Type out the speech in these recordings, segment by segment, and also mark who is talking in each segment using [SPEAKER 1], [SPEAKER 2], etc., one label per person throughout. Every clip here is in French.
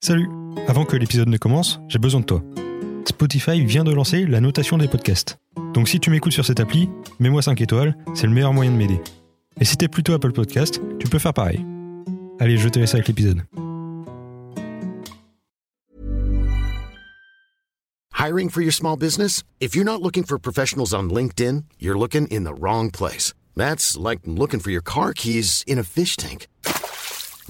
[SPEAKER 1] Salut Avant que l'épisode ne commence, j'ai besoin de toi. Spotify vient de lancer la notation des podcasts. Donc si tu m'écoutes sur cette appli, mets-moi 5 étoiles, c'est le meilleur moyen de m'aider. Et si t'es plutôt Apple Podcast, tu peux faire pareil. Allez, je te laisse avec l'épisode.
[SPEAKER 2] Hiring for your small business? If you're not looking for professionals on LinkedIn, you're looking in the wrong place. That's like looking for your car keys in a fish tank.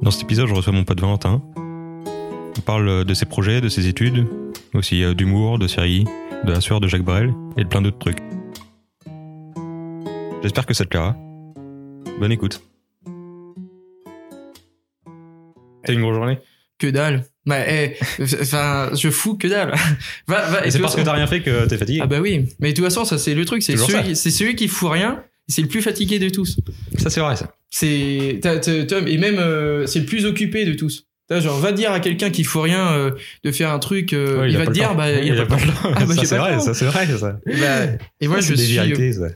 [SPEAKER 1] Dans cet épisode, je reçois mon pote Valentin. On parle de ses projets, de ses études, aussi euh, d'humour, de séries, de la sueur de Jacques Brel et de plein d'autres trucs. J'espère que ça te plaira. Bonne écoute. T'as eu une grosse journée
[SPEAKER 3] Que dalle. Bah, eh, enfin, je fous que dalle. Va- va-
[SPEAKER 1] Et C'est
[SPEAKER 3] de
[SPEAKER 1] parce que
[SPEAKER 3] toute
[SPEAKER 1] t'as rien fait que t'es fatigué.
[SPEAKER 3] façon- Ah bah oui. Mais de toute façon, ça c'est le truc, c'est
[SPEAKER 1] Toujours
[SPEAKER 3] celui, c'est celui qui fout rien, c'est le plus fatigué de tous.
[SPEAKER 1] Ça c'est vrai ça.
[SPEAKER 3] C'est t'as- t'as- t'as- et même euh, c'est le plus occupé de tous. T'as genre va dire à quelqu'un qui fout rien euh, de faire un truc, euh,
[SPEAKER 1] Ouais,
[SPEAKER 3] il,
[SPEAKER 1] a pas
[SPEAKER 3] va te
[SPEAKER 1] le
[SPEAKER 3] dire
[SPEAKER 1] temps.
[SPEAKER 3] bah il a pas le temps.
[SPEAKER 1] le temps.
[SPEAKER 3] Ah, bah,
[SPEAKER 1] ça
[SPEAKER 3] j'ai
[SPEAKER 1] c'est
[SPEAKER 3] pas le
[SPEAKER 1] vrai,
[SPEAKER 3] temps.
[SPEAKER 1] ça c'est vrai ça.
[SPEAKER 3] Bah, et moi
[SPEAKER 1] C'est
[SPEAKER 3] je
[SPEAKER 1] des
[SPEAKER 3] suis ah,
[SPEAKER 1] vérités, ça.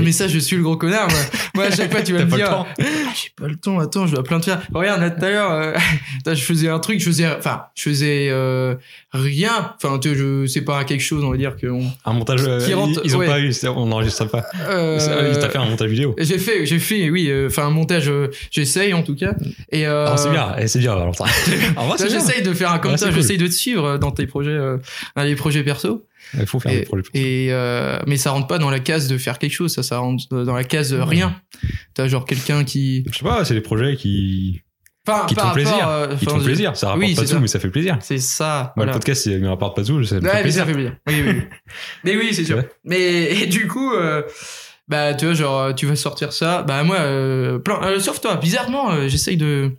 [SPEAKER 3] mais ça je suis le gros connard moi. Moi, à chaque fois tu vas
[SPEAKER 1] T'as
[SPEAKER 3] me
[SPEAKER 1] pas le
[SPEAKER 3] dire
[SPEAKER 1] temps.
[SPEAKER 3] Ah, j'ai pas le temps attends je dois plein de faire regarde là, tout à l'heure euh, putain, je faisais un truc je faisais enfin je faisais euh, rien enfin tu- je sais pas quelque chose on va dire que on-
[SPEAKER 1] Un montage. euh,
[SPEAKER 3] Qui rentre-
[SPEAKER 1] ils, ils ont
[SPEAKER 3] ouais.
[SPEAKER 1] pas eu, c'est- on n'enregistre pas.
[SPEAKER 3] Euh,
[SPEAKER 1] Il t'a fait un montage vidéo.
[SPEAKER 3] J'ai fait, j'ai fait, oui, euh, enfin un montage, euh, j'essaye en tout cas. Et euh,
[SPEAKER 1] Ah, c'est bien, eh, c'est bien, Valentin. En vrai,
[SPEAKER 3] ça,
[SPEAKER 1] c'est bien.
[SPEAKER 3] j'essaye de faire un comme
[SPEAKER 1] Ouais,
[SPEAKER 3] ça,
[SPEAKER 1] c'est cool.
[SPEAKER 3] j'essaye de te suivre euh, dans tes projets, euh, dans les projets perso.
[SPEAKER 1] Il faut faire des projets.
[SPEAKER 3] Et euh, mais ça rentre pas dans la case de faire quelque chose, ça, ça rentre dans la case euh, rien. T'as genre quelqu'un qui,
[SPEAKER 1] Je sais pas, c'est des projets qui,
[SPEAKER 3] enfin,
[SPEAKER 1] Qui te
[SPEAKER 3] par
[SPEAKER 1] font plaisir,
[SPEAKER 3] rapport, euh,
[SPEAKER 1] qui te
[SPEAKER 3] enfin,
[SPEAKER 1] font plaisir. Ça rapporte
[SPEAKER 3] oui,
[SPEAKER 1] pas
[SPEAKER 3] c'est
[SPEAKER 1] tout,
[SPEAKER 3] ça.
[SPEAKER 1] mais ça fait plaisir. Moi,
[SPEAKER 3] C'est ça.
[SPEAKER 1] Le
[SPEAKER 3] voilà.
[SPEAKER 1] podcast, il ne rapporte pas tout, ça me
[SPEAKER 3] Ouais,
[SPEAKER 1] fait
[SPEAKER 3] mais ça
[SPEAKER 1] plaisir.
[SPEAKER 3] fait plaisir. Oui, oui, oui. mais oui, c'est sûr.
[SPEAKER 1] Ouais.
[SPEAKER 3] Mais et du coup, euh, bah, tu vois, genre, euh, tu vas sortir ça. Bah, moi, euh, plein, euh, sauf toi, bizarrement, euh, j'essaye de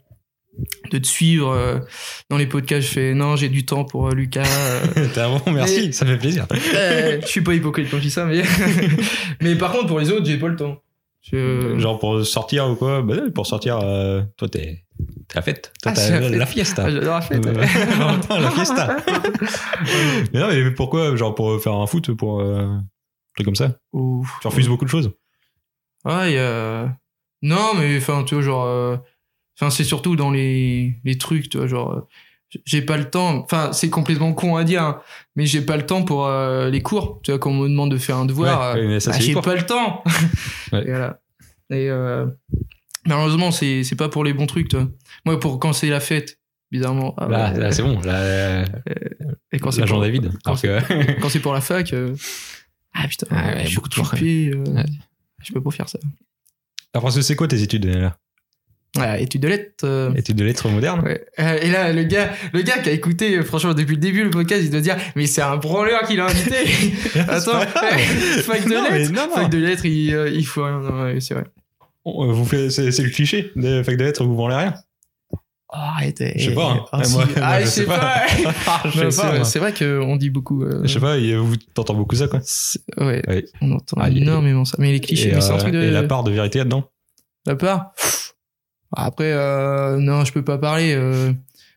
[SPEAKER 3] de te suivre euh, dans les podcasts. Je fais non, j'ai du temps pour euh, Lucas. euh,
[SPEAKER 1] T'es un bon, merci,
[SPEAKER 3] Mais-
[SPEAKER 1] ça fait plaisir.
[SPEAKER 3] euh, je suis pas hypocrite quand je dis ça, mais mais par contre, pour les autres, j'ai pas le temps. Je-
[SPEAKER 1] Genre pour sortir ou quoi Bah, non, pour sortir, euh, toi, t'es t'es la fête. Toi,
[SPEAKER 3] Ah,
[SPEAKER 1] t'as
[SPEAKER 3] c'est la
[SPEAKER 1] la,
[SPEAKER 3] fête.
[SPEAKER 1] la fiesta.
[SPEAKER 3] Ah, J'adore la fête.
[SPEAKER 1] Euh, Valentin, la fiesta. mais non, mais pourquoi Genre pour faire un foot, pour euh, un truc comme ça
[SPEAKER 3] Ouf.
[SPEAKER 1] Tu refuses beaucoup de choses
[SPEAKER 3] Ouais, euh, non, mais enfin, tu vois, genre, euh, enfin, c'est surtout dans les, les trucs, tu vois, genre, euh, j- j'ai pas le temps, enfin, c'est complètement con à dire, hein, mais j'ai pas le temps pour euh, les cours, tu vois, quand on me demande de faire un devoir,
[SPEAKER 1] Ouais,
[SPEAKER 3] euh,
[SPEAKER 1] mais ça,
[SPEAKER 3] bah,
[SPEAKER 1] c'est
[SPEAKER 3] j'ai
[SPEAKER 1] l'histoire.
[SPEAKER 3] pas le temps.
[SPEAKER 1] Ouais.
[SPEAKER 3] Et voilà. Et euh, malheureusement, c'est c'est pas pour les bons trucs, tu vois. Moi, pour quand c'est la fête, bizarrement. ah,
[SPEAKER 1] Là,
[SPEAKER 3] ouais. euh,
[SPEAKER 1] là, c'est bon. Là,
[SPEAKER 3] Et quand c'est
[SPEAKER 1] Bah, l'agent
[SPEAKER 3] pour,
[SPEAKER 1] David.
[SPEAKER 3] quand
[SPEAKER 1] Alors que-
[SPEAKER 3] quand c'est pour la fac, euh, ah putain,
[SPEAKER 1] Ah ouais,
[SPEAKER 3] je suis
[SPEAKER 1] beaucoup de jours,
[SPEAKER 3] occupé, euh,
[SPEAKER 1] Ouais.
[SPEAKER 3] je peux pas faire ça.
[SPEAKER 1] Alors, parce que c'est quoi tes études euh, là
[SPEAKER 3] Ouais, études de lettres. euh,
[SPEAKER 1] Études de lettres modernes
[SPEAKER 3] Ouais. Euh, Et là, le gars, le gars qui a écouté, euh, franchement, depuis le début, le podcast, il doit dire, mais c'est un branleur qui l'a invité. Attends,
[SPEAKER 1] C'est pas grave.
[SPEAKER 3] fac de
[SPEAKER 1] Non, mais
[SPEAKER 3] lettres.
[SPEAKER 1] non, non.
[SPEAKER 3] Fac de lettres, il, euh, il faut rien. Non, ouais, c'est vrai.
[SPEAKER 1] On, euh, vous fait- c'est, c'est le cliché des facs de lettres où vous vendez rien.
[SPEAKER 3] Oh, arrête. eh,
[SPEAKER 1] Je sais pas. hein.
[SPEAKER 3] ah, si.
[SPEAKER 1] Moi-
[SPEAKER 3] Ah,
[SPEAKER 1] moi,
[SPEAKER 3] je sais pas.
[SPEAKER 1] Ah, je
[SPEAKER 3] Non,
[SPEAKER 1] sais
[SPEAKER 3] c'est
[SPEAKER 1] pas.
[SPEAKER 3] vrai-
[SPEAKER 1] moi.
[SPEAKER 3] C'est vrai qu'on dit beaucoup. euh,
[SPEAKER 1] Je sais pas, il- vous t'entends beaucoup ça quoi.
[SPEAKER 3] c'est- Ouais,
[SPEAKER 1] Ouais.
[SPEAKER 3] on entend
[SPEAKER 1] Ah, il-
[SPEAKER 3] énormément ça. Mais les clichés,
[SPEAKER 1] et,
[SPEAKER 3] mais c'est un
[SPEAKER 1] euh,
[SPEAKER 3] truc de
[SPEAKER 1] et la part de vérité là-dedans.
[SPEAKER 3] la part. Pff. Après, euh, non, je peux pas parler euh,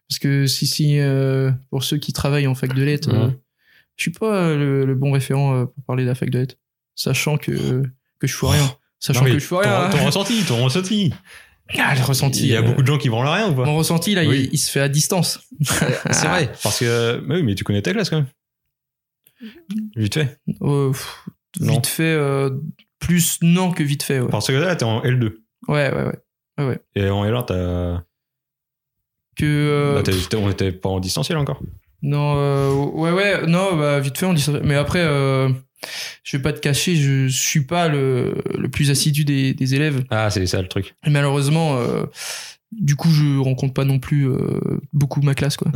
[SPEAKER 3] parce que si, si, euh, pour ceux qui travaillent en fac de lettres,
[SPEAKER 1] Ouais.
[SPEAKER 3] euh, je suis pas euh, le, le bon référent euh, pour parler de la fac de lettres, sachant que que je fais rien, sachant
[SPEAKER 1] Non, mais
[SPEAKER 3] que je fais
[SPEAKER 1] ton,
[SPEAKER 3] rien.
[SPEAKER 1] ton ressenti, ton ressenti.
[SPEAKER 3] Ah, le ressenti.
[SPEAKER 1] Il y a
[SPEAKER 3] euh,
[SPEAKER 1] beaucoup de gens qui vendent rien ou pas
[SPEAKER 3] Mon ressenti là, il-
[SPEAKER 1] Oui.
[SPEAKER 3] il, se fait à distance.
[SPEAKER 1] C'est vrai.
[SPEAKER 3] Ah.
[SPEAKER 1] Parce que, mais oui, mais tu connais ta classe quand même.
[SPEAKER 3] Mm-hmm.
[SPEAKER 1] Vite fait.
[SPEAKER 3] Euh, pff,
[SPEAKER 1] Non.
[SPEAKER 3] vite fait, euh, plus non que vite fait. Ouais,
[SPEAKER 1] Parce que là, t'es en L2.
[SPEAKER 3] ouais, ouais. ouais.
[SPEAKER 1] Et en L1,
[SPEAKER 3] Euh,
[SPEAKER 1] t'as.
[SPEAKER 3] Que euh,
[SPEAKER 1] bah, t'as- t'as- on était pas en distanciel encore.
[SPEAKER 3] Non, euh, ouais, ouais, non, bah, vite fait, on dit ça. Mais après, euh, je vais pas te cacher, je suis pas le, le plus assidu des, des élèves.
[SPEAKER 1] Ah, c'est ça le truc.
[SPEAKER 3] Et malheureusement, euh, du coup, je rencontre pas non plus euh, beaucoup ma classe, quoi.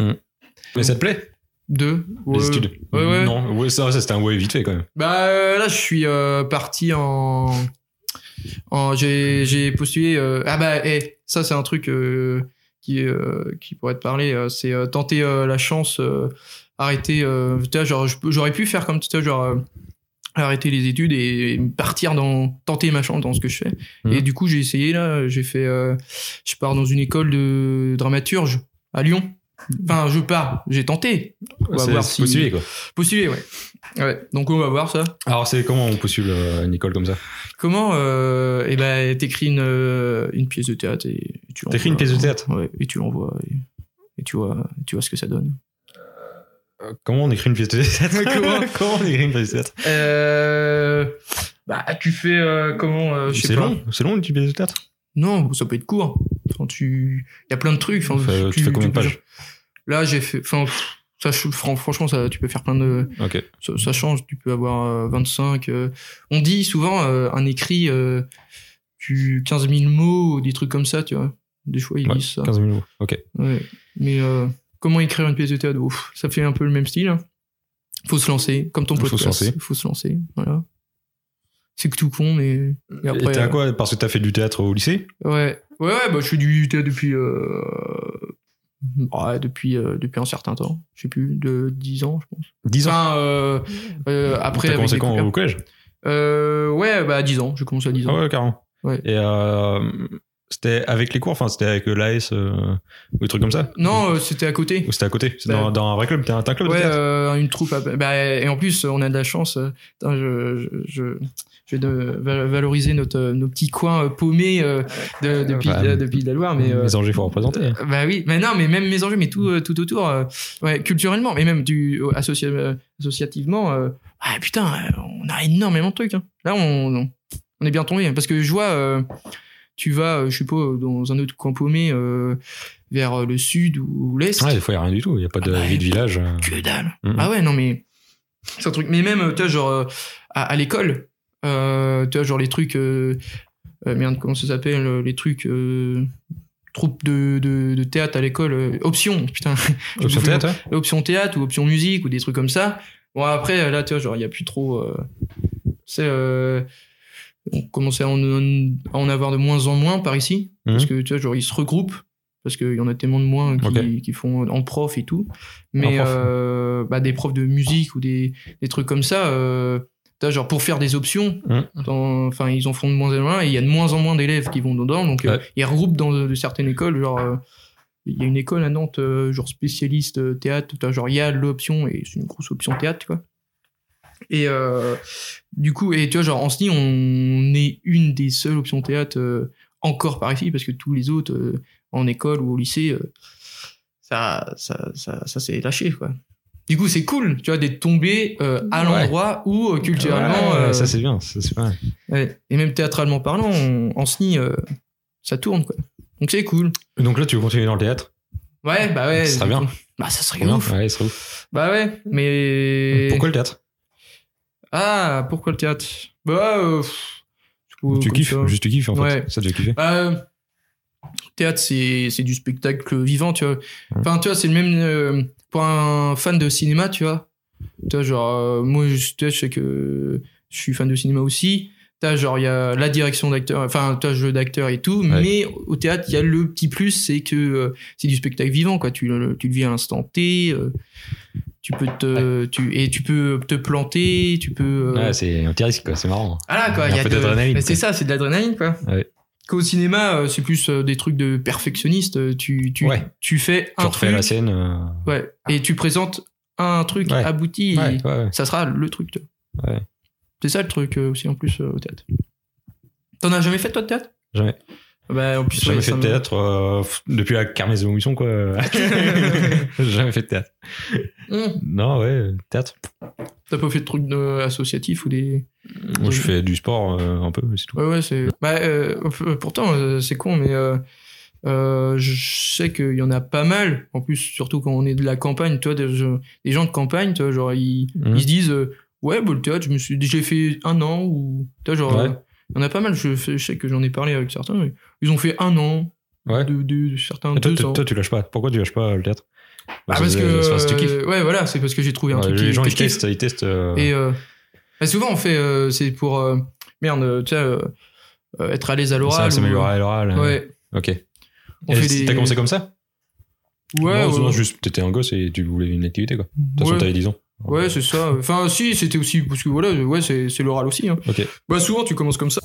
[SPEAKER 1] Mais ça te plaît,
[SPEAKER 3] Deux. ouais.
[SPEAKER 1] les études
[SPEAKER 3] Ouais, ouais.
[SPEAKER 1] Non, ouais, ça, ça c'était un ouais vite fait quand même.
[SPEAKER 3] Bah, euh, là, je suis euh, parti en. en j'ai, j'ai postulé. euh, ah, bah, eh, ça, c'est un truc. euh, qui- qui, euh, qui pourrait te parler, euh, c'est euh, tenter euh, la chance, euh, arrêter. euh, tu vois, genre, je peux- j'aurais pu faire comme tu vois, genre euh, arrêter les études et, et partir dans tenter ma chance dans ce que je fais.
[SPEAKER 1] Mhm.
[SPEAKER 3] Et du coup, j'ai essayé là. J'ai fait, euh, je pars dans une école de dramaturge à Lyon. Enfin, je pars. J'ai tenté. On va
[SPEAKER 1] C'est-
[SPEAKER 3] voir
[SPEAKER 1] c'est
[SPEAKER 3] si-
[SPEAKER 1] postulé, quoi.
[SPEAKER 3] Postuler, ouais. Ouais. Donc on va voir ça.
[SPEAKER 1] Alors, c'est comment on postule euh, une école comme ça
[SPEAKER 3] Comment euh, eh ben t'écris une euh, une pièce de théâtre et tu l'envoies.
[SPEAKER 1] T'écris une pièce de théâtre
[SPEAKER 3] Ouais, et tu l'envoies et, et tu vois tu vois ce que ça donne.
[SPEAKER 1] Euh, Comment on écrit une pièce de théâtre
[SPEAKER 3] Comment
[SPEAKER 1] Comment on écrit une pièce de théâtre
[SPEAKER 3] Euh, bah tu fais euh, comment euh, je sais
[SPEAKER 1] C'est
[SPEAKER 3] pas.
[SPEAKER 1] long, c'est long une pièce de théâtre
[SPEAKER 3] Non, ça peut être court. Enfin, tu il y a plein de trucs. Enfin,
[SPEAKER 1] Enfin, Tu fais combien de
[SPEAKER 3] peux-
[SPEAKER 1] pages
[SPEAKER 3] Là, j'ai fait enfin pff, ça je- fran- franchement ça tu peux faire plein de
[SPEAKER 1] Ok.
[SPEAKER 3] ça, ça change. Tu peux avoir euh, 25. euh, on dit souvent euh, un écrit, euh, tu 15 000 mots ou des trucs comme ça, tu vois. Des fois, ils
[SPEAKER 1] Ouais,
[SPEAKER 3] disent ça.
[SPEAKER 1] 15 000 mots. Ok.
[SPEAKER 3] Ouais. Mais euh, comment écrire une pièce de théâtre Ouf, Ça fait un peu le même style. hein. Faut se lancer, comme ton
[SPEAKER 1] Faut se
[SPEAKER 3] podcast.
[SPEAKER 1] lancer.
[SPEAKER 3] Faut se lancer, voilà. C'est que tout con, mais. et
[SPEAKER 1] Et
[SPEAKER 3] après,
[SPEAKER 1] t'es à
[SPEAKER 3] euh,
[SPEAKER 1] quoi Parce que t'as fait du théâtre au lycée
[SPEAKER 3] Ouais, ouais, ouais, bah, je fais du théâtre depuis. euh, ouais, depuis, euh, depuis un certain temps. Je sais plus, de 10 ans, je pense.
[SPEAKER 1] 10 ans.
[SPEAKER 3] Enfin, euh, euh, après.
[SPEAKER 1] T'as
[SPEAKER 3] avec
[SPEAKER 1] commencé
[SPEAKER 3] des
[SPEAKER 1] quand
[SPEAKER 3] copains.
[SPEAKER 1] au collège
[SPEAKER 3] Euh, ouais, bah, à 10 ans. J'ai commencé à 10
[SPEAKER 1] Ah
[SPEAKER 3] ans.
[SPEAKER 1] ouais, carrément.
[SPEAKER 3] Ouais.
[SPEAKER 1] Et euh, c'était avec les cours, enfin, c'était avec euh, l'AS euh, ou des trucs comme ça
[SPEAKER 3] Non, euh, c'était à côté.
[SPEAKER 1] Ou c'était à côté C'était
[SPEAKER 3] Ouais.
[SPEAKER 1] dans, dans un vrai club T'as un, t'as un club de
[SPEAKER 3] Ouais,
[SPEAKER 1] théâtre
[SPEAKER 3] euh, une troupe. à- bah, et en plus, on a de la chance. euh, putain, je, je, je- je vais de- va- valoriser notre, euh, nos petits coins euh, paumés euh, de, depuis,
[SPEAKER 1] Bah,
[SPEAKER 3] de- depuis la Loire. Mais, euh,
[SPEAKER 1] Les Angers, faut représenter.
[SPEAKER 3] bah oui, mais non, mais même mes enjeux, mais tout, euh, tout autour, euh, ouais, culturellement, mais même du, euh, associa- euh, associativement, euh, ah, putain, euh, on a énormément de trucs. hein. Là, on, on- on est bien tombé. Parce que je vois, euh, tu vas, euh, je suppose, dans un autre coin paumé euh, vers euh, le sud ou l'est.
[SPEAKER 1] Ouais, des fois, il n'y a rien du tout. Il n'y a pas de
[SPEAKER 3] Ah bah,
[SPEAKER 1] vie de village. euh.
[SPEAKER 3] que dalle.
[SPEAKER 1] Mhm.
[SPEAKER 3] Ah ouais, non, mais c'est un truc. Mais même, euh, tu vois, genre, euh, à, à l'école, euh, tu vois, genre les trucs. euh, euh, merde, comment ça s'appelle euh, Les trucs. euh, troupes de, de, de théâtre à l'école. euh, option, putain.
[SPEAKER 1] Option
[SPEAKER 3] Je-
[SPEAKER 1] théâtre, ouais.
[SPEAKER 3] option théâtre ou option musique ou des trucs comme ça. Bon, après, euh, là, tu vois, genre, il n'y a plus trop. euh, c'est. euh, on commençait à en, à en avoir de moins en moins par ici.
[SPEAKER 1] Mhm.
[SPEAKER 3] Parce que, tu vois, genre, ils se regroupent. Parce qu'il y en a tellement de moins qui,
[SPEAKER 1] Ok.
[SPEAKER 3] qui font en prof et tout. Mais
[SPEAKER 1] prof.
[SPEAKER 3] euh, bah, des profs de musique ou des, des trucs comme ça, euh, tu vois, genre, pour faire des options,
[SPEAKER 1] Mhm.
[SPEAKER 3] dans- enfin, ils en font de moins en moins et il y a de moins en moins d'élèves qui vont dedans. Donc, euh,
[SPEAKER 1] Ouais.
[SPEAKER 3] ils regroupent dans de, de certaines écoles. Genre, euh, il y a une école à Nantes, euh, genre spécialiste euh, théâtre, tu vois, genre il y a l'option, et c'est une grosse option théâtre, quoi. Et euh, du coup, et tu vois, genre en SNI, on est une des seules options théâtre euh, encore par ici, parce que tous les autres, euh, en école ou au lycée, euh, ça, ça, ça, ça s'est lâché, quoi. Du coup, c'est cool, tu vois, d'être tombé euh, à
[SPEAKER 1] Ouais.
[SPEAKER 3] l'endroit où, euh, culturellement,
[SPEAKER 1] Ouais, ouais,
[SPEAKER 3] euh,
[SPEAKER 1] Ça, c'est bien. ça, c'est pas mal.
[SPEAKER 3] ouais, et même théâtralement parlant, on- en SNI, euh, ça tourne, quoi. Donc c'est cool.
[SPEAKER 1] Donc là, tu veux continuer dans le théâtre
[SPEAKER 3] Ouais, bah ouais.
[SPEAKER 1] Ça serait
[SPEAKER 3] du
[SPEAKER 1] bien.
[SPEAKER 3] coup. Bah, ça serait
[SPEAKER 1] Trop bien.
[SPEAKER 3] ouf.
[SPEAKER 1] Ouais, c'est ouf.
[SPEAKER 3] Bah ouais, mais.
[SPEAKER 1] Pourquoi le théâtre
[SPEAKER 3] Ah, pourquoi le théâtre Bah, euh, pff, je trouve
[SPEAKER 1] Tu
[SPEAKER 3] comme
[SPEAKER 1] kiffes
[SPEAKER 3] ça.
[SPEAKER 1] Juste tu kiffes, en
[SPEAKER 3] Ouais.
[SPEAKER 1] fait. Ça te fait kiffer.
[SPEAKER 3] Bah, euh, théâtre, c'est c'est du spectacle vivant, tu vois. Enfin, tu vois, c'est le même. euh, pour un fan de cinéma, tu vois. Tu vois, genre, euh, moi, je, tu vois, je sais que je suis fan de cinéma aussi. Tu vois, genre, il y a la direction d'acteur, enfin, tu vois, jeu d'acteur et tout.
[SPEAKER 1] Ouais.
[SPEAKER 3] Mais au théâtre, il y a le petit plus, c'est que euh, c'est du spectacle vivant, quoi. Tu, le- tu le vis à l'instant T. euh, tu peux te. Tu, et tu peux te planter, tu peux. euh,
[SPEAKER 1] Ouais, c'est un petit risque, quoi. C'est marrant.
[SPEAKER 3] ah là, quoi,
[SPEAKER 1] Il y a un peu
[SPEAKER 3] de-
[SPEAKER 1] d'adrénaline,
[SPEAKER 3] mais C'est
[SPEAKER 1] quoi.
[SPEAKER 3] ça, c'est de l'adrénaline, quoi.
[SPEAKER 1] Ouais.
[SPEAKER 3] Qu'au cinéma, euh, c'est plus euh, des trucs de perfectionniste. euh, Tu, tu,
[SPEAKER 1] Ouais.
[SPEAKER 3] tu fais
[SPEAKER 1] Tu
[SPEAKER 3] un
[SPEAKER 1] refais
[SPEAKER 3] truc.
[SPEAKER 1] la scène. euh,
[SPEAKER 3] Ouais. Et tu présentes un truc
[SPEAKER 1] Ouais.
[SPEAKER 3] abouti. et
[SPEAKER 1] Ouais, ouais, ouais.
[SPEAKER 3] Ça sera le truc. tu vois.
[SPEAKER 1] Ouais.
[SPEAKER 3] C'est ça le truc euh, aussi, en plus, euh, au théâtre. T'en as jamais fait, toi, de théâtre
[SPEAKER 1] Jamais.
[SPEAKER 3] Bah, en plus,
[SPEAKER 1] J'ai jamais
[SPEAKER 3] ouais,
[SPEAKER 1] fait
[SPEAKER 3] ça
[SPEAKER 1] de
[SPEAKER 3] me-
[SPEAKER 1] théâtre euh, pff, depuis la Carmes de Montmission, quoi. J'ai jamais fait de théâtre.
[SPEAKER 3] Hum,
[SPEAKER 1] Non, ouais, théâtre.
[SPEAKER 3] T'as pas fait de trucs de- associatifs ou des.
[SPEAKER 1] Moi, je fais du sport euh, un peu, mais c'est tout.
[SPEAKER 3] Ouais, ouais, c'est. Bah, euh, euh, pourtant, euh, c'est con, mais euh, euh, je sais qu'il y en a pas mal. En plus, surtout quand on est de la campagne, tu vois, des, je- des gens de campagne, tu vois, genre, ils,
[SPEAKER 1] Mhm.
[SPEAKER 3] ils se disent euh, Ouais, bah, le théâtre, je me suis, j'ai fait un an, ou. Tu vois, genre,
[SPEAKER 1] Ouais.
[SPEAKER 3] euh, il y en a pas mal. Je, fais- je sais que j'en ai parlé avec certains, mais ils ont fait un an,
[SPEAKER 1] Ouais.
[SPEAKER 3] de, de- de certains,
[SPEAKER 1] Et toi,
[SPEAKER 3] deux
[SPEAKER 1] tu-
[SPEAKER 3] ans.
[SPEAKER 1] toi, tu lâches pas. Pourquoi tu lâches pas le théâtre
[SPEAKER 3] Ah,
[SPEAKER 1] Ça-
[SPEAKER 3] parce que.
[SPEAKER 1] ça- ça- ça- tu kiffes.
[SPEAKER 3] euh, ouais, voilà, c'est parce que j'ai trouvé un
[SPEAKER 1] Ouais,
[SPEAKER 3] truc
[SPEAKER 1] les
[SPEAKER 3] qui-
[SPEAKER 1] gens
[SPEAKER 3] que
[SPEAKER 1] ils
[SPEAKER 3] je kiffe.
[SPEAKER 1] testent, ils testent. euh,
[SPEAKER 3] Et euh, bah, souvent, on fait. euh, c'est pour. euh, merde, euh, tu sais, euh, euh, être à l'aise à
[SPEAKER 1] ça
[SPEAKER 3] l'oral. ou-
[SPEAKER 1] s'améliore à l'oral. euh,
[SPEAKER 3] Ouais.
[SPEAKER 1] Ok.
[SPEAKER 3] On
[SPEAKER 1] Et
[SPEAKER 3] fait
[SPEAKER 1] c-
[SPEAKER 3] des-
[SPEAKER 1] T'as commencé comme ça
[SPEAKER 3] Ouais,
[SPEAKER 1] non,
[SPEAKER 3] ouais,
[SPEAKER 1] non,
[SPEAKER 3] ouais.
[SPEAKER 1] juste t'étais un gosse et tu voulais une activité quoi. De toute façon,
[SPEAKER 3] Ouais.
[SPEAKER 1] t'avais 10 ans.
[SPEAKER 3] Ouais, c'est ça. Enfin, si, c'était aussi. Parce que voilà, ouais, c'est c'est l'oral aussi. hein.
[SPEAKER 1] Ok.
[SPEAKER 3] Bah, souvent, tu commences comme ça.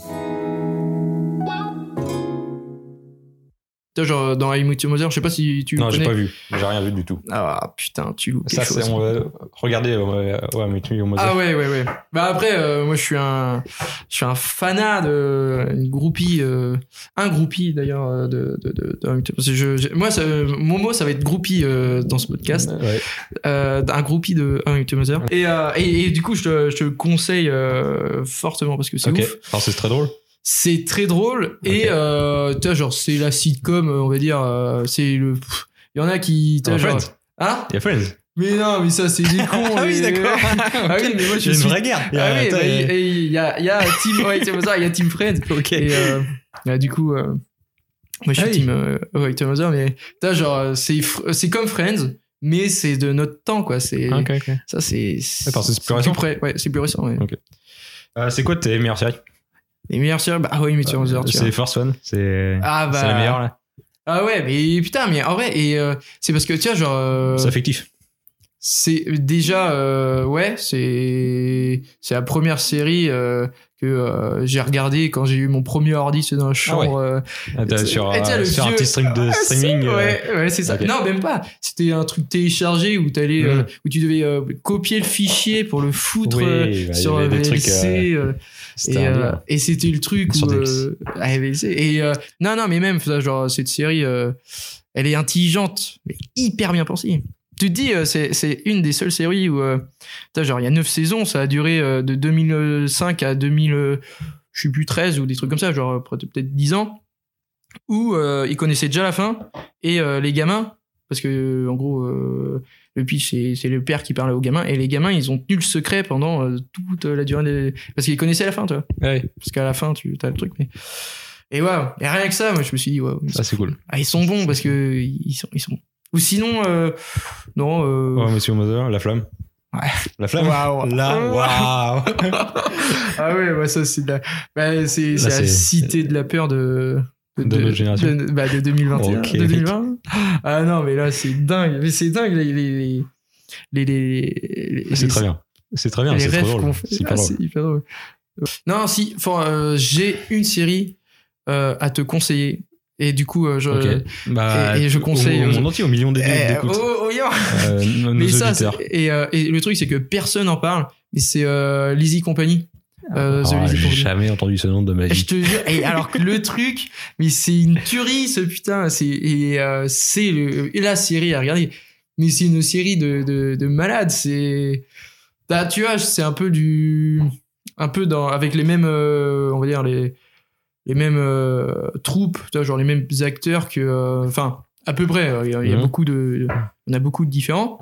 [SPEAKER 3] Putain, genre, dans I Met Your Mother, je sais pas si tu.
[SPEAKER 1] Non, j'ai
[SPEAKER 3] connais.
[SPEAKER 1] pas vu. J'ai rien vu du tout.
[SPEAKER 3] Ah, putain, tu loupes
[SPEAKER 1] Ça,
[SPEAKER 3] quelque chose.
[SPEAKER 1] c'est. on va- Regardez, on va- ouais, mais tu au
[SPEAKER 3] Ah ouais, ouais, ouais. Bah après, euh, moi je suis un, je suis un fanat de, une groupie, euh, un groupie d'ailleurs euh, de, de, de, de- parce que je, je- moi, ça, mon mot, ça va être groupie euh, dans ce podcast,
[SPEAKER 1] Ouais.
[SPEAKER 3] euh, un groupie de un Mother. Et, euh, et, et du coup, je te, je te conseille euh, fortement parce que c'est
[SPEAKER 1] Ok.
[SPEAKER 3] ouf.
[SPEAKER 1] Alors, c'est très drôle.
[SPEAKER 3] C'est très drôle et
[SPEAKER 1] Ok.
[SPEAKER 3] euh, tu vois, genre c'est la sitcom, on va dire, euh, c'est le, pff, il y en a qui, tu vois,
[SPEAKER 1] Ah,
[SPEAKER 3] genre,
[SPEAKER 1] Friends.
[SPEAKER 3] hein
[SPEAKER 1] Il y a Friends.
[SPEAKER 3] Mais non, mais ça c'est des cons.
[SPEAKER 1] Ah oui,
[SPEAKER 3] mais-
[SPEAKER 1] d'accord.
[SPEAKER 3] ah oui, mais moi je
[SPEAKER 1] Il y a une
[SPEAKER 3] suis
[SPEAKER 1] vraie guerre. Il y a-
[SPEAKER 3] ah oui,
[SPEAKER 1] t'as-
[SPEAKER 3] bah, il et il y a, il y a Team, ouais, Team Mother, il y a Team Fred.
[SPEAKER 1] Ok.
[SPEAKER 3] Et euh, bah, du coup, euh, moi je suis
[SPEAKER 1] Ah oui.
[SPEAKER 3] Team euh, ouais, Team Mother, mais putain, genre, euh, c'est fr- c'est comme Friends, mais c'est de notre temps, quoi. C'est
[SPEAKER 1] Ah, Ok, ok.
[SPEAKER 3] ça, c'est
[SPEAKER 1] parce que c'est plus récent.
[SPEAKER 3] près- ouais, c'est plus récent. Ouais.
[SPEAKER 1] Euh, c'est quoi tes meilleures séries
[SPEAKER 3] Les meilleures séries, bah oui, mais Team Mother, tu vois.
[SPEAKER 1] C'est First One. C'est
[SPEAKER 3] Ah bah.
[SPEAKER 1] c'est la meilleure là.
[SPEAKER 3] Ah ouais, mais putain, mais en vrai, et euh, c'est parce que tu vois, genre. euh,
[SPEAKER 1] C'est affectif.
[SPEAKER 3] C'est déjà euh, ouais, c'est c'est la première série euh, que euh, j'ai regardée quand j'ai eu mon premier ordi, c'est dans la chambre. euh,
[SPEAKER 1] Ah, t'as
[SPEAKER 3] c'est-
[SPEAKER 1] sur
[SPEAKER 3] et t'as
[SPEAKER 1] euh,
[SPEAKER 3] le
[SPEAKER 1] sur un
[SPEAKER 3] vieux-
[SPEAKER 1] petit stream de
[SPEAKER 3] Ah,
[SPEAKER 1] streaming.
[SPEAKER 3] si,
[SPEAKER 1] euh,
[SPEAKER 3] ouais, ouais, c'est ça.
[SPEAKER 1] ok.
[SPEAKER 3] Non, même pas. C'était un truc téléchargé où t'allais,
[SPEAKER 1] Mm.
[SPEAKER 3] euh, où tu devais euh, copier le fichier pour le foutre
[SPEAKER 1] Oui,
[SPEAKER 3] euh,
[SPEAKER 1] bah, il y
[SPEAKER 3] sur
[SPEAKER 1] avait des
[SPEAKER 3] VLC.
[SPEAKER 1] trucs,
[SPEAKER 3] euh,
[SPEAKER 1] C'était
[SPEAKER 3] et
[SPEAKER 1] un
[SPEAKER 3] euh,
[SPEAKER 1] délire.
[SPEAKER 3] et c'était le truc
[SPEAKER 1] Sur
[SPEAKER 3] où
[SPEAKER 1] DX.
[SPEAKER 3] euh, ah, VLC. et euh, non, non, mais même ça, genre cette série, euh, elle est intelligente, mais hyper bien pensée. Tu te dis, euh, c'est c'est une des seules séries où, euh, putain, genre, il y a 9 saisons, ça a duré euh, de 2005 à 2000, euh, je sais plus 13 ou des trucs comme ça, genre euh, peut-être 10 ans, où euh, ils connaissaient déjà la fin et euh, les gamins, parce que euh, en gros, euh, le pitch c'est c'est le père qui parlait aux gamins et les gamins ils ont tenu le secret pendant euh, toute la durée des... parce qu'ils connaissaient la fin, tu vois,
[SPEAKER 1] Ouais,
[SPEAKER 3] parce qu'à la fin tu as le truc, mais et waouh, et rien que ça, moi je me suis dit waouh,
[SPEAKER 1] ça c'est cool.
[SPEAKER 3] ah, ils sont bons parce que ils sont ils sont ou sinon euh, non euh,
[SPEAKER 1] Oh, Monsieur Mother, la flamme.
[SPEAKER 3] Ouais.
[SPEAKER 1] La flamme.
[SPEAKER 3] waouh.
[SPEAKER 1] Là, waouh.
[SPEAKER 3] ah ouais bah ça c'est de la bah, c'est
[SPEAKER 1] Là,
[SPEAKER 3] c'est
[SPEAKER 1] c'est-
[SPEAKER 3] la cité de la peur de
[SPEAKER 1] De notre génération.
[SPEAKER 3] de, bah, de 2021
[SPEAKER 1] Ok.
[SPEAKER 3] 2020 ah non mais là c'est dingue mais c'est dingue les les les les, les, les-
[SPEAKER 1] Ah, C'est très bien. C'est très bien.
[SPEAKER 3] les
[SPEAKER 1] C'est trop
[SPEAKER 3] rêves qu'on
[SPEAKER 1] drôle.
[SPEAKER 3] fait
[SPEAKER 1] C'est
[SPEAKER 3] Ah,
[SPEAKER 1] hyper drôle.
[SPEAKER 3] c'est hyper drôle non si enfin euh, j'ai une série euh, à te conseiller et du coup euh, je
[SPEAKER 1] Ok. Bah,
[SPEAKER 3] et je conseille
[SPEAKER 1] au, au
[SPEAKER 3] aux-
[SPEAKER 1] monde entier, aux millions d'élèves
[SPEAKER 3] Eh,
[SPEAKER 1] d'écoute.
[SPEAKER 3] oh, oh, yo.
[SPEAKER 1] Euh, nos
[SPEAKER 3] Mais
[SPEAKER 1] nos
[SPEAKER 3] ça,
[SPEAKER 1] auditeurs.
[SPEAKER 3] c'est- et, euh, et le truc, c'est que personne n'en parle, mais c'est euh, Lizzie Company. Euh, The
[SPEAKER 1] Ah,
[SPEAKER 3] Lizzie
[SPEAKER 1] J'ai
[SPEAKER 3] Company.
[SPEAKER 1] jamais entendu ce nom de ma
[SPEAKER 3] Je
[SPEAKER 1] vie.
[SPEAKER 3] te jure, et alors que le truc, mais c'est une tuerie ce putain, c'est et, euh, c'est le- et la série à regarder, mais c'est une série de, de, de malades, c'est bah, tu vois, c'est un peu du un peu dans avec les mêmes euh, on va dire les les mêmes euh, troupes, tu vois, genre les mêmes acteurs que euh, enfin à peu près, euh, il y a, il y a
[SPEAKER 1] Mhm.
[SPEAKER 3] beaucoup de on a beaucoup de différents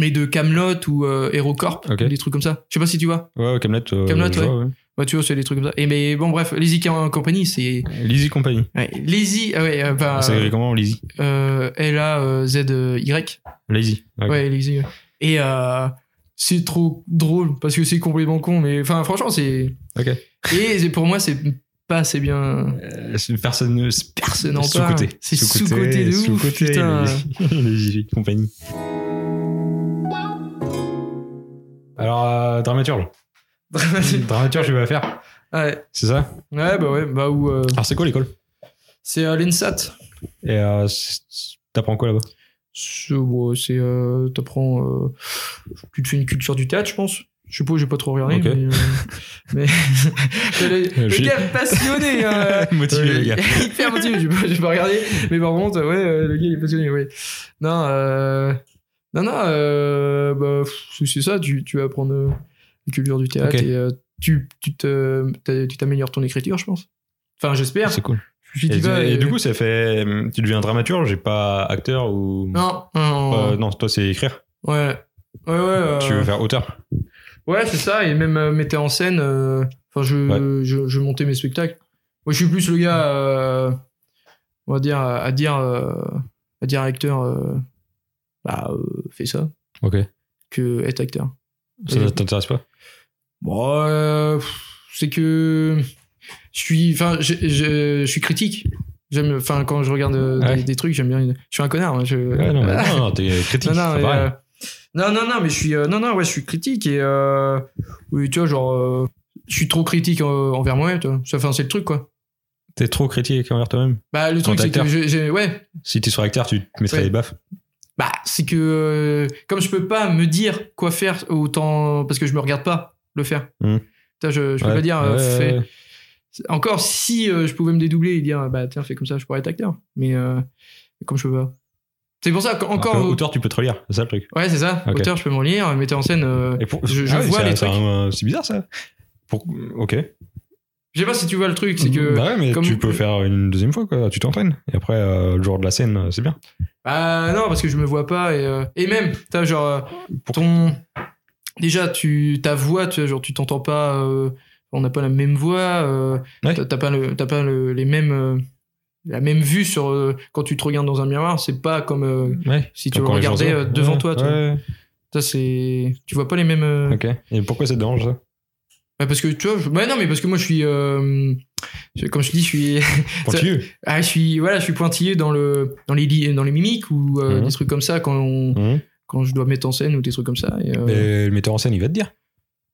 [SPEAKER 3] mais de Camelot ou euh, HeroCorp,
[SPEAKER 1] Ok.
[SPEAKER 3] des trucs comme ça. Je sais pas si tu vois.
[SPEAKER 1] Ouais, Camelot. euh,
[SPEAKER 3] Kaamelott,
[SPEAKER 1] je vois, ouais.
[SPEAKER 3] Bah, tu vois, c'est des trucs comme ça. Et mais bon, bref, Lazy Company, c'est
[SPEAKER 1] Lizzie Company.
[SPEAKER 3] Ouais, Lazy, ah ouais, euh, bah,
[SPEAKER 1] C'est écrit comment Lizzie
[SPEAKER 3] euh, L-A-Z-Y.
[SPEAKER 1] Lazy. Ok.
[SPEAKER 3] Ouais, Lazy. ouais. Et euh, c'est trop drôle parce que c'est complètement con, mais enfin, franchement, c'est.
[SPEAKER 1] Ok.
[SPEAKER 3] Et c'est- pour moi, c'est pas assez bien.
[SPEAKER 1] Euh, c'est une personne. c'est-
[SPEAKER 3] Personne n'en
[SPEAKER 1] sous
[SPEAKER 3] parle.
[SPEAKER 1] côté
[SPEAKER 3] C'est sous-coté de ouf, putain.
[SPEAKER 1] Lizzie Company. Alors, euh, dramaturge. dramaturge, je vais la faire.
[SPEAKER 3] ouais.
[SPEAKER 1] C'est ça
[SPEAKER 3] Ouais, bah ouais, bah ou. euh,
[SPEAKER 1] Alors, c'est quoi l'école
[SPEAKER 3] c'est euh, l'INSAT.
[SPEAKER 1] Et euh, c'est- c'est- t'apprends quoi là-bas
[SPEAKER 3] C'est. bon, c'est, euh, T'apprends. euh, tu te fais une culture du théâtre, je pense. Je sais pas, j'ai pas trop regardé.
[SPEAKER 1] Ok.
[SPEAKER 3] Mais. euh, mais- le,
[SPEAKER 1] J'ai-
[SPEAKER 3] le gars passionné, hein.
[SPEAKER 1] Motivé, le gars.
[SPEAKER 3] Hyper motivé, j'ai pas, j'ai pas regardé. Mais par contre, ouais, euh, le gars, il est passionné, ouais. Non, euh, non, non, euh, bah, pff, c'est ça, tu, tu vas apprendre euh, la culture du théâtre
[SPEAKER 1] Ok.
[SPEAKER 3] et euh, tu, tu, te, t'as- tu t'améliores ton écriture, je pense. Enfin, j'espère.
[SPEAKER 1] C'est cool.
[SPEAKER 3] Je
[SPEAKER 1] Et,
[SPEAKER 3] dis pas,
[SPEAKER 1] et
[SPEAKER 3] euh,
[SPEAKER 1] du coup, ça fait. Tu deviens dramaturge et pas acteur ou.
[SPEAKER 3] non, non,
[SPEAKER 1] Euh, non, toi, c'est écrire.
[SPEAKER 3] ouais, ouais, ouais. euh,
[SPEAKER 1] Tu veux faire auteur.
[SPEAKER 3] Ouais, c'est ça, et même euh, mettre en scène, euh, enfin, je, je, je montais mes spectacles. Moi, je suis plus le gars, euh, on va dire, à à dire, euh, à dire acteur, euh, bah, euh, fais ça,
[SPEAKER 1] Ok.
[SPEAKER 3] que être acteur.
[SPEAKER 1] Ça t'intéresse pas
[SPEAKER 3] Bon, euh, pff, c'est que je suis, enfin, je, je, je suis critique. J'aime, enfin, quand je regarde euh,
[SPEAKER 1] Ouais.
[SPEAKER 3] des, des trucs, j'aime bien. Je suis un connard. moi, je...
[SPEAKER 1] Ouais, non, mais non, non, t'es critique.
[SPEAKER 3] non, non,
[SPEAKER 1] c'est
[SPEAKER 3] mais,
[SPEAKER 1] pareil.
[SPEAKER 3] euh, non, non, non, mais je suis, euh, non, non, ouais, je suis critique et euh, oui, tu vois, genre, euh, je suis trop critique euh, envers moi-même. tu vois. Enfin, c'est le truc, quoi.
[SPEAKER 1] T'es trop critique envers toi-même.
[SPEAKER 3] Bah, le truc, c'est que
[SPEAKER 1] acteur.
[SPEAKER 3] j'ai, j'ai- ouais,
[SPEAKER 1] Si t'es sur acteur, tu te mettrais
[SPEAKER 3] Ouais.
[SPEAKER 1] des baffes.
[SPEAKER 3] Bah, c'est que euh, comme je peux pas me dire quoi faire autant parce que je me regarde pas le faire.
[SPEAKER 1] Hmm.
[SPEAKER 3] Putain, je, je peux
[SPEAKER 1] Ouais,
[SPEAKER 3] pas dire. euh,
[SPEAKER 1] ouais,
[SPEAKER 3] fais-
[SPEAKER 1] ouais,
[SPEAKER 3] Encore si euh, je pouvais me dédoubler et dire bah tiens fais comme ça je pourrais être acteur. Mais euh, comme je peux pas. C'est pour ça
[SPEAKER 1] Encore.
[SPEAKER 3] qu'encore.
[SPEAKER 1] Ah, auteur, tu peux te relire. C'est ça le truc.
[SPEAKER 3] Ouais c'est ça.
[SPEAKER 1] Ok.
[SPEAKER 3] Auteur je peux me relire, metteur en scène. euh,
[SPEAKER 1] Et pour-
[SPEAKER 3] je- je
[SPEAKER 1] Ah oui,
[SPEAKER 3] vois
[SPEAKER 1] c'est-
[SPEAKER 3] les
[SPEAKER 1] c'est
[SPEAKER 3] trucs.
[SPEAKER 1] un- C'est bizarre ça. Pour... Ok.
[SPEAKER 3] Je sais pas si tu vois le truc c'est que.
[SPEAKER 1] Bah ouais, mais
[SPEAKER 3] comme-
[SPEAKER 1] tu peux faire une deuxième fois, quoi. Tu t'entraînes. Et après, euh, le jour de la scène, euh, c'est bien.
[SPEAKER 3] Ah non, parce que je me vois pas et, euh, et même, t'as genre euh, ton déjà tu ta voix, tu vois, genre tu t'entends pas, euh, on n'a pas la même voix, euh,
[SPEAKER 1] Ouais.
[SPEAKER 3] t'as- t'as pas le, t'as pas le- les mêmes euh, la même vue sur euh, quand tu te regardes dans un miroir, c'est pas comme euh,
[SPEAKER 1] Ouais.
[SPEAKER 3] si tu le regardais euh, devant toi, tu vois. Ça, c'est tu vois pas les mêmes. euh,
[SPEAKER 1] Ok. Et pourquoi ça te dérange ça
[SPEAKER 3] bah, parce que tu vois, je- bah, non mais parce que moi je suis euh, je- comme je dis, je suis
[SPEAKER 1] Pointilleux.
[SPEAKER 3] ah, je suis voilà, je suis pointillé dans le dans les li- dans les mimiques ou euh,
[SPEAKER 1] Mhm.
[SPEAKER 3] des trucs comme ça quand on
[SPEAKER 1] Hum.
[SPEAKER 3] quand je dois mettre en scène ou des trucs comme ça. Et, euh,
[SPEAKER 1] Mais le metteur en scène, il va te dire.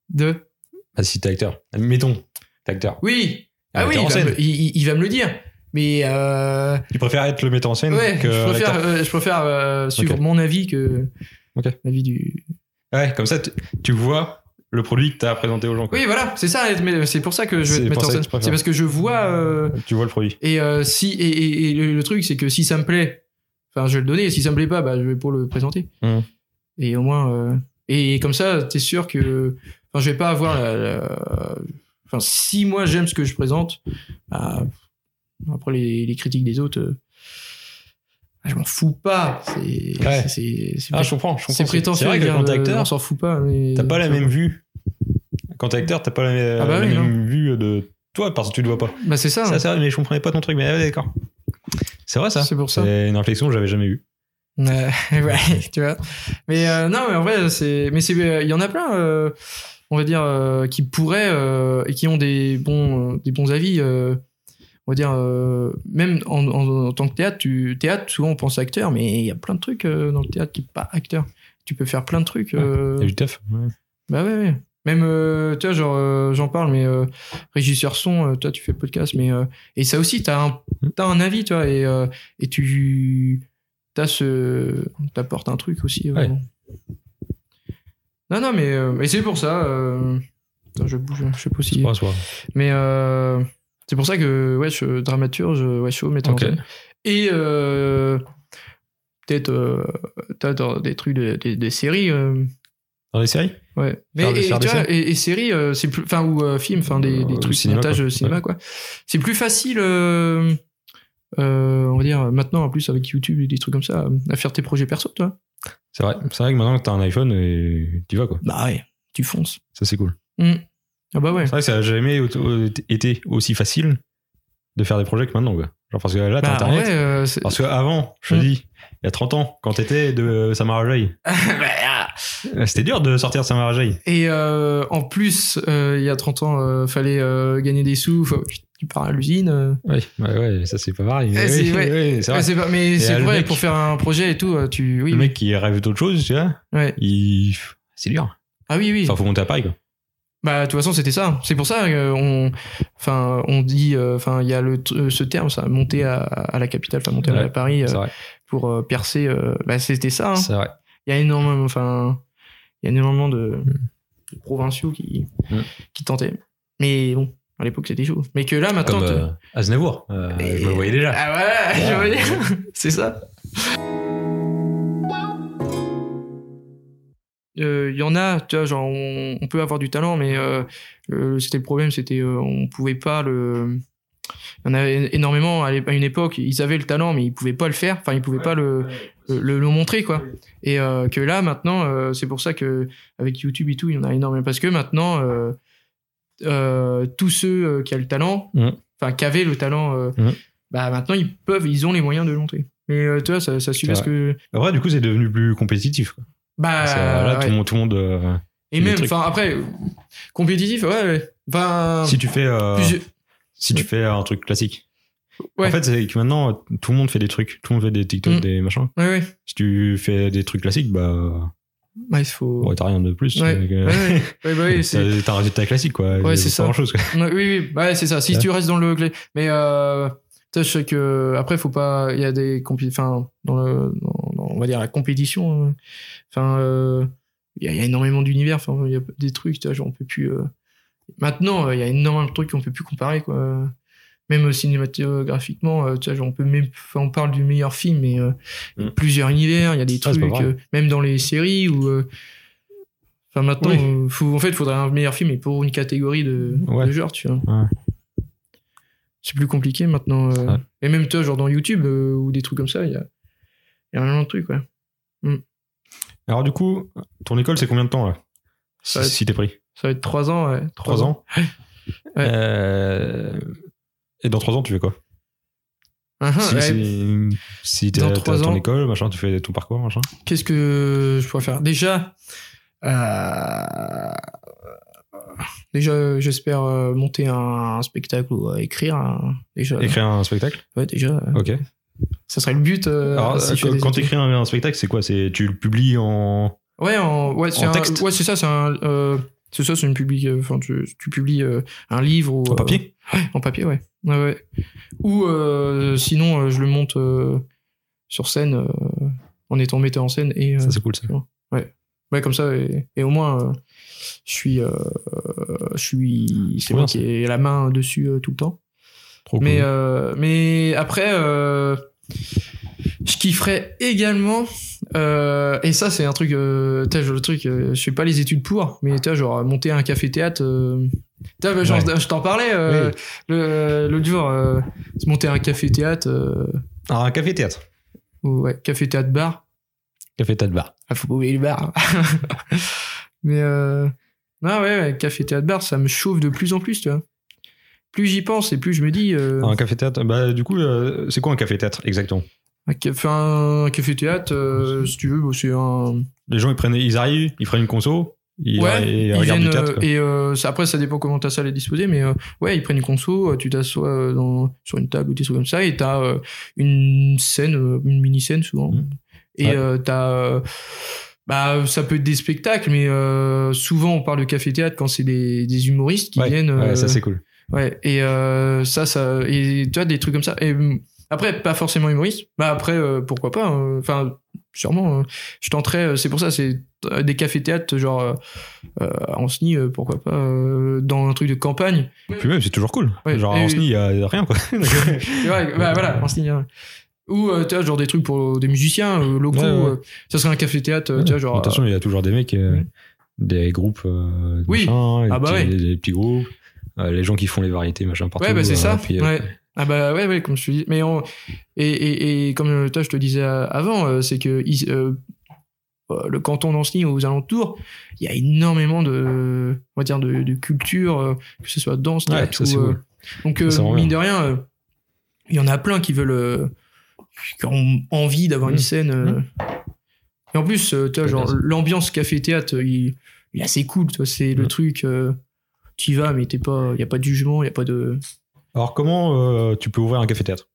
[SPEAKER 3] de...
[SPEAKER 1] Ah, si t'es acteur. Mettons, t'es acteur.
[SPEAKER 3] Oui. Ah
[SPEAKER 1] Le
[SPEAKER 3] oui,
[SPEAKER 1] metteur en
[SPEAKER 3] il va,
[SPEAKER 1] scène.
[SPEAKER 3] me, il- il- il va me le dire. Mais euh,
[SPEAKER 1] Tu préfères être le metteur en scène
[SPEAKER 3] ouais,
[SPEAKER 1] que
[SPEAKER 3] je préfère,
[SPEAKER 1] l'acteur.
[SPEAKER 3] euh, je préfère euh, suivre
[SPEAKER 1] Ok.
[SPEAKER 3] mon avis que
[SPEAKER 1] Ok.
[SPEAKER 3] l'avis du.
[SPEAKER 1] Ouais, comme ça, tu tu vois le produit que t'as présenté aux gens. quoi.
[SPEAKER 3] Oui, voilà, c'est ça. mais C'est pour ça que
[SPEAKER 1] C'est
[SPEAKER 3] je vais te
[SPEAKER 1] pour ça
[SPEAKER 3] mettre en
[SPEAKER 1] que
[SPEAKER 3] scène.
[SPEAKER 1] tu préfères.
[SPEAKER 3] C'est parce que je vois euh,
[SPEAKER 1] Tu vois le produit.
[SPEAKER 3] et euh, si et, et- et le, le truc, c'est que si ça me plaît, enfin, je vais le donner. Et si ça me plaît pas, bah, je vais pour le présenter.
[SPEAKER 1] Mhm.
[SPEAKER 3] Et au moins, euh, et comme ça, t'es sûr que, enfin, je vais pas avoir la. la- Enfin, si moi j'aime ce que je présente, bah, après les, les critiques des autres, euh, bah, je m'en fous pas. C'est
[SPEAKER 1] Ouais.
[SPEAKER 3] c'est- c'est- c'est
[SPEAKER 1] Ah,
[SPEAKER 3] pré-
[SPEAKER 1] je comprends. je comprends.
[SPEAKER 3] c'est prétentieux.
[SPEAKER 1] C'est vrai
[SPEAKER 3] de
[SPEAKER 1] que
[SPEAKER 3] dire,
[SPEAKER 1] quand t'es
[SPEAKER 3] euh, on
[SPEAKER 1] acteur,
[SPEAKER 3] s'en fout pas. mais-
[SPEAKER 1] t'as pas la même vue. Quand t'es acteur, t'as pas la,
[SPEAKER 3] Ah bah
[SPEAKER 1] la
[SPEAKER 3] oui,
[SPEAKER 1] même vue de toi parce que tu le vois pas.
[SPEAKER 3] Bah c'est ça.
[SPEAKER 1] Ça, c'est vrai, mais je comprenais pas ton truc. Mais ouais, d'accord. C'est vrai, ça.
[SPEAKER 3] C'est pour ça.
[SPEAKER 1] C'est une réflexion que j'avais jamais eue.
[SPEAKER 3] Euh, ouais, tu vois. Mais euh, non, mais en vrai, c'est, mais c'est, il y en a plein, euh, on va dire, euh, qui pourraient euh, et qui ont des bons, des bons avis. euh, on va dire, euh, même en, en- en tant que théâtre, tu, théâtre, souvent on pense acteur, mais il y a plein de trucs euh, dans le théâtre qui pas acteur. Tu peux faire plein de trucs. euh,
[SPEAKER 1] T'as du teuf. Ouais.
[SPEAKER 3] bah ouais, ouais. Même, euh, tu vois, genre, euh, j'en parle, mais euh, régisseur son, euh, toi, tu fais podcast, mais. euh, et ça aussi, t'as un,
[SPEAKER 1] Mm.
[SPEAKER 3] t'as un avis, tu vois, et, euh, et tu. T'as ce. T'apportes un truc aussi. euh.
[SPEAKER 1] Ouais.
[SPEAKER 3] Non, non, mais. euh, mais c'est pour ça. euh, Attends, je bouge, je sais pas
[SPEAKER 1] C'est
[SPEAKER 3] si.
[SPEAKER 1] pas un soir.
[SPEAKER 3] Mais. euh, C'est pour ça que, ouais, je dramaturge, ouais, je suis au metteur en
[SPEAKER 1] Ok.
[SPEAKER 3] scène. Et. euh, Peut-être. euh, t'as dans des trucs, de- des, des séries. euh,
[SPEAKER 1] Dans les séries
[SPEAKER 3] Ouais. Mais
[SPEAKER 1] Faire des-
[SPEAKER 3] et,
[SPEAKER 1] faire
[SPEAKER 3] tu
[SPEAKER 1] des
[SPEAKER 3] vois,
[SPEAKER 1] scènes.
[SPEAKER 3] et, et séries, euh, c'est plus, enfin ou euh, films, enfin des, des
[SPEAKER 1] Euh,
[SPEAKER 3] trucs
[SPEAKER 1] cinéma,
[SPEAKER 3] montage
[SPEAKER 1] quoi.
[SPEAKER 3] cinéma quoi. C'est plus facile, euh, euh, on va dire maintenant en plus avec YouTube et des trucs comme ça, à faire tes projets perso, toi.
[SPEAKER 1] C'est vrai. C'est vrai que maintenant que t'as un iPhone, et tu vas quoi.
[SPEAKER 3] Bah ouais, tu fonces.
[SPEAKER 1] Ça, c'est cool.
[SPEAKER 3] Ah bah ouais.
[SPEAKER 1] C'est vrai que ça n'a jamais au- au- été aussi facile de faire des projets que maintenant. Quoi. Genre parce que là, t'as
[SPEAKER 3] Bah, en
[SPEAKER 1] Internet.
[SPEAKER 3] vrai, euh, c'est-
[SPEAKER 1] Parce qu'avant, je te
[SPEAKER 3] Mm.
[SPEAKER 1] dis, il y a 30 ans, quand t'étais de Samarajay, c'était dur de sortir de Samarajay.
[SPEAKER 3] ah. et euh, en plus, euh, il y a 30 ans, euh, fallait euh, gagner des sous. faut- tu pars à l'usine. euh.
[SPEAKER 1] Oui, ouais, Bah ouais, ça c'est pas pareil.
[SPEAKER 3] Eh,
[SPEAKER 1] Oui,
[SPEAKER 3] c'est-
[SPEAKER 1] oui,
[SPEAKER 3] ouais.
[SPEAKER 1] oui, c'est vrai.
[SPEAKER 3] Ouais, c'est pas- mais c'est
[SPEAKER 1] là, le
[SPEAKER 3] vrai
[SPEAKER 1] mec-
[SPEAKER 3] pour faire un projet et tout. euh, Tu, oui,
[SPEAKER 1] E le mec qui rêve d'autre chose, tu vois,
[SPEAKER 3] ouais.
[SPEAKER 1] il... c'est dur.
[SPEAKER 3] Ah oui, oui.
[SPEAKER 1] Enfin, faut monter à Paris, quoi.
[SPEAKER 3] Bah, de toute façon, c'était ça. C'est pour ça qu'on enfin, on dit, euh, enfin, il y a le, t- euh, ce terme, ça, monter à, à la capitale, enfin, monter à
[SPEAKER 1] Ouais,
[SPEAKER 3] Paris euh,
[SPEAKER 1] C'est vrai.
[SPEAKER 3] pour euh, percer. euh, bah, c'était ça. hein.
[SPEAKER 1] C'est vrai.
[SPEAKER 3] Il y a énormément, enfin, il y a énormément de,
[SPEAKER 1] Hmm.
[SPEAKER 3] de provinciaux qui,
[SPEAKER 1] Mm.
[SPEAKER 3] qui tentaient. Mais bon, à l'époque, c'était chaud. Mais que là, maintenant.
[SPEAKER 1] Comme
[SPEAKER 3] t'as-
[SPEAKER 1] euh, Aznavour. Euh,
[SPEAKER 3] Mais-
[SPEAKER 1] Je me voyais déjà.
[SPEAKER 3] Ah, voilà, je veux dire, c'est ça. Euh, Il y en a, tu vois, genre, on, on peut avoir du talent, mais euh, le- c'était le problème, c'était euh, on pouvait pas le. Il y en avait énormément à l'é- à une époque, ils avaient le talent, mais ils pouvaient pas le faire, enfin, ils pouvaient pas le, le, le- le montrer, quoi. Et euh, que là, maintenant, euh, c'est pour ça que avec YouTube et tout, il y en a énormément. Parce que maintenant, euh, euh, tous ceux euh, qui ont le talent,
[SPEAKER 1] Mhm.
[SPEAKER 3] enfin, qui avaient le talent, euh,
[SPEAKER 1] Mhm.
[SPEAKER 3] bah maintenant, ils peuvent, ils ont les moyens de le monter. Mais euh, tu vois, ça, ça suivait
[SPEAKER 1] C'est
[SPEAKER 3] ce que.
[SPEAKER 1] Après, du coup, c'est devenu plus compétitif. Quoi.
[SPEAKER 3] Bah,
[SPEAKER 1] Parce que, euh, là,
[SPEAKER 3] ouais.
[SPEAKER 1] tout le monde. Tout le monde euh,
[SPEAKER 3] Et
[SPEAKER 1] les
[SPEAKER 3] même,
[SPEAKER 1] trucs.
[SPEAKER 3] enfin, après, euh, compétitif, ouais, ouais. Enfin,
[SPEAKER 1] Si tu fais. euh,
[SPEAKER 3] plusieurs-
[SPEAKER 1] Si tu fais un truc classique.
[SPEAKER 3] Ouais.
[SPEAKER 1] En fait, c'est que maintenant, tout le monde fait des trucs. Tout le monde fait des TikTok,
[SPEAKER 3] Mm.
[SPEAKER 1] des machins.
[SPEAKER 3] Ouais, ouais.
[SPEAKER 1] Si tu fais des trucs classiques, bah,
[SPEAKER 3] Bah, il faut.
[SPEAKER 1] ouais, t'as rien de plus.
[SPEAKER 3] Ouais.
[SPEAKER 1] Donc, euh,
[SPEAKER 3] Ouais, ouais. Ouais, bah oui, c'est-
[SPEAKER 1] t'as t'as un résultat classique, quoi.
[SPEAKER 3] Ouais, c'est ça.
[SPEAKER 1] Pas grand chose,
[SPEAKER 3] Ouais, oui, oui, bah ouais, c'est ça. Si
[SPEAKER 1] Ouais.
[SPEAKER 3] tu restes dans le clé. Mais euh, sache que après, faut pas. Il y a des compé- Enfin, dans le, dans- dans- on va dire la compétition. euh, Enfin, euh, il y, a- il y a énormément d'univers. Enfin, il y a des trucs. tu vois, Genre, on peut plus. euh, Maintenant, euh, il y a énormément de trucs qu'on peut plus comparer, quoi. Même euh, cinématographiquement, euh, tu vois, genre, on peut même. enfin, on parle du meilleur film, mais euh, il y a
[SPEAKER 1] Mm.
[SPEAKER 3] plusieurs univers. Il y a des
[SPEAKER 1] Ah, c'est pas
[SPEAKER 3] trucs.
[SPEAKER 1] vrai.
[SPEAKER 3] euh, même dans les séries où. euh, Enfin, maintenant,
[SPEAKER 1] Oui.
[SPEAKER 3] euh, faut- en fait, il faudrait un meilleur film, mais pour une catégorie de,
[SPEAKER 1] Ouais.
[SPEAKER 3] de genre, tu vois.
[SPEAKER 1] Ouais.
[SPEAKER 3] C'est plus compliqué maintenant. euh.
[SPEAKER 1] Ça.
[SPEAKER 3] Et même, toi, genre dans YouTube euh, ou des trucs comme ça, il y a, il y a vraiment de trucs, ouais.
[SPEAKER 1] Alors, du coup, ton école, c'est combien de temps, là? Si,
[SPEAKER 3] Ouais.
[SPEAKER 1] si t'es pris?
[SPEAKER 3] Ça va être Euh, trois ans, ouais.
[SPEAKER 1] Trois ans?
[SPEAKER 3] Ouais.
[SPEAKER 1] Euh, Et dans trois ans, tu fais quoi?
[SPEAKER 3] Ah, ah,
[SPEAKER 1] si
[SPEAKER 3] ouais.
[SPEAKER 1] si, si t'es
[SPEAKER 3] Dans
[SPEAKER 1] à
[SPEAKER 3] trois
[SPEAKER 1] ton
[SPEAKER 3] ans.
[SPEAKER 1] école, machin, tu fais ton parcours, machin.
[SPEAKER 3] Qu'est-ce que je pourrais faire Déjà, euh, déjà, euh, j'espère euh, monter un, un spectacle ou euh, écrire. un- Déjà,
[SPEAKER 1] Écrire un spectacle?
[SPEAKER 3] ouais, déjà, euh,
[SPEAKER 1] Ok.
[SPEAKER 3] ça serait le but. euh,
[SPEAKER 1] Alors,
[SPEAKER 3] si je fais
[SPEAKER 1] quand-
[SPEAKER 3] des
[SPEAKER 1] quand
[SPEAKER 3] études.
[SPEAKER 1] t'écris un, un spectacle, c'est quoi? C'est, tu le publies en,
[SPEAKER 3] Ouais, en, ouais, c'est
[SPEAKER 1] En
[SPEAKER 3] un-
[SPEAKER 1] texte
[SPEAKER 3] ouais, c'est ça, c'est un. euh, c'est ça, c'est une public. Enfin, tu, tu publies euh, un livre ou.
[SPEAKER 1] en
[SPEAKER 3] euh,
[SPEAKER 1] papier?
[SPEAKER 3] en papier, ouais. Ouais, ouais. Ou euh, sinon, euh, je le monte euh, sur scène euh, en étant metteur en scène et. euh,
[SPEAKER 1] Ça, c'est cool, ça.
[SPEAKER 3] ouais, comme ça, et, et au moins, euh, je suis. euh, je suis. C'est
[SPEAKER 1] Trop
[SPEAKER 3] moi
[SPEAKER 1] bien,
[SPEAKER 3] qui ai la main dessus euh, tout le temps.
[SPEAKER 1] Trop cool.
[SPEAKER 3] Mais, euh, mais après, euh, je kifferais également. euh, et ça, c'est un truc. Euh, t'as, genre, le truc, euh, je fais pas les études pour, mais tu genre monter un café théâtre. Euh, t'as, bah, genre,
[SPEAKER 1] Ouais.
[SPEAKER 3] je t'en parlais euh,
[SPEAKER 1] Oui.
[SPEAKER 3] le- l'autre jour. Euh, se monter un café théâtre, euh,
[SPEAKER 1] Alors, un café-théâtre.
[SPEAKER 3] ouais, café théâtre bar.
[SPEAKER 1] Café-théâtre bar.
[SPEAKER 3] Ah, faut pas oublier le bar. Mais euh... ah ouais, ouais, café théâtre bar, ça me chauffe de plus en plus, tu vois. Plus j'y pense et plus je me dis, euh,
[SPEAKER 1] Un café-théâtre, bah, du coup, euh, c'est quoi un café-théâtre exactement?
[SPEAKER 3] un, café, un café théâtre, euh, si tu veux, bah, c'est un.
[SPEAKER 1] Les gens, ils prennent, ils arrivent, ils prennent une conso, ils,
[SPEAKER 3] ouais,
[SPEAKER 1] ils
[SPEAKER 3] ils
[SPEAKER 1] regardent
[SPEAKER 3] viennent
[SPEAKER 1] du théâtre.
[SPEAKER 3] euh,
[SPEAKER 1] quoi.
[SPEAKER 3] et euh, ça- après ça dépend comment ta salle est disposée, mais euh, ouais, ils prennent une conso, euh, tu t'assois euh, dans- sur une table ou des trucs comme ça, et t'as euh, une scène, euh, une mini scène souvent,
[SPEAKER 1] Mhm.
[SPEAKER 3] et
[SPEAKER 1] Ouais.
[SPEAKER 3] euh, t'as euh, bah ça peut être des spectacles, mais euh, souvent on parle de café théâtre quand c'est des, des humoristes qui
[SPEAKER 1] ouais,
[SPEAKER 3] viennent,
[SPEAKER 1] ouais, ça
[SPEAKER 3] euh,
[SPEAKER 1] c'est cool.
[SPEAKER 3] ouais, et euh, ça ça et tu vois des trucs comme ça. Et hum, après pas forcément humoriste, bah après euh, pourquoi pas, euh, enfin sûrement euh, je tenterai euh, c'est pour ça c'est euh, des cafés théâtres genre euh, euh, à Anceny euh, pourquoi pas euh, dans un truc de campagne
[SPEAKER 1] Puis même, c'est toujours cool.
[SPEAKER 3] Ouais,
[SPEAKER 1] Genre, à
[SPEAKER 3] et-
[SPEAKER 1] Anceny, il y a rien, quoi.
[SPEAKER 3] C'est vrai, bah, voilà Anceny hein. ou euh, tu vois genre des trucs pour des musiciens euh, locaux
[SPEAKER 1] Ouais, ouais.
[SPEAKER 3] euh, ça serait un café théâtre euh, tu vois genre
[SPEAKER 1] Attention, il y a toujours des mecs, euh,
[SPEAKER 3] Mm.
[SPEAKER 1] des groupes, euh,
[SPEAKER 3] Oui.
[SPEAKER 1] machin,
[SPEAKER 3] Ah
[SPEAKER 1] des,
[SPEAKER 3] bah
[SPEAKER 1] petits,
[SPEAKER 3] ouais.
[SPEAKER 1] des- des petits groupes, euh, les gens qui font les variétés, machin, partout.
[SPEAKER 3] Ouais, bah, c'est
[SPEAKER 1] euh,
[SPEAKER 3] ça.
[SPEAKER 1] puis, euh,
[SPEAKER 3] ouais. Ah bah ouais, ouais, comme je te dis. Mais on- et, et, et comme euh, toi, je te disais euh, avant, euh, c'est que ils- euh, euh, le canton d'Anceny aux alentours, il y a énormément de, on va dire, de, de culture, euh, que ce soit danse,
[SPEAKER 1] Ouais,
[SPEAKER 3] théâtre
[SPEAKER 1] ça, c'est
[SPEAKER 3] ou, euh,
[SPEAKER 1] cool.
[SPEAKER 3] donc euh,
[SPEAKER 1] Ça revient.
[SPEAKER 3] mine de rien, euh, il y en a plein qui veulent, euh, qui ont envie d'avoir
[SPEAKER 1] Mmh.
[SPEAKER 3] une scène. euh.
[SPEAKER 1] Mmh.
[SPEAKER 3] Et en plus, euh, tu vois,
[SPEAKER 1] C'est bien
[SPEAKER 3] genre
[SPEAKER 1] ça.
[SPEAKER 3] l'ambiance café-théâtre, il, il est assez cool. tu vois, C'est le
[SPEAKER 1] Mmh.
[SPEAKER 3] truc, euh, t'y vas, mais t'es pas, il y a pas de jugement, il y a pas de.
[SPEAKER 1] Alors, comment euh, tu peux ouvrir un café-théâtre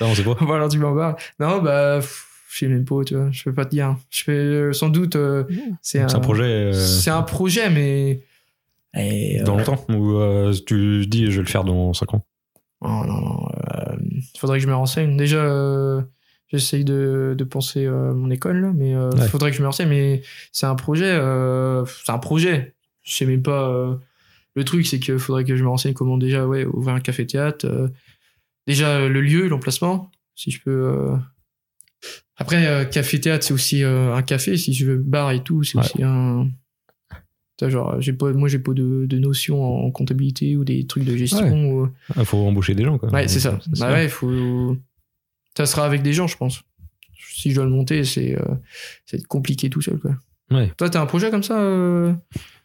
[SPEAKER 1] Non, on sait pas.
[SPEAKER 3] voilà, tu m'en parles. Non, bah, pff, je sais même pas, tu vois, je peux pas te dire. Je fais euh, sans doute, euh, c'est
[SPEAKER 1] C'est un projet euh,
[SPEAKER 3] C'est un projet, mais. Et, euh,
[SPEAKER 1] dans longtemps ou euh, tu dis je vais le faire dans 5 ans
[SPEAKER 3] Oh non, non. Il faudrait que je me renseigne. Déjà, euh, j'essaye de, de penser euh, mon école, là, mais il
[SPEAKER 1] Ouais.
[SPEAKER 3] faudrait que je me renseigne. Mais c'est un projet. euh, c'est un projet. Je sais même pas. euh, le truc, c'est qu'il faudrait que je me renseigne comment déjà ouais, ouvrir un café-théâtre. euh, déjà, euh, le lieu, l'emplacement, si je peux. euh. Après, euh, café-théâtre, c'est aussi euh, un café. Si je veux bar et tout, c'est
[SPEAKER 1] Ouais.
[SPEAKER 3] aussi un. Putain, Genre, j'ai pas, moi, j'ai pas de, de notion en comptabilité ou des trucs de gestion. ou- euh,
[SPEAKER 1] Il Ah, faut embaucher des gens quoi.
[SPEAKER 3] Ouais, c'est ça. Bah ouais, faut. Ça sera avec des gens, je pense. Si je dois le monter, c'est euh, ça va être compliqué tout seul, quoi.
[SPEAKER 1] Ouais.
[SPEAKER 3] Toi, t'as un projet comme ça euh,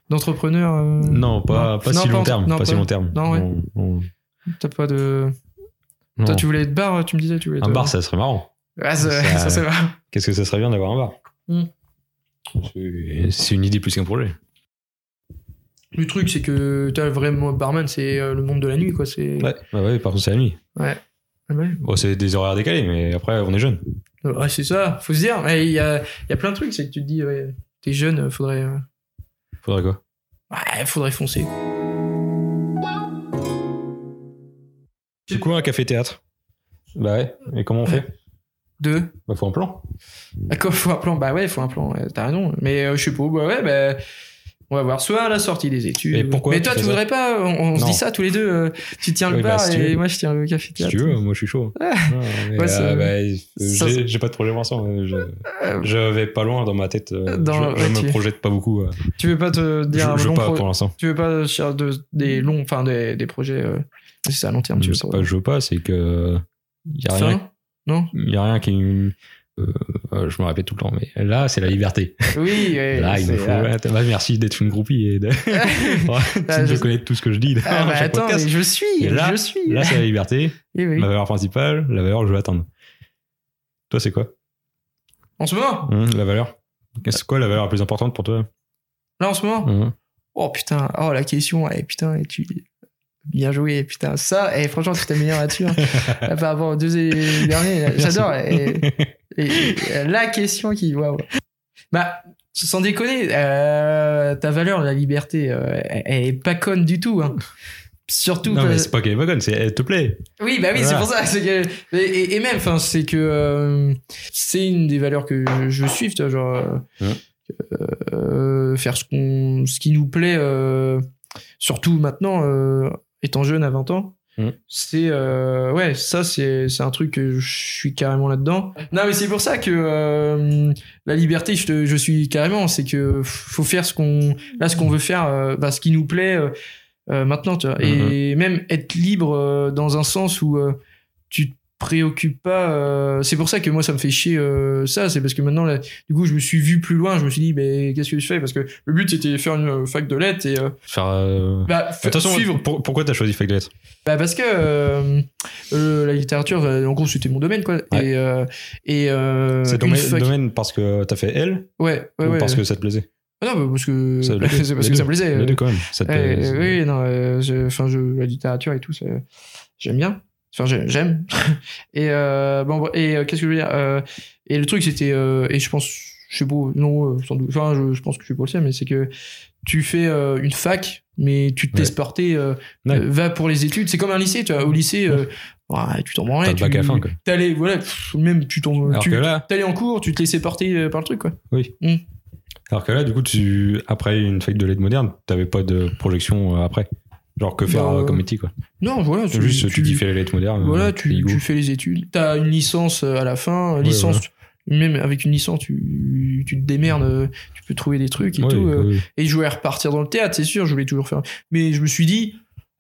[SPEAKER 3] d'entrepreneur euh,
[SPEAKER 1] Non, pas, pas
[SPEAKER 3] Non,
[SPEAKER 1] si long
[SPEAKER 3] en-
[SPEAKER 1] terme.
[SPEAKER 3] non,
[SPEAKER 1] pas si long terme.
[SPEAKER 3] non, ouais.
[SPEAKER 1] On- on-
[SPEAKER 3] T'as pas de.
[SPEAKER 1] non.
[SPEAKER 3] Toi, tu voulais être bar, tu me disais, tu voulais être.
[SPEAKER 1] Un bar, ça serait marrant.
[SPEAKER 3] Ouais, ça,
[SPEAKER 1] ça-
[SPEAKER 3] ça, c'est vrai.
[SPEAKER 1] Qu'est-ce que ça serait bien d'avoir un bar
[SPEAKER 3] Hmm.
[SPEAKER 1] C'est- C'est une idée plus qu'un projet.
[SPEAKER 3] Le truc, c'est que t'as le vrai mo- barman, c'est euh, le monde de la nuit, quoi. C'est.
[SPEAKER 1] Ouais, bah ouais, par contre, c'est la nuit.
[SPEAKER 3] Ah ouais.
[SPEAKER 1] Bon, c'est des horaires décalés, mais après, on est jeune.
[SPEAKER 3] Euh, ouais, c'est ça, faut se dire. Mais Il y a, il y a plein de trucs, c'est que tu te dis, ouais, t'es jeune, euh, faudrait. euh,
[SPEAKER 1] Faudrait quoi
[SPEAKER 3] Ouais, faudrait foncer.
[SPEAKER 1] Du coup, un café-théâtre. Bah ouais, et comment on fait
[SPEAKER 3] Deux.
[SPEAKER 1] Bah, faut un plan.
[SPEAKER 3] Ah, Quoi, faut un plan Bah ouais, faut un plan, ouais, t'as raison. Mais euh, je sais pas, bah ouais, bah. On va voir soit à la sortie des études.
[SPEAKER 1] Et pourquoi
[SPEAKER 3] Mais
[SPEAKER 1] tu
[SPEAKER 3] toi,
[SPEAKER 1] fais
[SPEAKER 3] tu
[SPEAKER 1] ça
[SPEAKER 3] voudrais pas, on, on se
[SPEAKER 1] Non.
[SPEAKER 3] dit ça tous les deux. euh, tu tiens le
[SPEAKER 1] Oui, bah,
[SPEAKER 3] bar
[SPEAKER 1] si tu
[SPEAKER 3] et
[SPEAKER 1] veux.
[SPEAKER 3] moi je tiens le café
[SPEAKER 1] Si
[SPEAKER 3] théâtre.
[SPEAKER 1] tu veux, moi, je suis chaud.
[SPEAKER 3] Ah.
[SPEAKER 1] Non, mais,
[SPEAKER 3] Ouais, c'est-
[SPEAKER 1] euh, bah,
[SPEAKER 3] ça,
[SPEAKER 1] j'ai- J'ai pas de projet pour l'instant. mais Je,
[SPEAKER 3] Euh,
[SPEAKER 1] je vais pas loin dans ma tête. euh,
[SPEAKER 3] Dans-
[SPEAKER 1] je je
[SPEAKER 3] ouais, tu-
[SPEAKER 1] me projette pas beaucoup. euh,
[SPEAKER 3] Tu veux pas te
[SPEAKER 1] Je,
[SPEAKER 3] dire un
[SPEAKER 1] je
[SPEAKER 3] long
[SPEAKER 1] veux pas
[SPEAKER 3] pro-
[SPEAKER 1] pour l'instant.
[SPEAKER 3] Tu veux pas faire de, des longs, enfin des, des projets. euh, c'est ça à long terme, tu
[SPEAKER 1] Je
[SPEAKER 3] veux
[SPEAKER 1] sais
[SPEAKER 3] ça.
[SPEAKER 1] pas, je veux pas, c'est que. euh, Y a rien,
[SPEAKER 3] Fin Non
[SPEAKER 1] y a rien qui. euh, euh, je me répète tout le temps, mais là, c'est la liberté.
[SPEAKER 3] Oui, ouais,
[SPEAKER 1] Là, il
[SPEAKER 3] c'est-
[SPEAKER 1] me faut.
[SPEAKER 3] ah.
[SPEAKER 1] ouais, bah, merci d'être une groupie et de, de
[SPEAKER 3] Ah, je-
[SPEAKER 1] connaître tout ce que je dis. dans
[SPEAKER 3] Ah, bah,
[SPEAKER 1] chaque
[SPEAKER 3] attends,
[SPEAKER 1] podcast.
[SPEAKER 3] mais je suis,
[SPEAKER 1] Et là-
[SPEAKER 3] je suis.
[SPEAKER 1] Là, c'est la liberté,
[SPEAKER 3] Eh oui.
[SPEAKER 1] ma valeur principale, la valeur que je veux atteindre. Toi, c'est quoi
[SPEAKER 3] En ce moment
[SPEAKER 1] Hum, La valeur C'est quoi la valeur la plus importante pour toi
[SPEAKER 3] Là, en ce moment
[SPEAKER 1] Hum.
[SPEAKER 3] Oh putain, oh la question, eh, putain, et tu. Bien joué, Eh, putain. Ça, et franchement, tu t'améliores là-dessus. hein. Là, par rapport aux deux é- derniers, j'adore. eh, et- et- et la question qui. Waouh. Bah, sans déconner, euh, ta valeur, la liberté, euh, elle- elle est pas conne du tout. hein. Surtout.
[SPEAKER 1] Non,
[SPEAKER 3] parce-
[SPEAKER 1] mais c'est pas qu'elle est pas conne, c'est elle te plaît.
[SPEAKER 3] Oui, bah oui, c'est
[SPEAKER 1] Voilà.
[SPEAKER 3] pour ça. c'est que- et, et- et même, enfin, c'est que euh, c'est une des valeurs que je, je veux suivre, tu vois, genre euh,
[SPEAKER 1] Ouais.
[SPEAKER 3] euh, faire ce qu'on, ce qui nous plaît, euh, surtout maintenant, euh, étant jeune à 20 ans.
[SPEAKER 1] Ouais.
[SPEAKER 3] C'est euh, ouais, ça c'est c'est un truc que je suis carrément là-dedans. Non, mais c'est pour ça que euh, la liberté, je, te- je suis carrément, c'est que faut faire ce qu'on là ce qu'on veut faire, euh, bah, ce qui nous plaît. euh, euh, maintenant, tu vois. Et même être libre euh, dans un sens où euh, tu te préoccupes pas. euh, c'est pour ça que moi, ça me fait chier euh, ça. C'est parce que maintenant, là, du coup, je me suis vu plus loin. Je me suis dit, mais qu'est-ce que je fais Parce que le but, c'était de faire une euh, fac de lettres et euh,
[SPEAKER 1] Faire, euh,
[SPEAKER 3] bah, f-
[SPEAKER 1] Attention,
[SPEAKER 3] suivre.
[SPEAKER 1] pour- pourquoi t'as choisi Fac de Lettres
[SPEAKER 3] Bah, parce que euh, euh, la littérature, euh, en gros, c'était mon domaine, quoi.
[SPEAKER 1] Ouais.
[SPEAKER 3] Et, euh, et euh,
[SPEAKER 1] C'est ton
[SPEAKER 3] une
[SPEAKER 1] mé-
[SPEAKER 3] fac-
[SPEAKER 1] domaine parce que t'as fait L
[SPEAKER 3] Ouais, ouais,
[SPEAKER 1] ou
[SPEAKER 3] ouais.
[SPEAKER 1] parce que ça te plaisait
[SPEAKER 3] Ah non, bah, parce que
[SPEAKER 1] Ça, les deux,
[SPEAKER 3] c'est parce
[SPEAKER 1] les
[SPEAKER 3] que
[SPEAKER 1] deux,
[SPEAKER 3] ça me plaisait.
[SPEAKER 1] Les
[SPEAKER 3] euh,
[SPEAKER 1] deux quand même. Ça te
[SPEAKER 3] Ouais,
[SPEAKER 1] plaît,
[SPEAKER 3] euh,
[SPEAKER 1] c'est-
[SPEAKER 3] oui, non, euh, je- enfin, je, la littérature et tout, ça, j'aime bien. Enfin, j'ai- j'aime. et euh, bon, bon, et euh, qu'est-ce que je veux dire Euh, Et le truc, c'était, euh, et je pense, je sais pas, non, euh, sans doute. Enfin, je, je pense que je suis pas le seul, mais c'est que tu fais euh, une fac, mais tu te
[SPEAKER 1] Ouais.
[SPEAKER 3] laisses porter. euh,
[SPEAKER 1] Ouais.
[SPEAKER 3] euh, va pour les études. C'est comme un lycée, tu vois. Au lycée, euh, ouais, tu t'en branles.
[SPEAKER 1] T'as le
[SPEAKER 3] tu-
[SPEAKER 1] bac à la fin quoi.
[SPEAKER 3] T'allais, voilà, pff, même tu t'en,
[SPEAKER 1] Alors
[SPEAKER 3] tu,
[SPEAKER 1] que là,
[SPEAKER 3] t'allais en cours, tu te laissais porter euh, par le truc, quoi.
[SPEAKER 1] alors que là, du coup, tu après une fac de lettres moderne, t'avais pas de projection euh, après. Genre que faire
[SPEAKER 3] Bah,
[SPEAKER 1] euh, comme métier quoi.
[SPEAKER 3] Non, voilà.
[SPEAKER 1] C'est Juste tu kiffais les lettres modernes. euh,
[SPEAKER 3] Voilà, tu,
[SPEAKER 1] et go.
[SPEAKER 3] tu fais les études, t'as une licence euh, à la fin, euh,
[SPEAKER 1] Ouais,
[SPEAKER 3] licence, tu- même avec une licence, tu, tu te démerdes, euh, tu peux trouver des trucs et
[SPEAKER 1] Ouais,
[SPEAKER 3] tout. euh,
[SPEAKER 1] ouais.
[SPEAKER 3] Et je voulais repartir dans le théâtre, c'est sûr, je voulais toujours faire. Mais je me suis dit,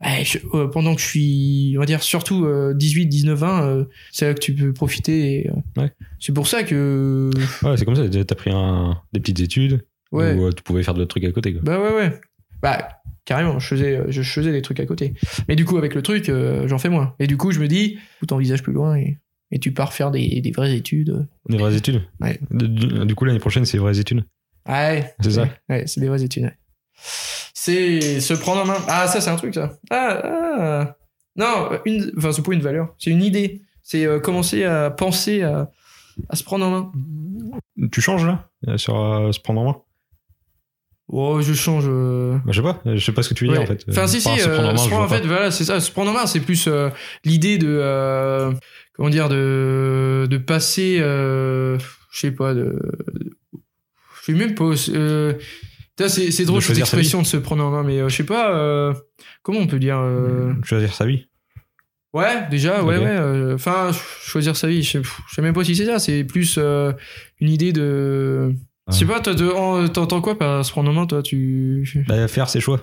[SPEAKER 3] eh, je- euh, pendant que je suis, on va dire, surtout euh, 18, 19, 20, euh, c'est là que tu peux profiter. et, euh,
[SPEAKER 1] Ouais.
[SPEAKER 3] C'est pour ça que.
[SPEAKER 1] Ouais, c'est comme ça. T'as pris un- des petites études
[SPEAKER 3] Ouais.
[SPEAKER 1] où euh, tu pouvais faire d'autres trucs à côté quoi.
[SPEAKER 3] Bah ouais, ouais. Bah, carrément, je faisais, euh, je faisais des trucs à côté. Mais du coup, avec le truc, euh, j'en fais moins. Et du coup, je me dis, écoute, envisage plus loin et, et tu pars faire des, des vraies études.
[SPEAKER 1] Des vraies études
[SPEAKER 3] Ouais.
[SPEAKER 1] Du- Du du coup, l'année prochaine, c'est vraies études.
[SPEAKER 3] Ah Ouais.
[SPEAKER 1] C'est ça.
[SPEAKER 3] Ouais, c'est des vraies études. ouais. C'est se prendre en main. Ah, ça, c'est un truc, ça. Ah, ah. Non, une... enfin, c'est pas une valeur, c'est une idée. C'est euh, commencer à penser à, à se prendre en main.
[SPEAKER 1] Tu changes là euh, Sur euh, se prendre en main
[SPEAKER 3] Oh, je change. euh,
[SPEAKER 1] Bah, Je sais pas, euh, je sais pas ce que tu veux dire
[SPEAKER 3] Ouais.
[SPEAKER 1] en fait.
[SPEAKER 3] Enfin, si, si,
[SPEAKER 1] Enfin, se
[SPEAKER 3] euh,
[SPEAKER 1] prendre en main,
[SPEAKER 3] se
[SPEAKER 1] je
[SPEAKER 3] prendre- en
[SPEAKER 1] vois
[SPEAKER 3] fait, voilà, c'est ça. Se prendre en main, c'est plus euh, l'idée de. euh, comment dire De, de passer. euh, je sais pas, de. Je sais même pas. euh, putain, c'est c'est drôle
[SPEAKER 1] De
[SPEAKER 3] cette
[SPEAKER 1] choisir sa vie.
[SPEAKER 3] expression de se prendre en main, mais euh, je sais pas. euh, comment on peut dire euh,
[SPEAKER 1] pas. Choisir sa vie.
[SPEAKER 3] Ouais, déjà, ouais,
[SPEAKER 1] Ok.
[SPEAKER 3] ouais. euh, Enfin, ch- choisir sa vie, je sais, pff, je sais même pas si c'est ça. C'est plus euh, une idée de. Je sais pas, toi, de- en- t'entends quoi par se prendre en main, toi tu...
[SPEAKER 1] Bah, faire ses choix.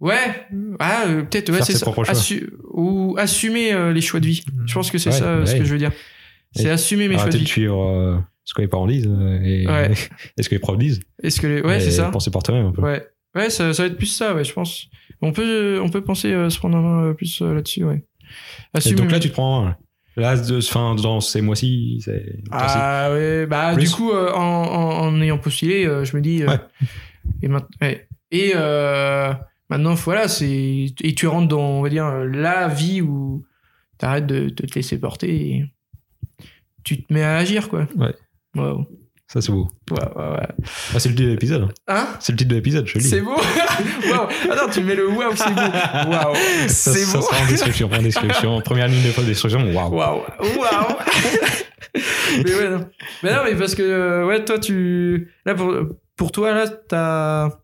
[SPEAKER 3] Ouais, ah, euh, peut-être, ouais,
[SPEAKER 1] Faire
[SPEAKER 3] c'est
[SPEAKER 1] ses
[SPEAKER 3] ça.
[SPEAKER 1] propres choix. Mm.
[SPEAKER 3] Assu- ou assumer euh, les choix de vie. Je pense que c'est
[SPEAKER 1] Ouais,
[SPEAKER 3] ça euh, ce
[SPEAKER 1] ouais.
[SPEAKER 3] que je veux dire. C'est
[SPEAKER 1] Et
[SPEAKER 3] assumer mes choix de
[SPEAKER 1] Arrêter de
[SPEAKER 3] vie.
[SPEAKER 1] suivre euh, ce que les parents disent euh, et,
[SPEAKER 3] Ouais.
[SPEAKER 1] et ce que les profs disent.
[SPEAKER 3] Est-ce que les... Ouais, c'est
[SPEAKER 1] Et
[SPEAKER 3] ça.
[SPEAKER 1] Penser par toi-même un peu.
[SPEAKER 3] Ouais, ouais ça, ça va être plus ça, ouais, je pense. On peut, on peut penser euh, se prendre en main euh, plus euh, là-dessus, ouais.
[SPEAKER 1] Et
[SPEAKER 3] Assumer.
[SPEAKER 1] donc là, tu te prends en main. Là, de, fin, dans ces mois-ci, c'est.
[SPEAKER 3] Ah ouais, bah
[SPEAKER 1] Plus.
[SPEAKER 3] du coup, euh, en, en, en ayant postulé, euh, je me dis. euh,
[SPEAKER 1] Ouais.
[SPEAKER 3] Et maintenant, ouais. Et euh, maintenant, voilà, c'est et tu rentres dans, on va dire, la vie où t'arrêtes de, de te laisser porter et tu te mets à agir, quoi.
[SPEAKER 1] Ouais.
[SPEAKER 3] Waouh.
[SPEAKER 1] Ça, c'est beau.
[SPEAKER 3] Ouais, ouais, ouais.
[SPEAKER 1] Ah, c'est le titre de l'épisode.
[SPEAKER 3] Hein
[SPEAKER 1] C'est le titre de l'épisode, je te le dis.
[SPEAKER 3] C'est beau Waouh Ah non, tu mets le waouh, c'est beau Waouh
[SPEAKER 1] Ça-
[SPEAKER 3] C'est
[SPEAKER 1] Ça
[SPEAKER 3] beau
[SPEAKER 1] sera en description, en description. Première ligne de description, waouh.
[SPEAKER 3] Waouh Waouh Mais ouais, non. Mais non, mais parce que, euh, ouais, toi, tu. Là, pour, pour toi, là, t'as.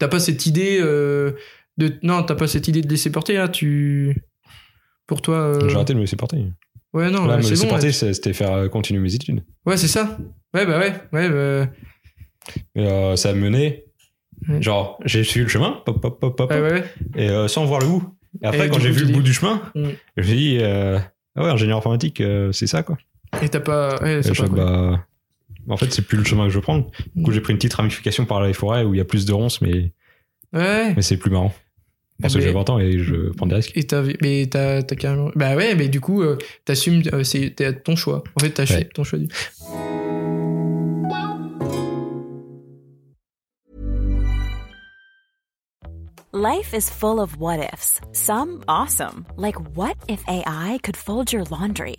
[SPEAKER 3] T'as pas cette idée euh, de. Non, t'as pas cette idée de laisser porter, là, tu. Pour toi. euh,
[SPEAKER 1] J'ai arrêté de me laisser porter.
[SPEAKER 3] Ouais, non,
[SPEAKER 1] Là,
[SPEAKER 3] ouais,
[SPEAKER 1] me
[SPEAKER 3] c'est
[SPEAKER 1] laisser
[SPEAKER 3] bon.
[SPEAKER 1] porter,
[SPEAKER 3] ouais.
[SPEAKER 1] c'est- c'était faire euh, continuer mes études.
[SPEAKER 3] Ouais, c'est ça. Ouais, bah ouais. Ouais, bah.
[SPEAKER 1] Et, euh, ça a mené.
[SPEAKER 3] Ouais.
[SPEAKER 1] Genre, j'ai suivi le chemin, pop, pop, pop, pop,
[SPEAKER 3] Mm. Ouais, ouais, ouais.
[SPEAKER 1] et euh, sans voir le bout. Et après,
[SPEAKER 3] Et
[SPEAKER 1] quand
[SPEAKER 3] du
[SPEAKER 1] j'ai
[SPEAKER 3] coup,
[SPEAKER 1] vu
[SPEAKER 3] tu
[SPEAKER 1] le
[SPEAKER 3] dis-
[SPEAKER 1] bout du chemin,
[SPEAKER 3] Mm.
[SPEAKER 1] je me suis dit, euh, ah ouais, ingénieur informatique, euh, c'est ça, quoi.
[SPEAKER 3] Et t'as pas. Ouais,
[SPEAKER 1] Et
[SPEAKER 3] c'est
[SPEAKER 1] je
[SPEAKER 3] pas
[SPEAKER 1] fais,
[SPEAKER 3] quoi.
[SPEAKER 1] bah, en fait, c'est plus le chemin que je veux prendre. Du coup,
[SPEAKER 3] Mm.
[SPEAKER 1] j'ai pris une petite ramification par les forêts où il y a plus de ronces, mais,
[SPEAKER 3] Ouais.
[SPEAKER 1] mais c'est plus marrant. Parce que
[SPEAKER 3] Mais- Mm.
[SPEAKER 1] j'ai 20 ans et je prends des risques.
[SPEAKER 3] Et t'as, mais t'as, t'as carrément. Bah ouais, mais du coup, euh, t'assumes, euh, c'est t'es à ton choix. En fait, t'assumes
[SPEAKER 1] Ouais.
[SPEAKER 3] ton choix. du-
[SPEAKER 4] Life is full of what ifs. Some awesome, like what if AI could fold your laundry?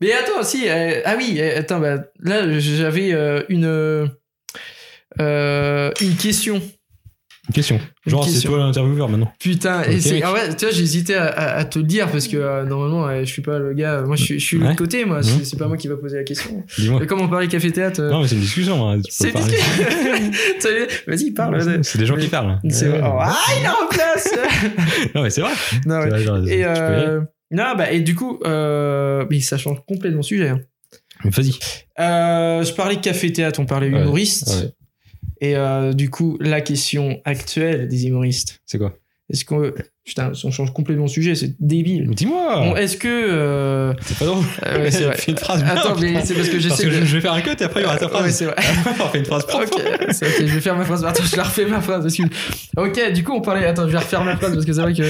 [SPEAKER 3] Mais attends, si. euh, ah oui, euh, attends, bah, là, j'avais euh, une. euh, une question.
[SPEAKER 1] Une question.
[SPEAKER 3] Une
[SPEAKER 1] Genre, c'est
[SPEAKER 3] question.
[SPEAKER 1] toi l'intervieweur maintenant.
[SPEAKER 3] Putain, et
[SPEAKER 1] Ok,
[SPEAKER 3] c'est.
[SPEAKER 1] mec.
[SPEAKER 3] En vrai, tu vois, j'hésitais à, à- à te le dire parce que euh, normalement, euh, je suis pas le gars. Moi, je, suis- je suis de
[SPEAKER 1] Ouais.
[SPEAKER 3] l'autre côté, moi.
[SPEAKER 1] Mhm.
[SPEAKER 3] C'est, c'est pas moi qui va poser la question.
[SPEAKER 1] Dis-moi.
[SPEAKER 3] Mais comme on parlait café-théâtre. euh,
[SPEAKER 1] Non, mais c'est une discussion. hein, tu peux
[SPEAKER 3] c'est
[SPEAKER 1] parler.
[SPEAKER 3] Vas-y, parle. vas-y.
[SPEAKER 1] C'est des gens
[SPEAKER 3] Mais-
[SPEAKER 1] qui parlent.
[SPEAKER 3] C'est-
[SPEAKER 1] Ouais, ouais.
[SPEAKER 3] Ah, il la remplace
[SPEAKER 1] Non, mais c'est vrai.
[SPEAKER 3] Non, ouais.
[SPEAKER 1] C'est vrai, genre, tu peux y
[SPEAKER 3] Et,
[SPEAKER 1] aller.
[SPEAKER 3] euh, non, bah, et du coup, euh, mais ça change complètement le sujet. hein.
[SPEAKER 1] Mais Vas-y.
[SPEAKER 3] Euh, je parlais café théâtre, on parlait
[SPEAKER 1] Ouais,
[SPEAKER 3] humoriste.
[SPEAKER 1] ouais.
[SPEAKER 3] Et euh, du coup, la question actuelle des humoristes,
[SPEAKER 1] C'est quoi
[SPEAKER 3] est-ce qu'on. Putain, on change complètement le sujet, c'est débile.
[SPEAKER 1] Mais Dis-moi
[SPEAKER 3] Bon, est-ce que. euh,
[SPEAKER 1] C'est pas drôle.
[SPEAKER 3] euh, Mm. ouais, c'est vrai.
[SPEAKER 1] Fais une phrase.
[SPEAKER 3] Attends,
[SPEAKER 1] bien,
[SPEAKER 3] mais
[SPEAKER 1] putain.
[SPEAKER 3] c'est parce que
[SPEAKER 1] Parce
[SPEAKER 3] j'essaie
[SPEAKER 1] que
[SPEAKER 3] de.
[SPEAKER 1] je, je vais faire un cut et après il y aura ta
[SPEAKER 3] Ouais,
[SPEAKER 1] phrase.
[SPEAKER 3] c'est vrai.
[SPEAKER 1] on fait une phrase propre.
[SPEAKER 3] Ok, c'est ok, je vais faire ma phrase. Attends, je la refais ma phrase. Parce que... Ok, du coup, on parlait. Attends, je vais refaire ma phrase parce que c'est vrai que.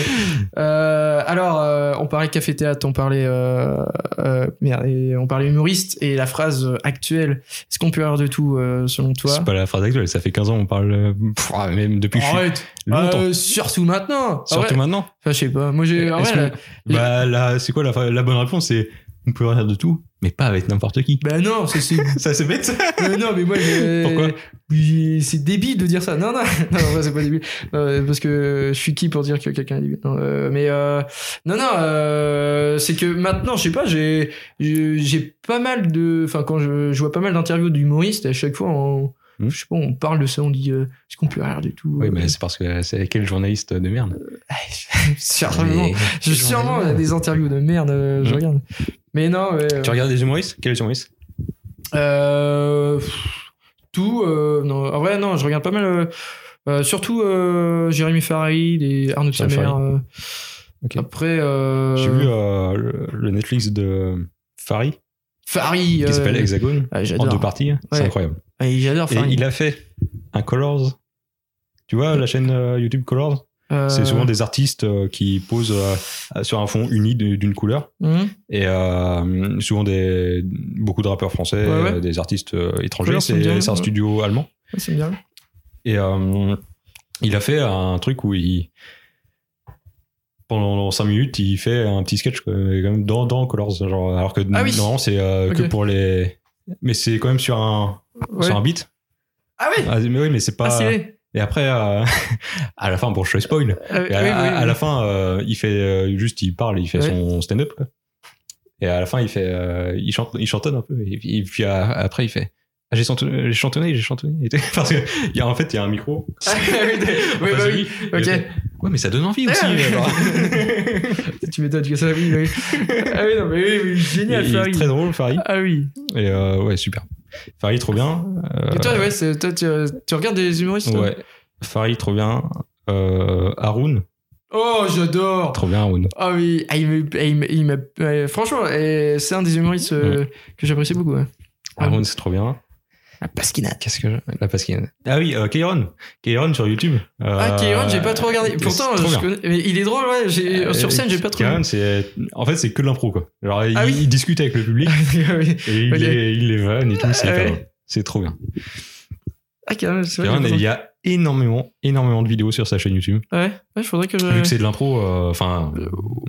[SPEAKER 3] Euh, alors, euh, on parlait café théâtre, on parlait euh, euh, merde, et on parlait humoriste et la phrase euh, actuelle. Est-ce qu'on peut avoir de tout euh, selon toi
[SPEAKER 1] C'est pas la phrase actuelle, ça fait 15 ans on parle. euh, pff, ah, même depuis que je suis
[SPEAKER 3] Arrête.
[SPEAKER 1] longtemps.
[SPEAKER 3] Euh, surtout maintenant. En
[SPEAKER 1] Surtout
[SPEAKER 3] vrai-
[SPEAKER 1] maintenant.
[SPEAKER 3] Enfin, je sais pas. Moi, j'ai. en
[SPEAKER 1] Est-ce
[SPEAKER 3] vrai,
[SPEAKER 1] que-
[SPEAKER 3] la-
[SPEAKER 1] Bah là, c'est quoi la, la bonne réponse C'est on peut rien de tout, mais pas avec n'importe qui.
[SPEAKER 3] Bah non, ça, c'est.
[SPEAKER 1] Ça c'est bête.
[SPEAKER 3] Euh, non, mais moi, j'ai-
[SPEAKER 1] Pourquoi
[SPEAKER 3] J'ai- C'est débile de dire ça. Non, non, non, en vrai, c'est pas débile. Euh, parce que je suis qui pour dire que quelqu'un est débile Non, euh, Mais euh, non, non, euh, c'est que maintenant, je sais pas, j'ai j'ai j'ai pas mal de. Enfin, quand je, je vois pas mal d'interviews d'humoristes, à chaque fois, on,
[SPEAKER 1] Hmm.
[SPEAKER 3] je sais pas, on parle de ça, on dit euh, est-ce qu'on peut rire du tout Euh,
[SPEAKER 1] Oui, mais c'est parce que c'est quel journaliste de merde.
[SPEAKER 3] Sûrement,
[SPEAKER 1] Mais-
[SPEAKER 3] j'ai sûrement euh, des interviews de merde, euh, je
[SPEAKER 1] Hmm.
[SPEAKER 3] regarde. Mais non, ouais, euh,
[SPEAKER 1] Tu regardes des humoristes Quel humoriste
[SPEAKER 3] Euh, pff, tout. euh, non, en vrai, non, je regarde pas mal. euh, euh, surtout euh, Jérémy Farid et Arnaud
[SPEAKER 1] Jérémy
[SPEAKER 3] Samer.
[SPEAKER 1] Farid.
[SPEAKER 3] euh,
[SPEAKER 1] Ok.
[SPEAKER 3] Après, euh,
[SPEAKER 1] J'ai vu euh, le, le Netflix de Farid
[SPEAKER 3] Farid.
[SPEAKER 1] qui
[SPEAKER 3] euh,
[SPEAKER 1] s'appelle Hexagone
[SPEAKER 3] ah,
[SPEAKER 1] en
[SPEAKER 3] j'adore.
[SPEAKER 1] deux parties. hein. C'est
[SPEAKER 3] Ouais.
[SPEAKER 1] incroyable.
[SPEAKER 3] Ah, j'adore
[SPEAKER 1] Et
[SPEAKER 3] Farid.
[SPEAKER 1] il a fait un Colors. Tu vois, la chaîne euh, YouTube Colors,
[SPEAKER 3] Euh,
[SPEAKER 1] c'est souvent des artistes euh, qui posent euh, sur un fond uni de- d'une couleur.
[SPEAKER 3] hum,
[SPEAKER 1] Et euh, souvent des, beaucoup de rappeurs français,
[SPEAKER 3] Ouais, ouais.
[SPEAKER 1] euh, des artistes euh, étrangers.
[SPEAKER 3] Colors, ça me dit rien,
[SPEAKER 1] C'est c'est un
[SPEAKER 3] ouais.
[SPEAKER 1] studio allemand.
[SPEAKER 3] ouais, c'est bien.
[SPEAKER 1] Et euh, il a fait un truc où il. Pendant 5 minutes, il fait un petit sketch quoi, mais quand même dans, dans Colors. Genre, alors que
[SPEAKER 3] Ah oui.
[SPEAKER 1] normalement, c'est euh, que
[SPEAKER 3] Ok.
[SPEAKER 1] pour les. Mais c'est quand même sur un,
[SPEAKER 3] Ouais.
[SPEAKER 1] sur un beat.
[SPEAKER 3] Ah oui.
[SPEAKER 1] Ah, mais oui, mais c'est pas.
[SPEAKER 3] Ah, c'est vrai.
[SPEAKER 1] Et après, euh, à la fin, bon, je spoil.
[SPEAKER 3] Euh,
[SPEAKER 1] Et à,
[SPEAKER 3] oui,
[SPEAKER 1] à-
[SPEAKER 3] oui,
[SPEAKER 1] à
[SPEAKER 3] oui.
[SPEAKER 1] la fin, euh, il fait euh, juste, il parle, il fait
[SPEAKER 3] Ouais.
[SPEAKER 1] son stand-up. quoi. Et à la fin, il fait, euh, il, chante, il chantonne un peu. Et puis, et puis, à- après, il fait. Ah, j'ai chantonné, j'ai chantonné, j'ai chantonné. Et tout. Parce que, il y a, en fait, il y a un micro.
[SPEAKER 3] Ah, oui, oui,
[SPEAKER 1] En face
[SPEAKER 3] bah
[SPEAKER 1] de
[SPEAKER 3] oui.
[SPEAKER 1] lui. Et
[SPEAKER 3] ok.
[SPEAKER 1] il fait, Ouais, mais ça donne envie aussi.
[SPEAKER 3] Ah, oui.
[SPEAKER 1] alors.
[SPEAKER 3] Tu m'étonnes que ça, oui, oui. Ah oui, non, mais oui, oui,
[SPEAKER 1] Il
[SPEAKER 3] génial,
[SPEAKER 1] est- il est
[SPEAKER 3] Farid.
[SPEAKER 1] très drôle, Farid.
[SPEAKER 3] Ah oui.
[SPEAKER 1] Et euh, ouais, super. Farid, trop bien. Euh,
[SPEAKER 3] Et toi, ouais, c'est- toi tu, euh, tu regardes des humoristes toi
[SPEAKER 1] Ouais. Farid, trop bien. Euh, Haroun,
[SPEAKER 3] Oh, j'adore
[SPEAKER 1] trop bien, Haroun.
[SPEAKER 3] Ah oui, ah, il me- ah, il me- il me- ouais, franchement, et c'est un des humoristes euh, que j'apprécie beaucoup. Ouais.
[SPEAKER 1] Haroun, c'est trop bien.
[SPEAKER 3] Ah, Pasquinade.
[SPEAKER 1] Qu'est-ce que je... La Pasquine. Ah oui, euh, Kairon. Kairon sur YouTube.
[SPEAKER 3] Ah,
[SPEAKER 1] Euh,
[SPEAKER 3] Kéron, j'ai pas trop regardé.
[SPEAKER 1] c'est
[SPEAKER 3] Pourtant,
[SPEAKER 1] trop
[SPEAKER 3] je
[SPEAKER 1] bien.
[SPEAKER 3] connais- mais il est drôle, ouais. j'ai-
[SPEAKER 1] Euh,
[SPEAKER 3] sur scène, j'ai pas trop.
[SPEAKER 1] Kairon, c'est. En fait, c'est que de l'impro, quoi. Alors, il,
[SPEAKER 3] Ah oui.
[SPEAKER 1] il discute avec le public
[SPEAKER 3] Ah oui.
[SPEAKER 1] et il,
[SPEAKER 3] Ok.
[SPEAKER 1] les, il les vanne et tout. C'est
[SPEAKER 3] Ah
[SPEAKER 1] hyper
[SPEAKER 3] ouais.
[SPEAKER 1] drôle. C'est trop bien.
[SPEAKER 3] Ah, Kéron, c'est vrai.
[SPEAKER 1] Kairon,
[SPEAKER 3] j'ai
[SPEAKER 1] il
[SPEAKER 3] pas
[SPEAKER 1] y a énormément, énormément de vidéos sur sa chaîne YouTube.
[SPEAKER 3] trop- Ouais, ouais, faudrait que je.
[SPEAKER 1] Vu que c'est de l'impro, euh, enfin,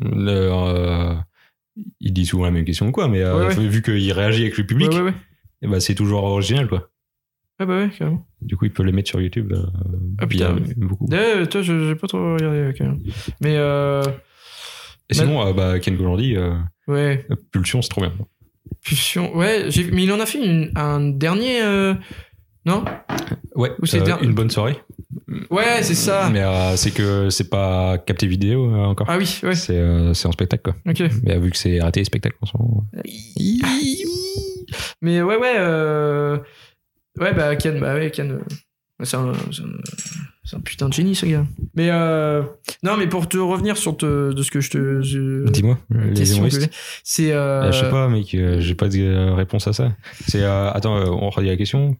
[SPEAKER 1] le, euh, il dit souvent la même question ou quoi, mais euh,
[SPEAKER 3] Ouais,
[SPEAKER 1] vu qu'il réagit avec le public,
[SPEAKER 3] Ouais, ouais, ouais.
[SPEAKER 1] eh ben, c'est toujours original, quoi.
[SPEAKER 3] Ouais, bah ouais, carrément.
[SPEAKER 1] Du coup, il peut les mettre sur YouTube. euh,
[SPEAKER 3] Ah,
[SPEAKER 1] il y a
[SPEAKER 3] putain.
[SPEAKER 1] beaucoup.
[SPEAKER 3] Ouais, toi, je- j'ai pas trop regardé, ouais, Kéron. Mais, euh,
[SPEAKER 1] Et sinon, euh, bah, Ken Gojandi, euh,
[SPEAKER 3] ouais.
[SPEAKER 1] Pulsion, c'est trop bien.
[SPEAKER 3] Pulsion. Ouais, j'ai- mais il en a fait une- un dernier. euh, Non
[SPEAKER 1] Ouais,
[SPEAKER 3] Ou c'est
[SPEAKER 1] euh,
[SPEAKER 3] der-
[SPEAKER 1] une bonne soirée.
[SPEAKER 3] Ouais, c'est ça.
[SPEAKER 1] Mais euh, c'est que c'est pas capté vidéo euh, encore.
[SPEAKER 3] Ah oui, ouais,
[SPEAKER 1] C'est euh, c'est en spectacle, quoi.
[SPEAKER 3] ok.
[SPEAKER 1] Mais euh, vu que c'est raté les spectacles en ce moment. ouais.
[SPEAKER 3] Mais ouais, ouais. euh, Ouais, bah, Ken, bah, ouais, Ken. euh, C'est un, c'est un- c'est un putain de génie, ce gars. Mais euh, non, mais pour te revenir sur te- de ce que je te. je-
[SPEAKER 1] Dis-moi, euh, les
[SPEAKER 3] question que
[SPEAKER 1] humoristes.
[SPEAKER 3] j'ai, C'est. euh,
[SPEAKER 1] Euh, je sais pas, mec, euh, j'ai pas de euh, réponse à ça. C'est. euh, attends, euh, on redit la question.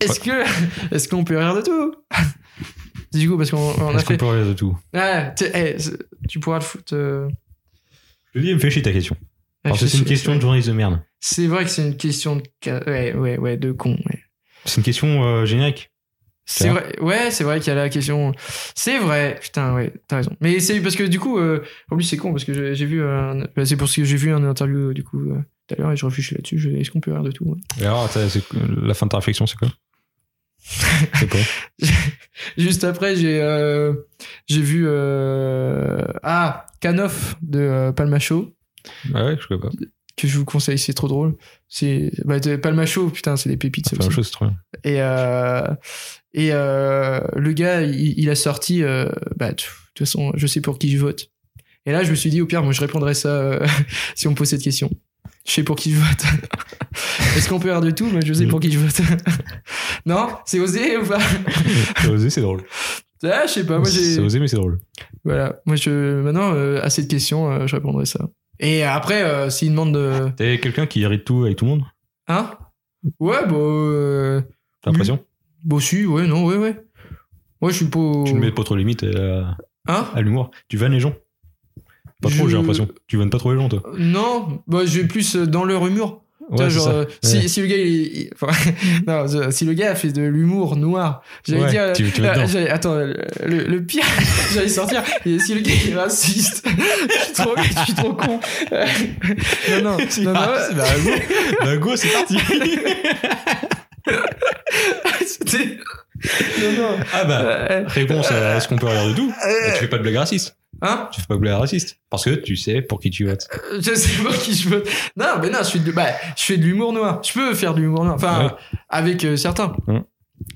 [SPEAKER 3] Est-ce que est-ce qu'on peut rire de tout Du coup, parce qu'on on a
[SPEAKER 1] Est-ce qu'on
[SPEAKER 3] fait.
[SPEAKER 1] peut rire de tout
[SPEAKER 3] Ouais, tu- eh, c'est- tu pourras le foutre. euh,
[SPEAKER 1] Je te dis, elle me fait chier ta question. Parce que
[SPEAKER 3] je-
[SPEAKER 1] c'est une question de journaliste de merde.
[SPEAKER 3] C'est vrai que c'est une question de. ca- Ouais, ouais, ouais, de con. ouais.
[SPEAKER 1] C'est une question euh, générique.
[SPEAKER 3] C'est
[SPEAKER 1] Ça.
[SPEAKER 3] vrai, ouais, c'est vrai qu'il y a la question. C'est vrai, putain, ouais, t'as raison. Mais c'est parce que du coup, euh, en plus, c'est con parce que j'ai j'ai vu, un- bah, c'est pour ce que j'ai vu un interview euh, du coup euh, tout à l'heure et je réfléchis là-dessus. je- Est-ce qu'on peut rire de tout hein. ouais.
[SPEAKER 1] Et alors, attends, c'est- la fin de ta réflexion, c'est quoi C'est quoi
[SPEAKER 3] Juste après, j'ai euh, j'ai vu euh, ah Canoff de euh, Palmacho
[SPEAKER 1] Ah ouais, je sais pas.
[SPEAKER 3] que je vous conseille, c'est trop drôle. C'est bah, de- Palmacho, putain, c'est des pépites. ça
[SPEAKER 1] C'est la même
[SPEAKER 3] aussi.
[SPEAKER 1] chose, c'est trop bien.
[SPEAKER 3] Et, euh, et euh, le gars, il, il a sorti, euh, bah, de toute façon, je sais pour qui je vote. Et là, je me suis dit, au pire, moi, je répondrai ça euh, si on me pose cette question. Je sais pour qui je vote. Est-ce qu'on peut faire de tout Moi, je sais pour qui je vote. non C'est osé ou pas
[SPEAKER 1] C'est osé, c'est drôle.
[SPEAKER 3] ah, Je sais pas. Moi, j'ai...
[SPEAKER 1] C'est osé, mais c'est drôle.
[SPEAKER 3] Voilà. Moi, je... Maintenant, euh, à cette question, euh, je répondrai ça. Et après, euh, s'il demande de...
[SPEAKER 1] T'es quelqu'un qui hérite tout avec tout le monde
[SPEAKER 3] Hein Ouais, bah... euh,
[SPEAKER 1] T'as l'impression
[SPEAKER 3] Bah si, ouais, non, ouais, ouais. Moi, je suis pas...
[SPEAKER 1] Tu ne mets pas trop limite euh,
[SPEAKER 3] Hein
[SPEAKER 1] à l'humour. Tu vannes les gens. Pas trop,
[SPEAKER 3] Je-
[SPEAKER 1] j'ai l'impression. Tu vannes pas trop les gens, toi.
[SPEAKER 3] Non, bah, je vais plus euh, dans leur humour. Tu vois,
[SPEAKER 1] Mm. Ouais, c'est
[SPEAKER 3] genre,
[SPEAKER 1] ça.
[SPEAKER 3] euh, si,
[SPEAKER 1] Ouais.
[SPEAKER 3] si le gars, il- il- enfin, non, je- si le gars a fait de l'humour noir, j'allais
[SPEAKER 1] Ouais,
[SPEAKER 3] dire, euh,
[SPEAKER 1] tu- tu vas
[SPEAKER 3] euh,
[SPEAKER 1] dedans.
[SPEAKER 3] j'allais- attends, euh, le, le pire, j'allais sortir. et si le gars il est raciste, je suis trop, je suis trop con. non, non,
[SPEAKER 1] Si,
[SPEAKER 3] non, non,
[SPEAKER 1] ah, c'est- bah, go. Bah, go, c'est parti.
[SPEAKER 3] c'était- non, non,
[SPEAKER 1] ah bah,
[SPEAKER 3] euh,
[SPEAKER 1] réponse à est-ce qu'on peut rire de tout
[SPEAKER 3] euh,
[SPEAKER 1] Bah, Tu fais pas de blague raciste.
[SPEAKER 3] hein,
[SPEAKER 1] Tu fais pas de blague raciste. Parce que tu sais pour qui tu votes.
[SPEAKER 3] je sais pas qui je veux. Non, mais non, je fais de, bah, je fais de l'humour noir. Je peux faire de l'humour noir, enfin,
[SPEAKER 1] Ouais.
[SPEAKER 3] avec euh, certains.
[SPEAKER 1] Hum.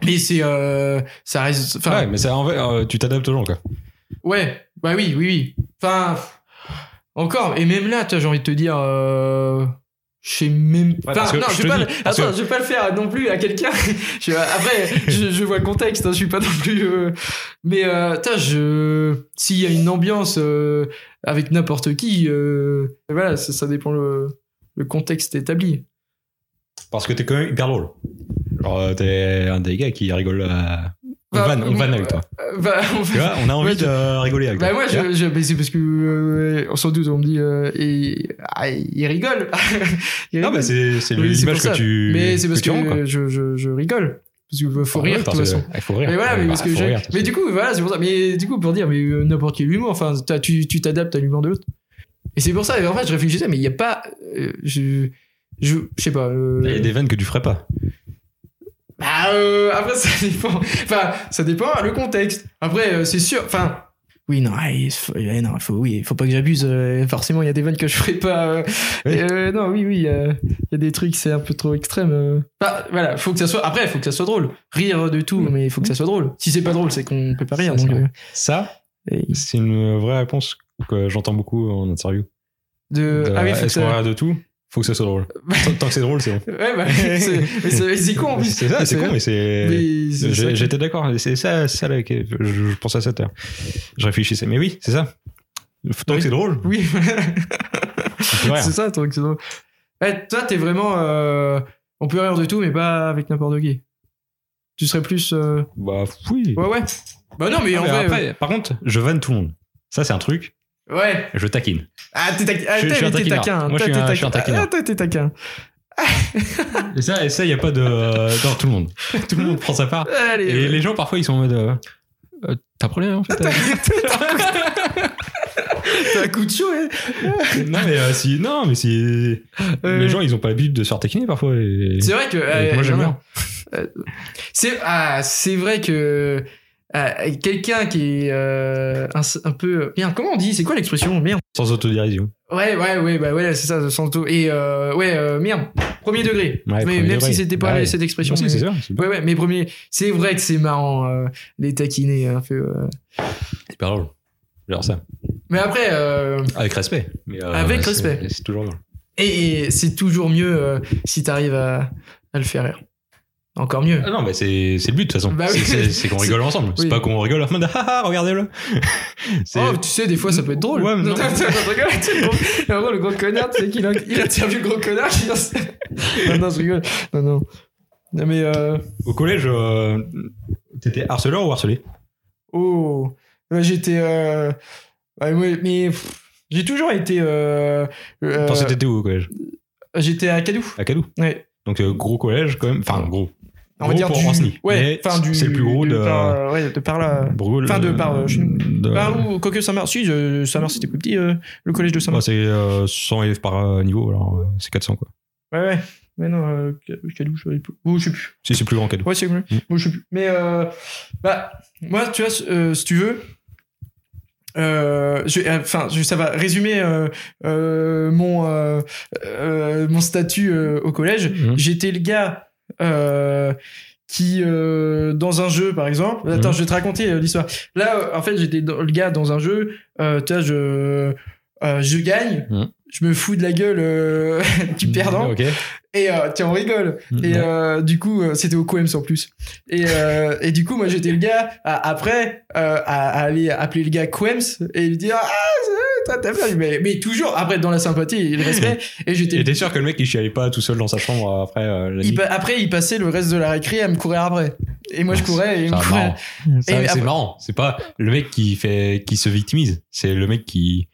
[SPEAKER 3] Mais c'est, euh, ça reste, enfin,
[SPEAKER 1] ouais, mais ça, en fait, euh, tu t'adaptes aux gens, quoi.
[SPEAKER 3] Ouais, bah oui, oui, oui. Enfin, encore, et même là, tu vois, j'ai envie de te dire. Euh... Je sais même pas.
[SPEAKER 1] parce que
[SPEAKER 3] non,
[SPEAKER 1] je
[SPEAKER 3] je
[SPEAKER 1] te
[SPEAKER 3] vais pas,
[SPEAKER 1] dis,
[SPEAKER 3] le-
[SPEAKER 1] parce
[SPEAKER 3] attends,
[SPEAKER 1] que-
[SPEAKER 3] je vais pas le faire non plus à quelqu'un. Je- Après, je, je vois le contexte, hein, je suis pas non plus. euh, Mais, euh, putain, je. S'il y a une ambiance euh, avec n'importe qui, euh, voilà, ça, ça dépend le, le contexte établi.
[SPEAKER 1] Parce que t'es quand même hyper drôle. Genre, euh, t'es un des gars qui rigole. à- On
[SPEAKER 3] Bah,
[SPEAKER 1] vanne, on vanne avec toi.
[SPEAKER 3] Euh, bah, on
[SPEAKER 1] Tu vois, on a envie
[SPEAKER 3] Ouais, tu-
[SPEAKER 1] de euh, rigoler avec
[SPEAKER 3] Bah
[SPEAKER 1] toi.
[SPEAKER 3] moi,
[SPEAKER 1] Tu vois
[SPEAKER 3] je, je, mais c'est parce que euh, sans doute on me dit euh, et, ah, il rigole. Il
[SPEAKER 1] Non,
[SPEAKER 3] rigole.
[SPEAKER 1] bah, c'est c'est
[SPEAKER 3] Oui, c'est pour
[SPEAKER 1] l'image
[SPEAKER 3] ça.
[SPEAKER 1] que tu.
[SPEAKER 3] Mais c'est parce
[SPEAKER 1] tu
[SPEAKER 3] que,
[SPEAKER 1] rends, quoi.
[SPEAKER 3] je, je, je rigole parce que bah, faut
[SPEAKER 1] Ah ouais,
[SPEAKER 3] rire de toute
[SPEAKER 1] parce que-
[SPEAKER 3] façon.
[SPEAKER 1] ah, faut rire.
[SPEAKER 3] Mais voilà, mais,
[SPEAKER 1] Bah,
[SPEAKER 3] parce que
[SPEAKER 1] faut
[SPEAKER 3] j'ai-
[SPEAKER 1] rire, de toute
[SPEAKER 3] mais
[SPEAKER 1] façon.
[SPEAKER 3] du coup, voilà, c'est pour ça. Mais du coup, pour dire, mais euh, n'importe quel humour, enfin, t'as- tu tu t'adaptes à l'humour de l'autre. Et c'est pour ça. Et en fait, je réfléchissais, mais il n'y a pas, euh, je, je, je sais pas. euh,
[SPEAKER 1] Il y a des vannes que tu ferais pas.
[SPEAKER 3] Bah, euh, après, ça dépend. Enfin, ça dépend le contexte. Après, euh, c'est sûr. Enfin, oui, non, ah, il faut, eh, non, il faut, oui, il faut pas que j'abuse. euh, forcément, il y a des vannes que je ferai pas. euh,
[SPEAKER 5] Oui.
[SPEAKER 3] euh, non, oui, oui, euh, il y a des trucs, c'est un peu trop extrême. euh. Bah, voilà, faut que ça soit. Après, faut que ça soit drôle. Rire de tout, mais il faut que ça soit drôle. Si c'est pas drôle, c'est qu'on peut pas rire.
[SPEAKER 1] Mm. Ça, c'est
[SPEAKER 3] donc,
[SPEAKER 1] vrai.
[SPEAKER 3] euh,
[SPEAKER 1] Ça,
[SPEAKER 3] et-
[SPEAKER 1] c'est une vraie réponse que j'entends beaucoup en interview.
[SPEAKER 3] de,
[SPEAKER 1] De,
[SPEAKER 3] ah oui, faut que
[SPEAKER 1] Est-ce qu'on
[SPEAKER 3] ça-
[SPEAKER 1] rire de tout Faut que ça soit drôle. tant, tant que c'est drôle, c'est bon.
[SPEAKER 3] Ouais, bah, c'est- mais c'est mais c'est con en plus.
[SPEAKER 1] C'est ça, c'est con, mais c'est.
[SPEAKER 3] mais c'est ça
[SPEAKER 1] J'ai-
[SPEAKER 3] qui-
[SPEAKER 1] J'étais d'accord, c'est ça, ça là, que- je, je pensais à ça tout à l'heure. Je réfléchissais, mais oui, c'est ça. Tant
[SPEAKER 3] Oui.
[SPEAKER 1] que c'est drôle,
[SPEAKER 3] Oui,
[SPEAKER 1] tu peux rire.
[SPEAKER 3] c'est ça, ton accident. Ouais, toi, t'es vraiment. euh, on peut rire de tout, mais pas avec n'importe qui. Tu serais plus. euh,
[SPEAKER 1] Bah oui.
[SPEAKER 3] Ouais, ouais. Bah non, mais
[SPEAKER 1] Ah,
[SPEAKER 3] en
[SPEAKER 1] mais
[SPEAKER 3] vrai.
[SPEAKER 1] après, par contre, je vanne tout le monde. Ça, c'est un truc,
[SPEAKER 3] euh, Ouais.
[SPEAKER 1] je taquine.
[SPEAKER 3] Ah, t'es taquin. Ah,
[SPEAKER 1] Je- je
[SPEAKER 3] t'es-
[SPEAKER 1] suis un
[SPEAKER 3] t'es
[SPEAKER 1] taquineur.
[SPEAKER 3] taquin.
[SPEAKER 1] Moi, je
[SPEAKER 3] Toi,
[SPEAKER 1] suis
[SPEAKER 3] t'es
[SPEAKER 1] un- je suis un
[SPEAKER 3] taquin.
[SPEAKER 1] taquineur.
[SPEAKER 3] Ah, toi, t'es taquin.
[SPEAKER 1] Et ça, il ça, n'y a pas de. euh, non, tout le monde. Tout le monde prend sa part.
[SPEAKER 3] Allez.
[SPEAKER 1] Et les gens, parfois, ils sont en mode. euh, euh, T'as un problème en fait euh,
[SPEAKER 3] T'as un coup de chaud, hein.
[SPEAKER 1] Non mais euh, si, non mais si
[SPEAKER 3] Euh,
[SPEAKER 1] les gens ils ont pas l'habitude de se faire taquiner parfois. Et...
[SPEAKER 3] C'est vrai que.
[SPEAKER 1] et
[SPEAKER 3] euh,
[SPEAKER 1] moi j'aime
[SPEAKER 3] non, non.
[SPEAKER 1] bien.
[SPEAKER 3] C'est ah, c'est vrai que ah, quelqu'un qui est euh, un, un peu bien comment on dit c'est quoi l'expression merde
[SPEAKER 1] Sans autodérision.
[SPEAKER 3] ouais ouais ouais bah ouais c'est ça le santo et euh, ouais euh, merde premier degré
[SPEAKER 1] Ouais,
[SPEAKER 3] mais
[SPEAKER 1] premier
[SPEAKER 3] même
[SPEAKER 1] degré.
[SPEAKER 3] si c'était pas
[SPEAKER 1] Bah ouais.
[SPEAKER 3] cette expression
[SPEAKER 1] Non, si,
[SPEAKER 3] mais-
[SPEAKER 1] c'est ça. c'est
[SPEAKER 3] ouais ouais mais premier c'est vrai que c'est marrant euh, les taquiner un peu euh.
[SPEAKER 1] hyper drôle. Genre ça.
[SPEAKER 3] mais après euh,
[SPEAKER 1] Avec respect. mais, euh,
[SPEAKER 3] Avec
[SPEAKER 1] c'est-
[SPEAKER 3] respect.
[SPEAKER 1] C'est toujours drôle.
[SPEAKER 3] et, et c'est toujours mieux euh, si t'arrives à, à le faire rire encore mieux
[SPEAKER 1] Ah non, mais c'est c'est le but de toute façon.
[SPEAKER 3] Bah
[SPEAKER 1] C'est-
[SPEAKER 3] oui.
[SPEAKER 1] c'est c'est qu'on rigole ensemble.
[SPEAKER 3] Oui.
[SPEAKER 1] C'est pas qu'on rigole en mode ah ah, regardez-le. C'est-
[SPEAKER 3] Oh, tu sais, des fois, ça peut être drôle.
[SPEAKER 1] Ouais, mais non.
[SPEAKER 3] attends, attends, je rigole, tu sais, le gros- en gros, le gros connard, tu sais qu'il a- il interviewe le gros connard. qui lance- non, non, je rigole. Non, non. Non, mais, euh,
[SPEAKER 1] Au collège, euh, t'étais harceleur ou harcelé
[SPEAKER 3] oh. Ouais, j'étais, euh, ouais, ouais, mais, pff, j'ai toujours été, euh, euh,
[SPEAKER 1] Attends, c'était où au collège
[SPEAKER 3] j'étais à Cadouf.
[SPEAKER 1] À Cadou.
[SPEAKER 3] Ouais.
[SPEAKER 1] Donc euh, gros collège quand même. Enfin gros.
[SPEAKER 3] On va
[SPEAKER 1] Gros
[SPEAKER 3] dire
[SPEAKER 1] pour
[SPEAKER 3] du,
[SPEAKER 1] Ancenis.
[SPEAKER 3] ouais,
[SPEAKER 1] Mais
[SPEAKER 3] enfin, du,
[SPEAKER 1] c'est le plus gros
[SPEAKER 3] de,
[SPEAKER 1] de.
[SPEAKER 3] par, euh, ouais, de par là.
[SPEAKER 1] Brûle-
[SPEAKER 3] Enfin, de par, euh, chez nous.
[SPEAKER 1] de-
[SPEAKER 3] Par où, quoique Saint-Marc, si, euh, Saint-Marc, c'était plus petit, euh, le collège de
[SPEAKER 1] Bah,
[SPEAKER 3] Saint-Marc.
[SPEAKER 1] c'est euh, 100 élèves par euh, niveau, alors euh, c'est 400 quoi.
[SPEAKER 3] Ouais, ouais. Mais non, euh, Cadouf, je savais plus. Oh, je sais plus.
[SPEAKER 1] Si c'est plus grand Cadou.
[SPEAKER 3] Ouais, c'est mieux.
[SPEAKER 1] Mm.
[SPEAKER 3] Moi, je sais plus. Mais euh, bah, moi, tu vois, euh, si tu veux, euh, je- euh, enfin, je- ça va résumer euh, euh, mon euh, euh, mon statut euh, au collège.
[SPEAKER 1] Mhm.
[SPEAKER 3] J'étais le gars. euh, qui euh, dans un jeu par exemple attends
[SPEAKER 1] Mhm.
[SPEAKER 3] je vais te raconter euh, l'histoire là euh, en fait j'étais dans- le gars dans un jeu euh, tu vois je euh, je gagne
[SPEAKER 1] Mhm.
[SPEAKER 3] je me fous de la gueule euh, du perdant
[SPEAKER 1] Mmh. Mm, Ok. Mmh.
[SPEAKER 3] et euh, tiens on rigole et
[SPEAKER 1] Ouais.
[SPEAKER 3] euh, du coup, euh, c'était au Coems en plus. Et, euh, et du coup, moi, j'étais le gars, à- après, euh, à, à aller appeler le gars Coems et lui dire Ah, c'est- t'as t'as fait. Mais, mais toujours, après, dans la sympathie et le respect. Et j'étais.
[SPEAKER 1] Et t'es sûr que le mec il chialait pas tout seul dans sa chambre euh, après euh, la
[SPEAKER 3] il
[SPEAKER 1] nuit
[SPEAKER 3] pa- après, il passait le reste de la récré à me courir après. Et moi, je courais et il
[SPEAKER 1] C'est
[SPEAKER 3] me courait.
[SPEAKER 1] marrant. Ah, Ça,
[SPEAKER 3] Et
[SPEAKER 1] C'est
[SPEAKER 3] après-
[SPEAKER 1] marrant. C'est pas le mec qui fait, qui se victimise. C'est le mec qui,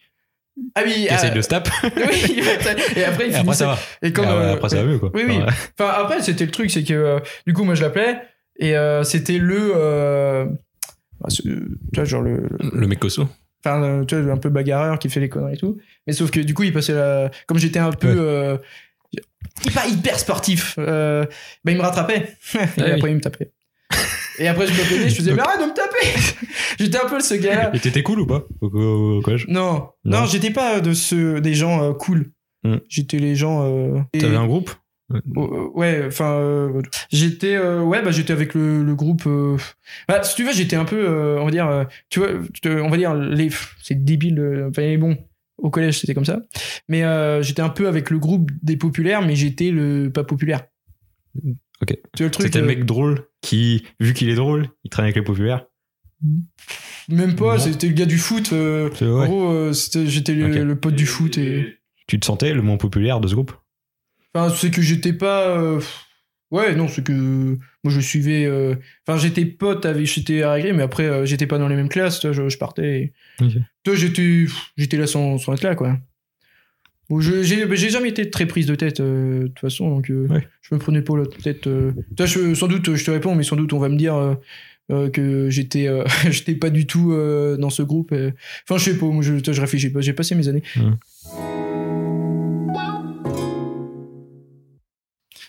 [SPEAKER 3] Ah oui,
[SPEAKER 1] qui
[SPEAKER 3] ah,
[SPEAKER 1] essaye de se tape.
[SPEAKER 3] oui, il mettait- et après, il
[SPEAKER 1] Et après
[SPEAKER 3] finissait.
[SPEAKER 1] ça va.
[SPEAKER 3] Et quand,
[SPEAKER 1] Et
[SPEAKER 3] euh,
[SPEAKER 1] après ça va mieux quoi.
[SPEAKER 3] Oui, oui.
[SPEAKER 1] Enfin,
[SPEAKER 3] Enfin, après, c'était le truc, c'est que euh, du coup, moi, je l'appelais et euh, c'était le. euh, bah, c'est- tu vois, genre le- le
[SPEAKER 1] Le mec costaud.
[SPEAKER 3] enfin euh, tu vois un peu bagarreur qui fait les conneries et tout mais sauf que du coup il passait la... comme j'étais un peu
[SPEAKER 1] Ouais.
[SPEAKER 3] euh, pas hyper sportif euh, ben il me rattrapait et
[SPEAKER 1] Ah oui.
[SPEAKER 3] après il me tapait et après je me plaignais je faisais mais arrête de me taper j'étais un peu ce gars là
[SPEAKER 1] Et t'étais cool ou pas au, au- au collège
[SPEAKER 3] non non,
[SPEAKER 1] Non.
[SPEAKER 3] j'étais pas de ceux des gens euh, cool
[SPEAKER 1] Hmm.
[SPEAKER 3] j'étais les gens euh, et-
[SPEAKER 1] T'avais un groupe
[SPEAKER 3] Oh, euh, ouais, enfin, euh, j'étais, euh, ouais, bah j'étais avec le, le groupe. euh, bah, si tu veux, j'étais un peu, euh, on va dire, euh, tu vois, je te- on va dire les, pff, c'est débile. euh, Enfin, mais bon, au collège c'était comme ça. Mais euh, j'étais un peu avec le groupe des populaires, mais j'étais le pas populaire.
[SPEAKER 1] Ok.
[SPEAKER 3] Tu vois le truc
[SPEAKER 1] C'était le
[SPEAKER 3] euh,
[SPEAKER 1] mec drôle qui, vu qu'il est drôle, il traîne avec les populaires.
[SPEAKER 3] euh, Même pas.
[SPEAKER 1] Non.
[SPEAKER 3] C'était le gars du foot. euh,
[SPEAKER 1] Tu
[SPEAKER 3] En
[SPEAKER 1] vois, ouais.
[SPEAKER 3] gros, euh, c'était- j'étais le,
[SPEAKER 1] Ok.
[SPEAKER 3] le pote du foot et.
[SPEAKER 1] Tu te sentais le moins populaire de ce groupe
[SPEAKER 3] Enfin, c'est que j'étais pas. euh, Ouais, non, c'est que moi je suivais. euh, Enfin, j'étais pote avec, j'étais arriéré, mais après euh, j'étais pas dans les mêmes classes. Toi, je, je partais. et-
[SPEAKER 1] Ok.
[SPEAKER 3] Toi, j'étais, pff, j'étais là sans, sans être là, quoi. Bon, je- j'ai, bah, j'ai jamais été très prise de tête euh, de toute façon, donc euh,
[SPEAKER 1] Ouais.
[SPEAKER 3] je me prenais pas la tête. euh. Toi, je- sans doute, je te réponds, mais sans doute on va me dire euh, euh, que j'étais, euh, j'étais pas du tout euh, dans ce groupe. euh. Enfin, je sais pas, moi, je, toi, je réfléchis pas. J'ai passé mes années.
[SPEAKER 1] Ouais.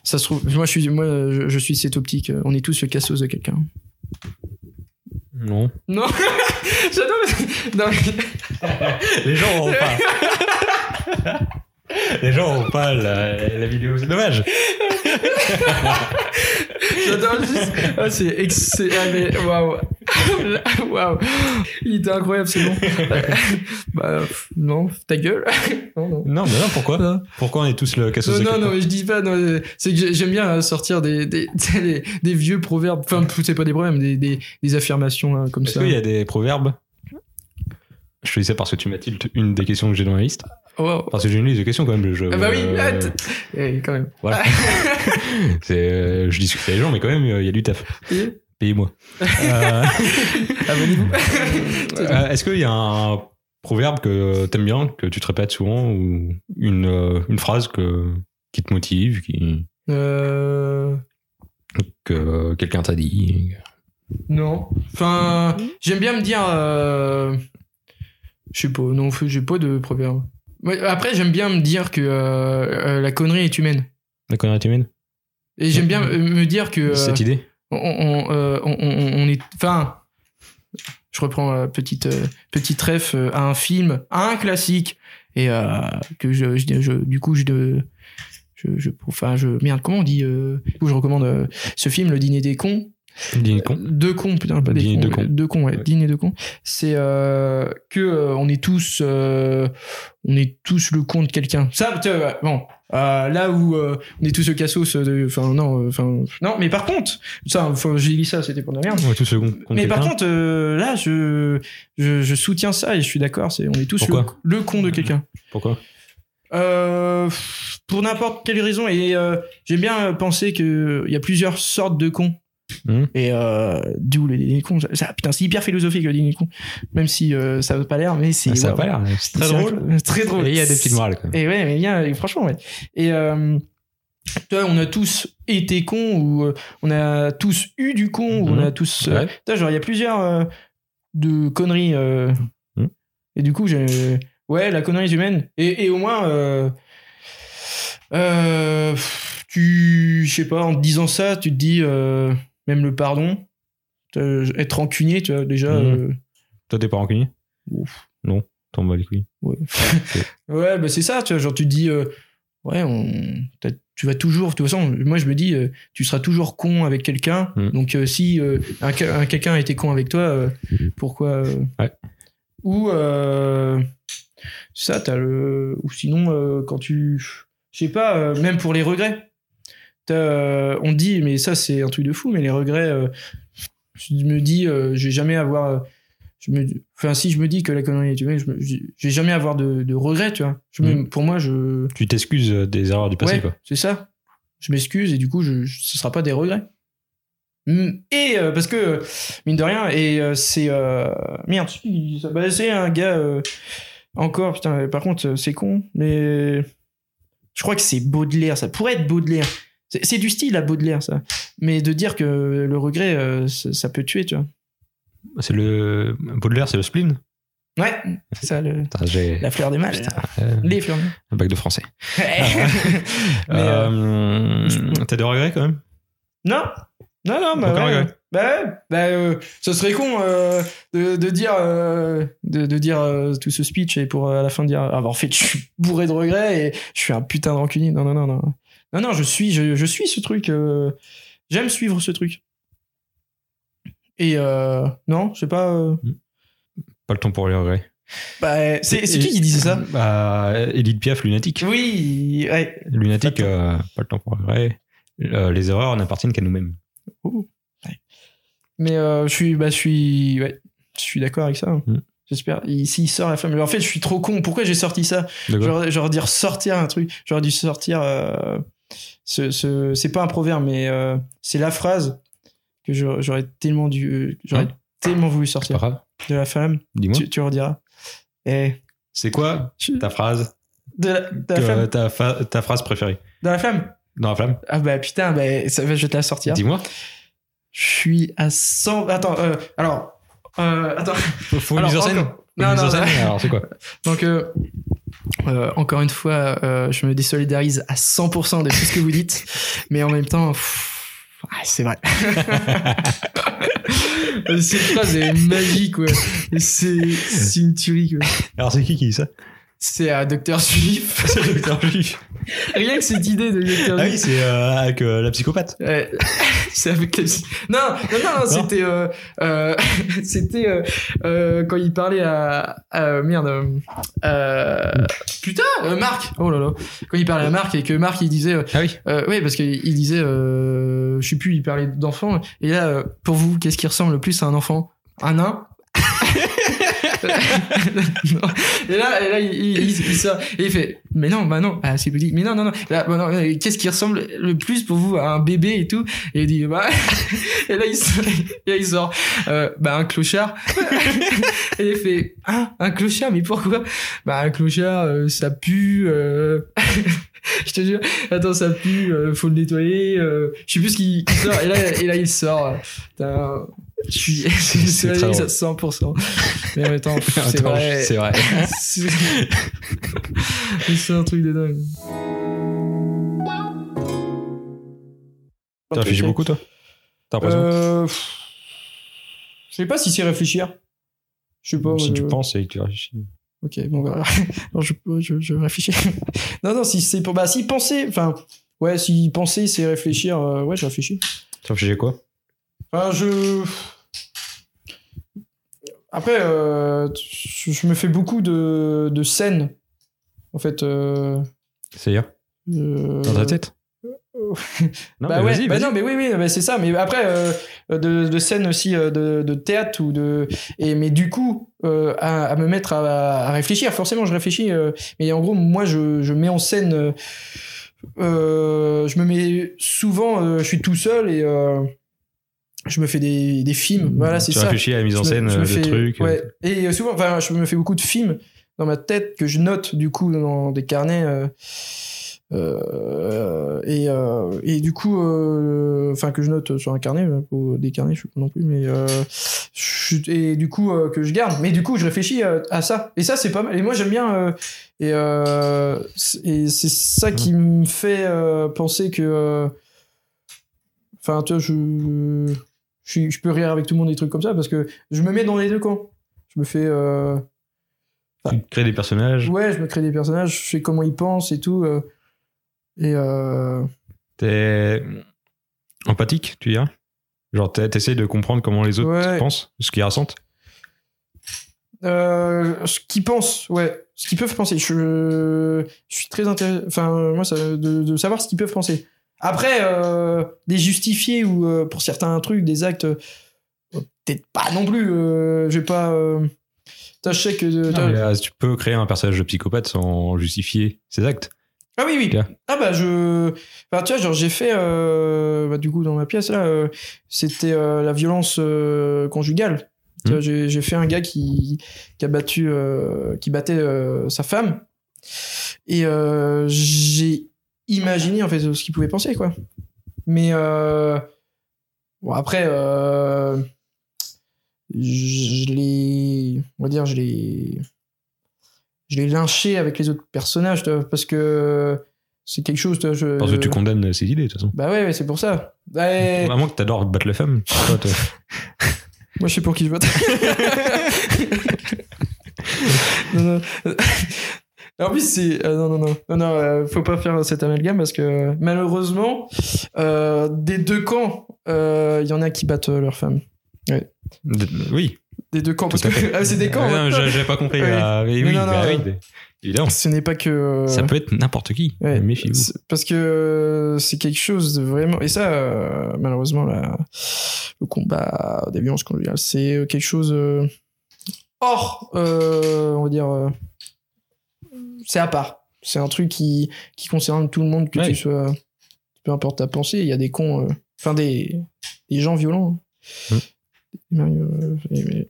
[SPEAKER 3] Ça se trouve, moi je suis, moi je, je suis cette optique. On est tous le cassos de quelqu'un.
[SPEAKER 1] Non.
[SPEAKER 3] Non, j'adore. Non, mais-
[SPEAKER 1] Les gens n'auront pas. Les gens n'auront pas la, la vidéo. C'est dommage.
[SPEAKER 3] j'adore juste. Ah, c'est ex- c'est- ah, mais waouh, waouh, il était incroyable, c'est bon. bah pff, non, ta gueule. non, non.
[SPEAKER 1] Non, mais non, pourquoi
[SPEAKER 3] Non.
[SPEAKER 1] Pourquoi on est tous le cassos
[SPEAKER 3] Non,
[SPEAKER 1] de
[SPEAKER 3] non,
[SPEAKER 1] quelqu'un
[SPEAKER 3] non, mais je dis pas. non, euh, c'est que j'ai- j'aime bien euh, sortir des, des, des, des vieux proverbes. Enfin, pff, c'est pas des proverbes, des, des, des affirmations hein, comme
[SPEAKER 1] Est-ce
[SPEAKER 3] ça.
[SPEAKER 1] qu'il y a des proverbes Je te dis ça parce que tu m'as tilté une des questions que j'ai dans la liste.
[SPEAKER 3] Wow.
[SPEAKER 1] Parce que j'ai une liste de questions quand même. Je,
[SPEAKER 3] Ah bah oui,
[SPEAKER 1] euh,
[SPEAKER 3] ah, t- Oh, eh, quand même.
[SPEAKER 1] Voilà. C'est, euh, je discute avec les gens, mais quand même, euh, il y a du taf.
[SPEAKER 3] Et
[SPEAKER 1] Payez-moi. Euh,
[SPEAKER 3] Abonnez-vous.
[SPEAKER 1] euh, Est-ce qu'il y a un proverbe que t'aimes bien, que tu te répètes souvent, ou une, euh, une phrase que, qui te motive, qui,
[SPEAKER 3] Euh,
[SPEAKER 1] que quelqu'un t'a dit
[SPEAKER 3] non. Enfin, j'aime bien me dire. euh, Je sais pas, non, en fait, j'ai pas de proverbe. Ouais, Après, j'aime bien me dire que euh, euh, la connerie est humaine.
[SPEAKER 1] La connerie humaine
[SPEAKER 3] Et j'aime bien euh, me dire que. euh,
[SPEAKER 1] Cette idée
[SPEAKER 3] on, on, euh, on- on- on est. Enfin, je reprends la petite, euh, petite ref euh, à un film, à un classique, et euh, que je, je- je- du coup, je. de- je, je, enfin, je, merde, comment on dit euh, Du coup, je recommande euh, ce film, Le Dîner des cons.
[SPEAKER 1] Dis con.
[SPEAKER 3] Deux cons, putain, pas des
[SPEAKER 1] Dîner
[SPEAKER 3] cons.
[SPEAKER 1] de
[SPEAKER 3] mais
[SPEAKER 1] cons.
[SPEAKER 3] Deux cons, ouais,
[SPEAKER 1] Ouais.
[SPEAKER 3] Dîner de cons. C'est euh, que euh, on est tous. euh, on est tous le con de quelqu'un. Ça, tu vois, bon. euh, là où euh, on est tous le cassos de. Enfin, non, euh, enfin. non, mais par contre, ça, enfin, j'ai dit ça, c'était pour de la merde.
[SPEAKER 1] Ouais, tout second. contre
[SPEAKER 3] euh, Mais par
[SPEAKER 1] quelqu'un.
[SPEAKER 3] contre, euh, là, je, je, je soutiens ça et je suis d'accord, c'est, on est tous le,
[SPEAKER 1] Pourquoi
[SPEAKER 3] le con de quelqu'un.
[SPEAKER 1] Pourquoi
[SPEAKER 3] Euh, pour n'importe quelle raison, et euh, j'aime bien euh, penser qu'il y a plusieurs sortes de cons.
[SPEAKER 1] Mhm.
[SPEAKER 3] Et euh, d'où les, les cons. ça- ça- putain, c'est hyper philosophique le dîner con. Même si euh, ça veut pas l'air, mais c'est.
[SPEAKER 1] Ah, Ça a
[SPEAKER 3] waouh.
[SPEAKER 1] pas l'air. C'est très
[SPEAKER 3] C'est
[SPEAKER 1] drôle.
[SPEAKER 3] incroyable. Très drôle.
[SPEAKER 1] Et il y a des petites morales quand même.
[SPEAKER 3] Et ouais, mais bien, et franchement, ouais. Et euh, tu vois, on a tous été cons ou euh, on a tous eu du con ou
[SPEAKER 1] Mhm.
[SPEAKER 3] on a tous. euh,
[SPEAKER 1] Ouais.
[SPEAKER 3] putain, genre, il y a plusieurs euh, de conneries. euh,
[SPEAKER 1] Mhm.
[SPEAKER 3] Et du coup, j'ai. Ouais, la connerie est humaine. Et, et au moins. euh, euh, pff, tu. Je sais pas, en te disant ça, tu te dis. euh, même le pardon. euh, Être rancunier, tu vois, déjà.
[SPEAKER 1] Mhm.
[SPEAKER 3] euh,
[SPEAKER 1] Toi, t'es pas rancunier Non, t'en bats les couilles.
[SPEAKER 3] Ouais. ouais, bah c'est ça, tu vois, genre tu te dis euh, ouais, on- t'as- tu vas toujours de toute façon, moi je me dis euh, tu seras toujours con avec quelqu'un.
[SPEAKER 1] Mm.
[SPEAKER 3] Donc euh, si euh, un, que- un quelqu'un a été con avec toi, euh, pourquoi euh,
[SPEAKER 1] Ouais.
[SPEAKER 3] Ou euh, ça t'as le ou sinon euh, quand tu je sais pas euh, même pour les regrets. t'as, euh, on dit mais ça c'est un truc de fou mais les regrets euh, je me dis euh, je vais jamais avoir euh, je me enfin si je me dis que la connerie est humaine je, me- je- je vais jamais avoir de, de regrets tu vois je me- pour moi je
[SPEAKER 1] Tu t'excuses euh, des erreurs du passé,
[SPEAKER 3] ouais
[SPEAKER 1] quoi.
[SPEAKER 3] c'est ça je m'excuse et du coup je, je- ce sera pas des regrets Mm. et euh, parce que euh, mine de rien et euh, c'est euh, merde il- ça- bah, c'est un gars euh, encore putain par contre euh, c'est con mais je crois que c'est Baudelaire ça pourrait être Baudelaire c'est c'est du style à Baudelaire ça mais de dire que le regret euh, ça, ça peut tuer tu vois
[SPEAKER 1] C'est le. Baudelaire, c'est le spleen
[SPEAKER 3] ouais c'est ça le
[SPEAKER 1] Putain, j'ai.
[SPEAKER 3] la fleur des mâles
[SPEAKER 1] euh,
[SPEAKER 3] les fleurs
[SPEAKER 1] un bac de français.
[SPEAKER 3] Mais,
[SPEAKER 1] Euh,
[SPEAKER 3] je-
[SPEAKER 1] T'as des regrets quand même
[SPEAKER 3] Non, non, non, bah,
[SPEAKER 1] Aucun
[SPEAKER 3] ouais.
[SPEAKER 1] regret.
[SPEAKER 3] bah, ouais, bah, euh, ça serait con euh, de, de dire, euh, de, de dire euh, tout ce speech et pour euh, à la fin dire, ah bah en fait je suis bourré de regrets et je suis un putain de rancunier. Non, non, non, non, non, non, je suis, je, je suis ce truc. euh, J'aime suivre ce truc. Et euh, non, je sais pas. euh,
[SPEAKER 1] Pas le temps pour les regrets.
[SPEAKER 3] bah, c'est c'est qui qui disait ça
[SPEAKER 1] Bah, Edith Piaf, lunatique.
[SPEAKER 3] Oui, ouais.
[SPEAKER 1] Lunatique,
[SPEAKER 3] Pas le
[SPEAKER 1] euh, pas le temps pour les regrets. Euh, les erreurs n'appartiennent qu'à nous-mêmes.
[SPEAKER 3] Mais euh, je suis, bah, je suis, ouais, je suis d'accord avec ça. hein.
[SPEAKER 1] Mm.
[SPEAKER 3] J'espère. Il- S'il sort à la fin, mais en fait, je suis trop con. Pourquoi j'ai sorti ça
[SPEAKER 1] D'accord
[SPEAKER 3] J'aurais j'aurais dû sortir un truc. J'aurais dû sortir. euh, ce, ce- c'est pas un proverbe, mais euh, c'est la phrase que j'aurais j'aurais tellement dû. J'aurais
[SPEAKER 1] Hein
[SPEAKER 3] tellement voulu
[SPEAKER 1] C'est pas
[SPEAKER 3] sortir
[SPEAKER 1] grave.
[SPEAKER 3] de la femme.
[SPEAKER 1] Dis-moi.
[SPEAKER 3] Tu, tu rediras. Eh,
[SPEAKER 1] C'est quoi
[SPEAKER 3] tu-
[SPEAKER 1] ta phrase
[SPEAKER 3] de la, de la
[SPEAKER 1] que-
[SPEAKER 3] flamme.
[SPEAKER 1] ta, fa- ta phrase préférée
[SPEAKER 3] De la flamme.
[SPEAKER 1] Dans la flamme
[SPEAKER 3] Ah bah putain, bah, ça, va, je vais te la sortir.
[SPEAKER 1] Dis-moi.
[SPEAKER 3] Je suis à 100. Attends, euh, alors. euh, attends.
[SPEAKER 1] Faut faut une
[SPEAKER 3] Alors,
[SPEAKER 1] mise en scène.
[SPEAKER 3] encore.
[SPEAKER 1] Faut une
[SPEAKER 3] Non,
[SPEAKER 1] mise en
[SPEAKER 3] non,
[SPEAKER 1] scène.
[SPEAKER 3] non.
[SPEAKER 1] Alors, c'est quoi
[SPEAKER 3] Donc, euh,
[SPEAKER 6] Euh, encore une fois, euh, je me désolidarise à 100% de tout ce que vous dites, mais en même temps, pff, ah, c'est vrai. Cette phrase est magique, ouais. C'est c'est une tuerie, quoi.
[SPEAKER 1] Alors, c'est qui qui dit ça
[SPEAKER 6] C'est à Docteur Juif.
[SPEAKER 1] C'est le docteur Juif.
[SPEAKER 6] Rien que cette idée de Docteur
[SPEAKER 1] Ah
[SPEAKER 6] Juif.
[SPEAKER 1] oui, c'est euh, avec euh, la psychopathe.
[SPEAKER 6] Euh, c'est avec la psy- Non, non, non, non, c'était, euh, euh, c'était euh, euh, quand il parlait à, à- merde, euh, euh, putain, euh, Marc. Oh là là, quand il parlait à Marc et que Marc il disait, euh,
[SPEAKER 7] Ah oui.
[SPEAKER 6] euh, ouais, parce qu'il il disait, euh, je sais plus, il parlait d'enfant. Et là, euh, pour vous, qu'est-ce qui ressemble le plus à un enfant Un nain Non. et là, et là, il, il, il- il sort et il fait, mais non, bah non, ah, c'est petit. Mais non, non, non. Là, bah non, euh, qu'est-ce qui ressemble le plus pour vous à un bébé et tout Et il dit, bah, et là il sort, et là, il sort euh, bah un clochard. et il fait, ah, un clochard, mais pourquoi Bah un clochard, euh, ça pue. euh, Je te jure, attends, ça pue, euh, faut le nettoyer. euh, Je sais plus ce qu'il qu'il sort. Et là, et là, il sort. euh, putain, Je suis je suis
[SPEAKER 7] C'est très
[SPEAKER 6] désolé, ça
[SPEAKER 7] drôle.
[SPEAKER 6] 100%. Mais en même temps, pff, c'est
[SPEAKER 7] Attends,
[SPEAKER 6] vrai.
[SPEAKER 7] C'est vrai.
[SPEAKER 6] C'est c'est un truc de dingue.
[SPEAKER 1] T'as réfléchi beaucoup, toi T'as l'impression
[SPEAKER 3] Euh, pff, Je sais pas si c'est réfléchir. Je sais pas.
[SPEAKER 1] Si
[SPEAKER 3] euh,
[SPEAKER 1] tu penses et que tu réfléchis.
[SPEAKER 3] Ok, bon, voilà. Non, je, je, je réfléchis. non, non, si c'est pour. Bah, si penser. Enfin, ouais, si penser, c'est réfléchir. euh, ouais, je réfléchis.
[SPEAKER 1] T'as réfléchi à quoi
[SPEAKER 3] Enfin, je. Après, euh, je je me fais beaucoup de, de scènes. En fait. euh,
[SPEAKER 1] C'est-à-dire
[SPEAKER 3] euh,
[SPEAKER 1] Dans ta tête
[SPEAKER 3] euh,
[SPEAKER 1] Non, mais
[SPEAKER 3] bah ouais,
[SPEAKER 1] vas-y,
[SPEAKER 3] bah
[SPEAKER 1] vas-y.
[SPEAKER 3] non, mais oui, oui, bah c'est ça. Mais après, euh, de, de scènes aussi euh, de, de théâtre ou de. Et mais du coup, euh, à, à me mettre à, à réfléchir. Forcément, je réfléchis. euh, mais en gros, moi, je, je mets en scène. euh, euh, je me mets souvent. euh, je suis tout seul et euh, je me fais des, des films. Voilà, c'est
[SPEAKER 1] Mmh. Tu
[SPEAKER 3] ça.
[SPEAKER 1] réfléchis à la mise en
[SPEAKER 3] Je me-
[SPEAKER 1] scène,
[SPEAKER 3] je me
[SPEAKER 1] le
[SPEAKER 3] fais-
[SPEAKER 1] truc. euh,
[SPEAKER 3] ouais. Et euh, souvent, enfin, je me fais beaucoup de films dans ma tête que je note du coup dans des carnets. euh, euh, et, euh, et du coup, euh, enfin que je note sur un carnet, euh, ou des carnets, je sais pas non plus, mais euh, je- et du coup euh, que je garde. Mais du coup, je réfléchis euh, à ça. Et ça, c'est pas mal. Et moi, j'aime bien. euh, et euh, c'est- et c'est
[SPEAKER 1] Mhm.
[SPEAKER 3] ça qui me fait euh, penser que. euh, Enfin, tu vois, je, je, suis- je peux rire avec tout le monde des trucs comme ça parce que je me mets dans les deux camps. Je me fais. euh,
[SPEAKER 1] euh, Tu crées des personnages.
[SPEAKER 3] ouais, je me crée des personnages, je sais comment ils pensent et tout. euh, et. euh,
[SPEAKER 1] T'es empathique, tu dirais Genre, t'es- t'essayes de comprendre comment les autres
[SPEAKER 3] Ouais.
[SPEAKER 1] pensent, ce qu'ils ressentent.
[SPEAKER 3] Euh, ce qu'ils pensent, ouais, ce qu'ils peuvent penser. Je, je suis très intéressé, enfin, moi, ça, de, de savoir ce qu'ils peuvent penser. Après, euh, les justifier ou euh, pour certains trucs, des actes, euh, peut-être pas non plus. Euh, je vais pas. Euh, putain, je sais que.
[SPEAKER 1] Non, mais, euh, tu peux créer un personnage de psychopathe sans justifier ses actes.
[SPEAKER 3] Ah oui, oui.
[SPEAKER 1] Tu vois.
[SPEAKER 3] Ah bah je... Bah tu vois, genre j'ai fait... euh, Bah, du coup, dans ma pièce, là, euh, c'était euh, la violence euh, conjugale. Tu
[SPEAKER 1] Mhm.
[SPEAKER 3] vois, J'ai j'ai fait un gars qui, qui a battu... euh, qui battait euh, sa femme. Et euh, j'ai imaginé, en fait, ce qu'il pouvait penser, quoi. Mais... euh, Bon, après... euh, Je je l'ai... On va dire, je l'ai je l'ai lynché avec les autres personnages tu vois, parce que c'est quelque chose. tu vois, je-
[SPEAKER 1] Parce que tu condamnes ses idées, de toute façon.
[SPEAKER 3] Bah ouais, ouais, c'est pour ça. Ouais,
[SPEAKER 1] À moins que t'adores battre les femmes. Toi, toi.
[SPEAKER 3] Moi, je sais pour qui je vote. non, non. En plus, c'est. euh, non, non, non. Non, non, euh, faut pas faire cet amalgame parce que malheureusement, euh, des deux camps, euh, il y en a qui battent euh, leurs femmes.
[SPEAKER 1] De- Oui.
[SPEAKER 3] Des deux camps.
[SPEAKER 1] Tout
[SPEAKER 3] Parce
[SPEAKER 1] à fait.
[SPEAKER 3] que... ah, c'est des camps.
[SPEAKER 1] Ah,
[SPEAKER 3] ouais.
[SPEAKER 1] non, j'a- J'avais pas compris.
[SPEAKER 3] Oui.
[SPEAKER 1] ah, mais
[SPEAKER 3] Non,
[SPEAKER 1] oui,
[SPEAKER 3] non,
[SPEAKER 1] bah
[SPEAKER 3] non.
[SPEAKER 1] oui, évidemment.
[SPEAKER 3] Ce n'est pas que. euh,
[SPEAKER 1] Ça peut être n'importe qui.
[SPEAKER 3] Ouais,
[SPEAKER 1] Méfiez-vous.
[SPEAKER 3] c'est- Parce que euh, c'est quelque chose de vraiment. Et ça, euh, malheureusement, la- le combat des violences conjugales, c'est euh, quelque chose euh, hors, euh, on va dire. euh, c'est à part. C'est un truc qui, qui concerne tout le monde, que
[SPEAKER 1] Ouais.
[SPEAKER 3] tu sois. Peu importe ta pensée, il y a des cons. euh, Enfin, des, des gens violents. hein. Des mariés, euh, et- mais-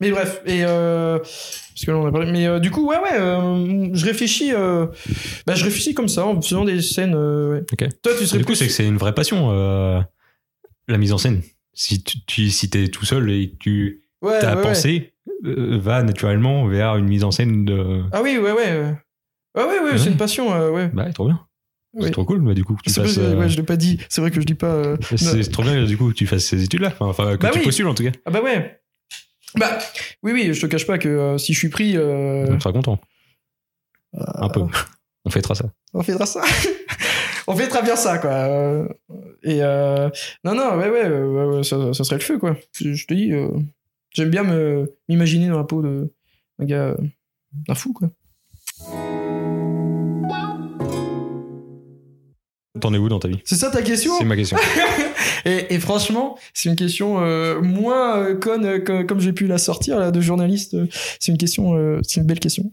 [SPEAKER 3] mais bref, et euh, parce que là on a parlé. Mais euh, du coup, ouais, ouais, euh, je réfléchis. euh, bah, je réfléchis comme ça en faisant des scènes. euh, ouais.
[SPEAKER 1] Ok.
[SPEAKER 3] Toi, tu serais
[SPEAKER 1] Du coup,
[SPEAKER 3] plus.
[SPEAKER 1] c'est que c'est une vraie passion, euh, la mise en scène. Si tu, tu- si t'es tout seul et que tu
[SPEAKER 3] ouais,
[SPEAKER 1] t'as
[SPEAKER 3] ouais, ouais.
[SPEAKER 1] pensé, euh, va naturellement vers une mise en scène de.
[SPEAKER 3] Ah oui, ouais, ouais. euh. Ah ouais, ouais,
[SPEAKER 1] Ouais.
[SPEAKER 3] c'est une passion, euh, ouais.
[SPEAKER 1] Bah, trop bien. C'est
[SPEAKER 3] Oui.
[SPEAKER 1] trop cool, mais du coup, que tu
[SPEAKER 3] C'est pas-
[SPEAKER 1] fasses. euh,
[SPEAKER 3] ouais, je l'ai pas dit. C'est vrai que je dis pas. euh, non.
[SPEAKER 1] C'est trop bien, du coup, que tu fasses ces études-là. Enfin, Enfin, que
[SPEAKER 3] Bah
[SPEAKER 1] tu
[SPEAKER 3] oui.
[SPEAKER 1] postules, en tout cas.
[SPEAKER 3] Ah bah ouais. Bah oui, oui, je te cache pas que euh, si je suis pris, euh,
[SPEAKER 1] On sera content. Un peu. On fêtera ça.
[SPEAKER 3] on fêtera ça. on fêtera bien ça, quoi. Euh, Et euh, non, non, ouais, ouais, euh, ouais, ouais, ça, ça serait le feu, quoi. Je, je te dis, euh, j'aime bien me- m'imaginer dans la peau de un gars, euh, un fou, quoi.
[SPEAKER 1] T'en es où dans ta vie
[SPEAKER 3] C'est ça ta question
[SPEAKER 1] C'est ma question.
[SPEAKER 3] Et, et franchement, c'est une question euh, moins euh, conne euh, que- comme j'ai pu la sortir là, de journaliste. euh, C'est une question, euh, c'est une belle question.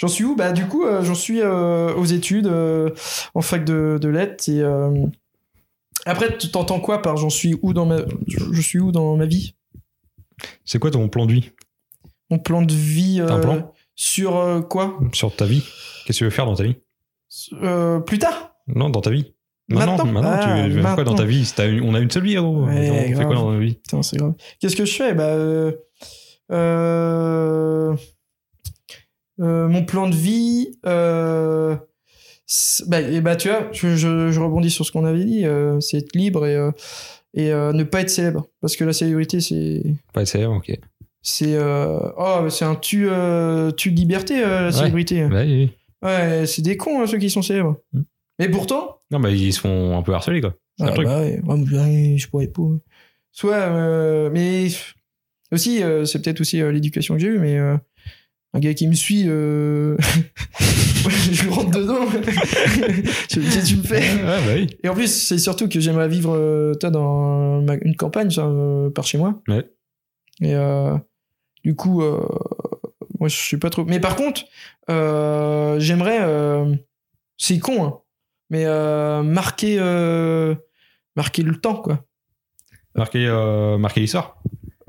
[SPEAKER 3] J'en suis où Bah du coup, euh, j'en suis euh, aux études euh, en fac de, de lettres et euh, après, tu t'entends quoi par j'en suis où dans ma, je, je suis où dans ma vie
[SPEAKER 1] C'est quoi ton plan de vie
[SPEAKER 3] Mon plan de vie
[SPEAKER 1] T'as un
[SPEAKER 3] euh,
[SPEAKER 1] plan
[SPEAKER 3] sur euh, quoi
[SPEAKER 1] sur ta vie Qu'est-ce que tu veux faire dans ta vie
[SPEAKER 3] Euh, Plus tard.
[SPEAKER 1] Non, dans ta vie. Maintenant,
[SPEAKER 3] Maintenant.
[SPEAKER 1] maintenant, tu
[SPEAKER 3] Ah,
[SPEAKER 1] veux faire quoi dans
[SPEAKER 3] maintenant.
[SPEAKER 1] ta vie Si t'as une- On a une seule vie, gros.
[SPEAKER 3] Ouais,
[SPEAKER 1] on fait
[SPEAKER 3] grave.
[SPEAKER 1] quoi dans la vie
[SPEAKER 3] Putain, c'est grave. Qu'est-ce que je fais Bah. euh, euh, euh, mon plan de vie. euh, c'est- bah, et bah, tu vois, je, je- je rebondis sur ce qu'on avait dit. euh, c'est être libre et, euh, et euh, ne pas être célèbre. Parce que la célébrité, c'est.
[SPEAKER 1] Pas essayer, ok.
[SPEAKER 3] C'est euh, oh, mais c'est un tu, euh, tu de liberté, euh, la
[SPEAKER 1] Ouais.
[SPEAKER 3] célébrité.
[SPEAKER 1] Bah, oui, oui.
[SPEAKER 3] Ouais, c'est des cons, hein, ceux qui sont célèbres.
[SPEAKER 1] Mm.
[SPEAKER 3] Mais pourtant,
[SPEAKER 1] Non, bah, ils se font un peu harceler, quoi. C'est un
[SPEAKER 3] ah
[SPEAKER 1] truc.
[SPEAKER 3] bah ouais, ouais, mais, ouais, je pourrais pas. Soit, euh, mais aussi, euh, c'est peut-être aussi euh, l'éducation que j'ai eue, mais euh, un gars qui me suit, euh, je lui rentre dedans. je me dis, tu me fais.
[SPEAKER 1] Ah, bah oui.
[SPEAKER 3] Et en plus, c'est surtout que j'aimerais vivre euh, toi, dans ma- une campagne ça, euh, par chez moi.
[SPEAKER 1] Ouais.
[SPEAKER 3] Et euh, du coup, euh, moi, je suis pas trop. Mais par contre, euh, j'aimerais. euh, c'est con, hein, mais euh, marquer, euh, marquer le temps, quoi.
[SPEAKER 1] Marquer, euh, marquer l'histoire.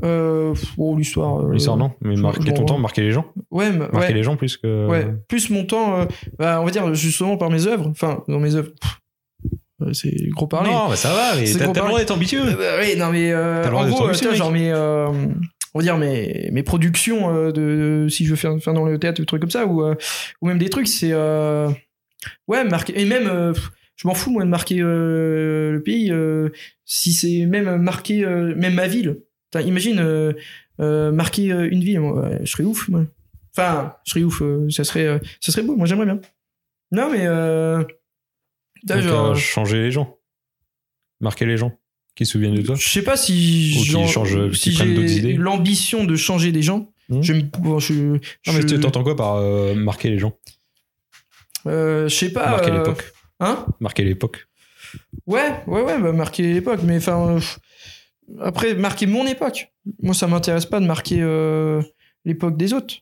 [SPEAKER 3] Euh, pff, oh, l'histoire. euh,
[SPEAKER 1] L'histoire, non. Mais
[SPEAKER 3] je- je
[SPEAKER 1] marquer ton
[SPEAKER 3] m'en
[SPEAKER 1] temps,
[SPEAKER 3] vois.
[SPEAKER 1] marquer les gens.
[SPEAKER 3] Ouais, mais-
[SPEAKER 1] Marquer
[SPEAKER 3] ouais.
[SPEAKER 1] les gens plus que.
[SPEAKER 3] Ouais, plus mon temps, euh, bah, on va dire justement par mes œuvres, enfin dans mes œuvres, Pff, euh, c'est gros parler.
[SPEAKER 1] Non, mais ça va, mais
[SPEAKER 3] C'est
[SPEAKER 1] t'as
[SPEAKER 3] qu'on
[SPEAKER 1] t'as le droit
[SPEAKER 3] parle-
[SPEAKER 1] d'être ambitieux.
[SPEAKER 3] Euh, bah, oui, non, mais
[SPEAKER 1] T'as
[SPEAKER 3] euh,
[SPEAKER 1] le droit
[SPEAKER 3] en
[SPEAKER 1] d'être
[SPEAKER 3] gros, euh,
[SPEAKER 1] ambitieux,
[SPEAKER 3] tu vois,
[SPEAKER 1] mec.
[SPEAKER 3] genre mes, euh, on va dire mes, mes productions, euh, de, de- si je veux faire, faire dans le théâtre, des trucs comme ça, ou, euh, ou même des trucs, c'est. euh, ouais, marquer. Et même, euh, pff, je m'en fous, moi, de marquer euh, le pays, euh, si c'est même marquer, euh, même ma ville. Putain, imagine, euh, euh, marquer euh, une ville, moi, ouais, je serais ouf, moi. Enfin, je serais ouf, euh, ça, serait, euh, ça serait beau, moi, j'aimerais bien. Non, mais. Euh, putain,
[SPEAKER 1] Donc,
[SPEAKER 3] genre,
[SPEAKER 1] euh, changer les gens. Marquer les gens qui se souviennent de toi.
[SPEAKER 3] je sais pas si
[SPEAKER 1] Ou qu'ils
[SPEAKER 3] j'en-
[SPEAKER 1] changent-
[SPEAKER 3] si
[SPEAKER 1] qu'ils prennent d'autres idées.
[SPEAKER 3] j'ai l'ambition de changer des gens.
[SPEAKER 1] Mhm.
[SPEAKER 3] Je, me- je,
[SPEAKER 1] Non, mais
[SPEAKER 3] je,
[SPEAKER 1] t'entends quoi par euh, marquer les gens
[SPEAKER 3] euh, je sais pas.
[SPEAKER 1] Marquer
[SPEAKER 3] euh,
[SPEAKER 1] l'époque.
[SPEAKER 3] Hein
[SPEAKER 1] Marquer l'époque.
[SPEAKER 3] Ouais, ouais, ouais, bah, marquer l'époque. Mais enfin, euh, après, marquer mon époque. Moi, ça m'intéresse pas de marquer euh, l'époque des autres.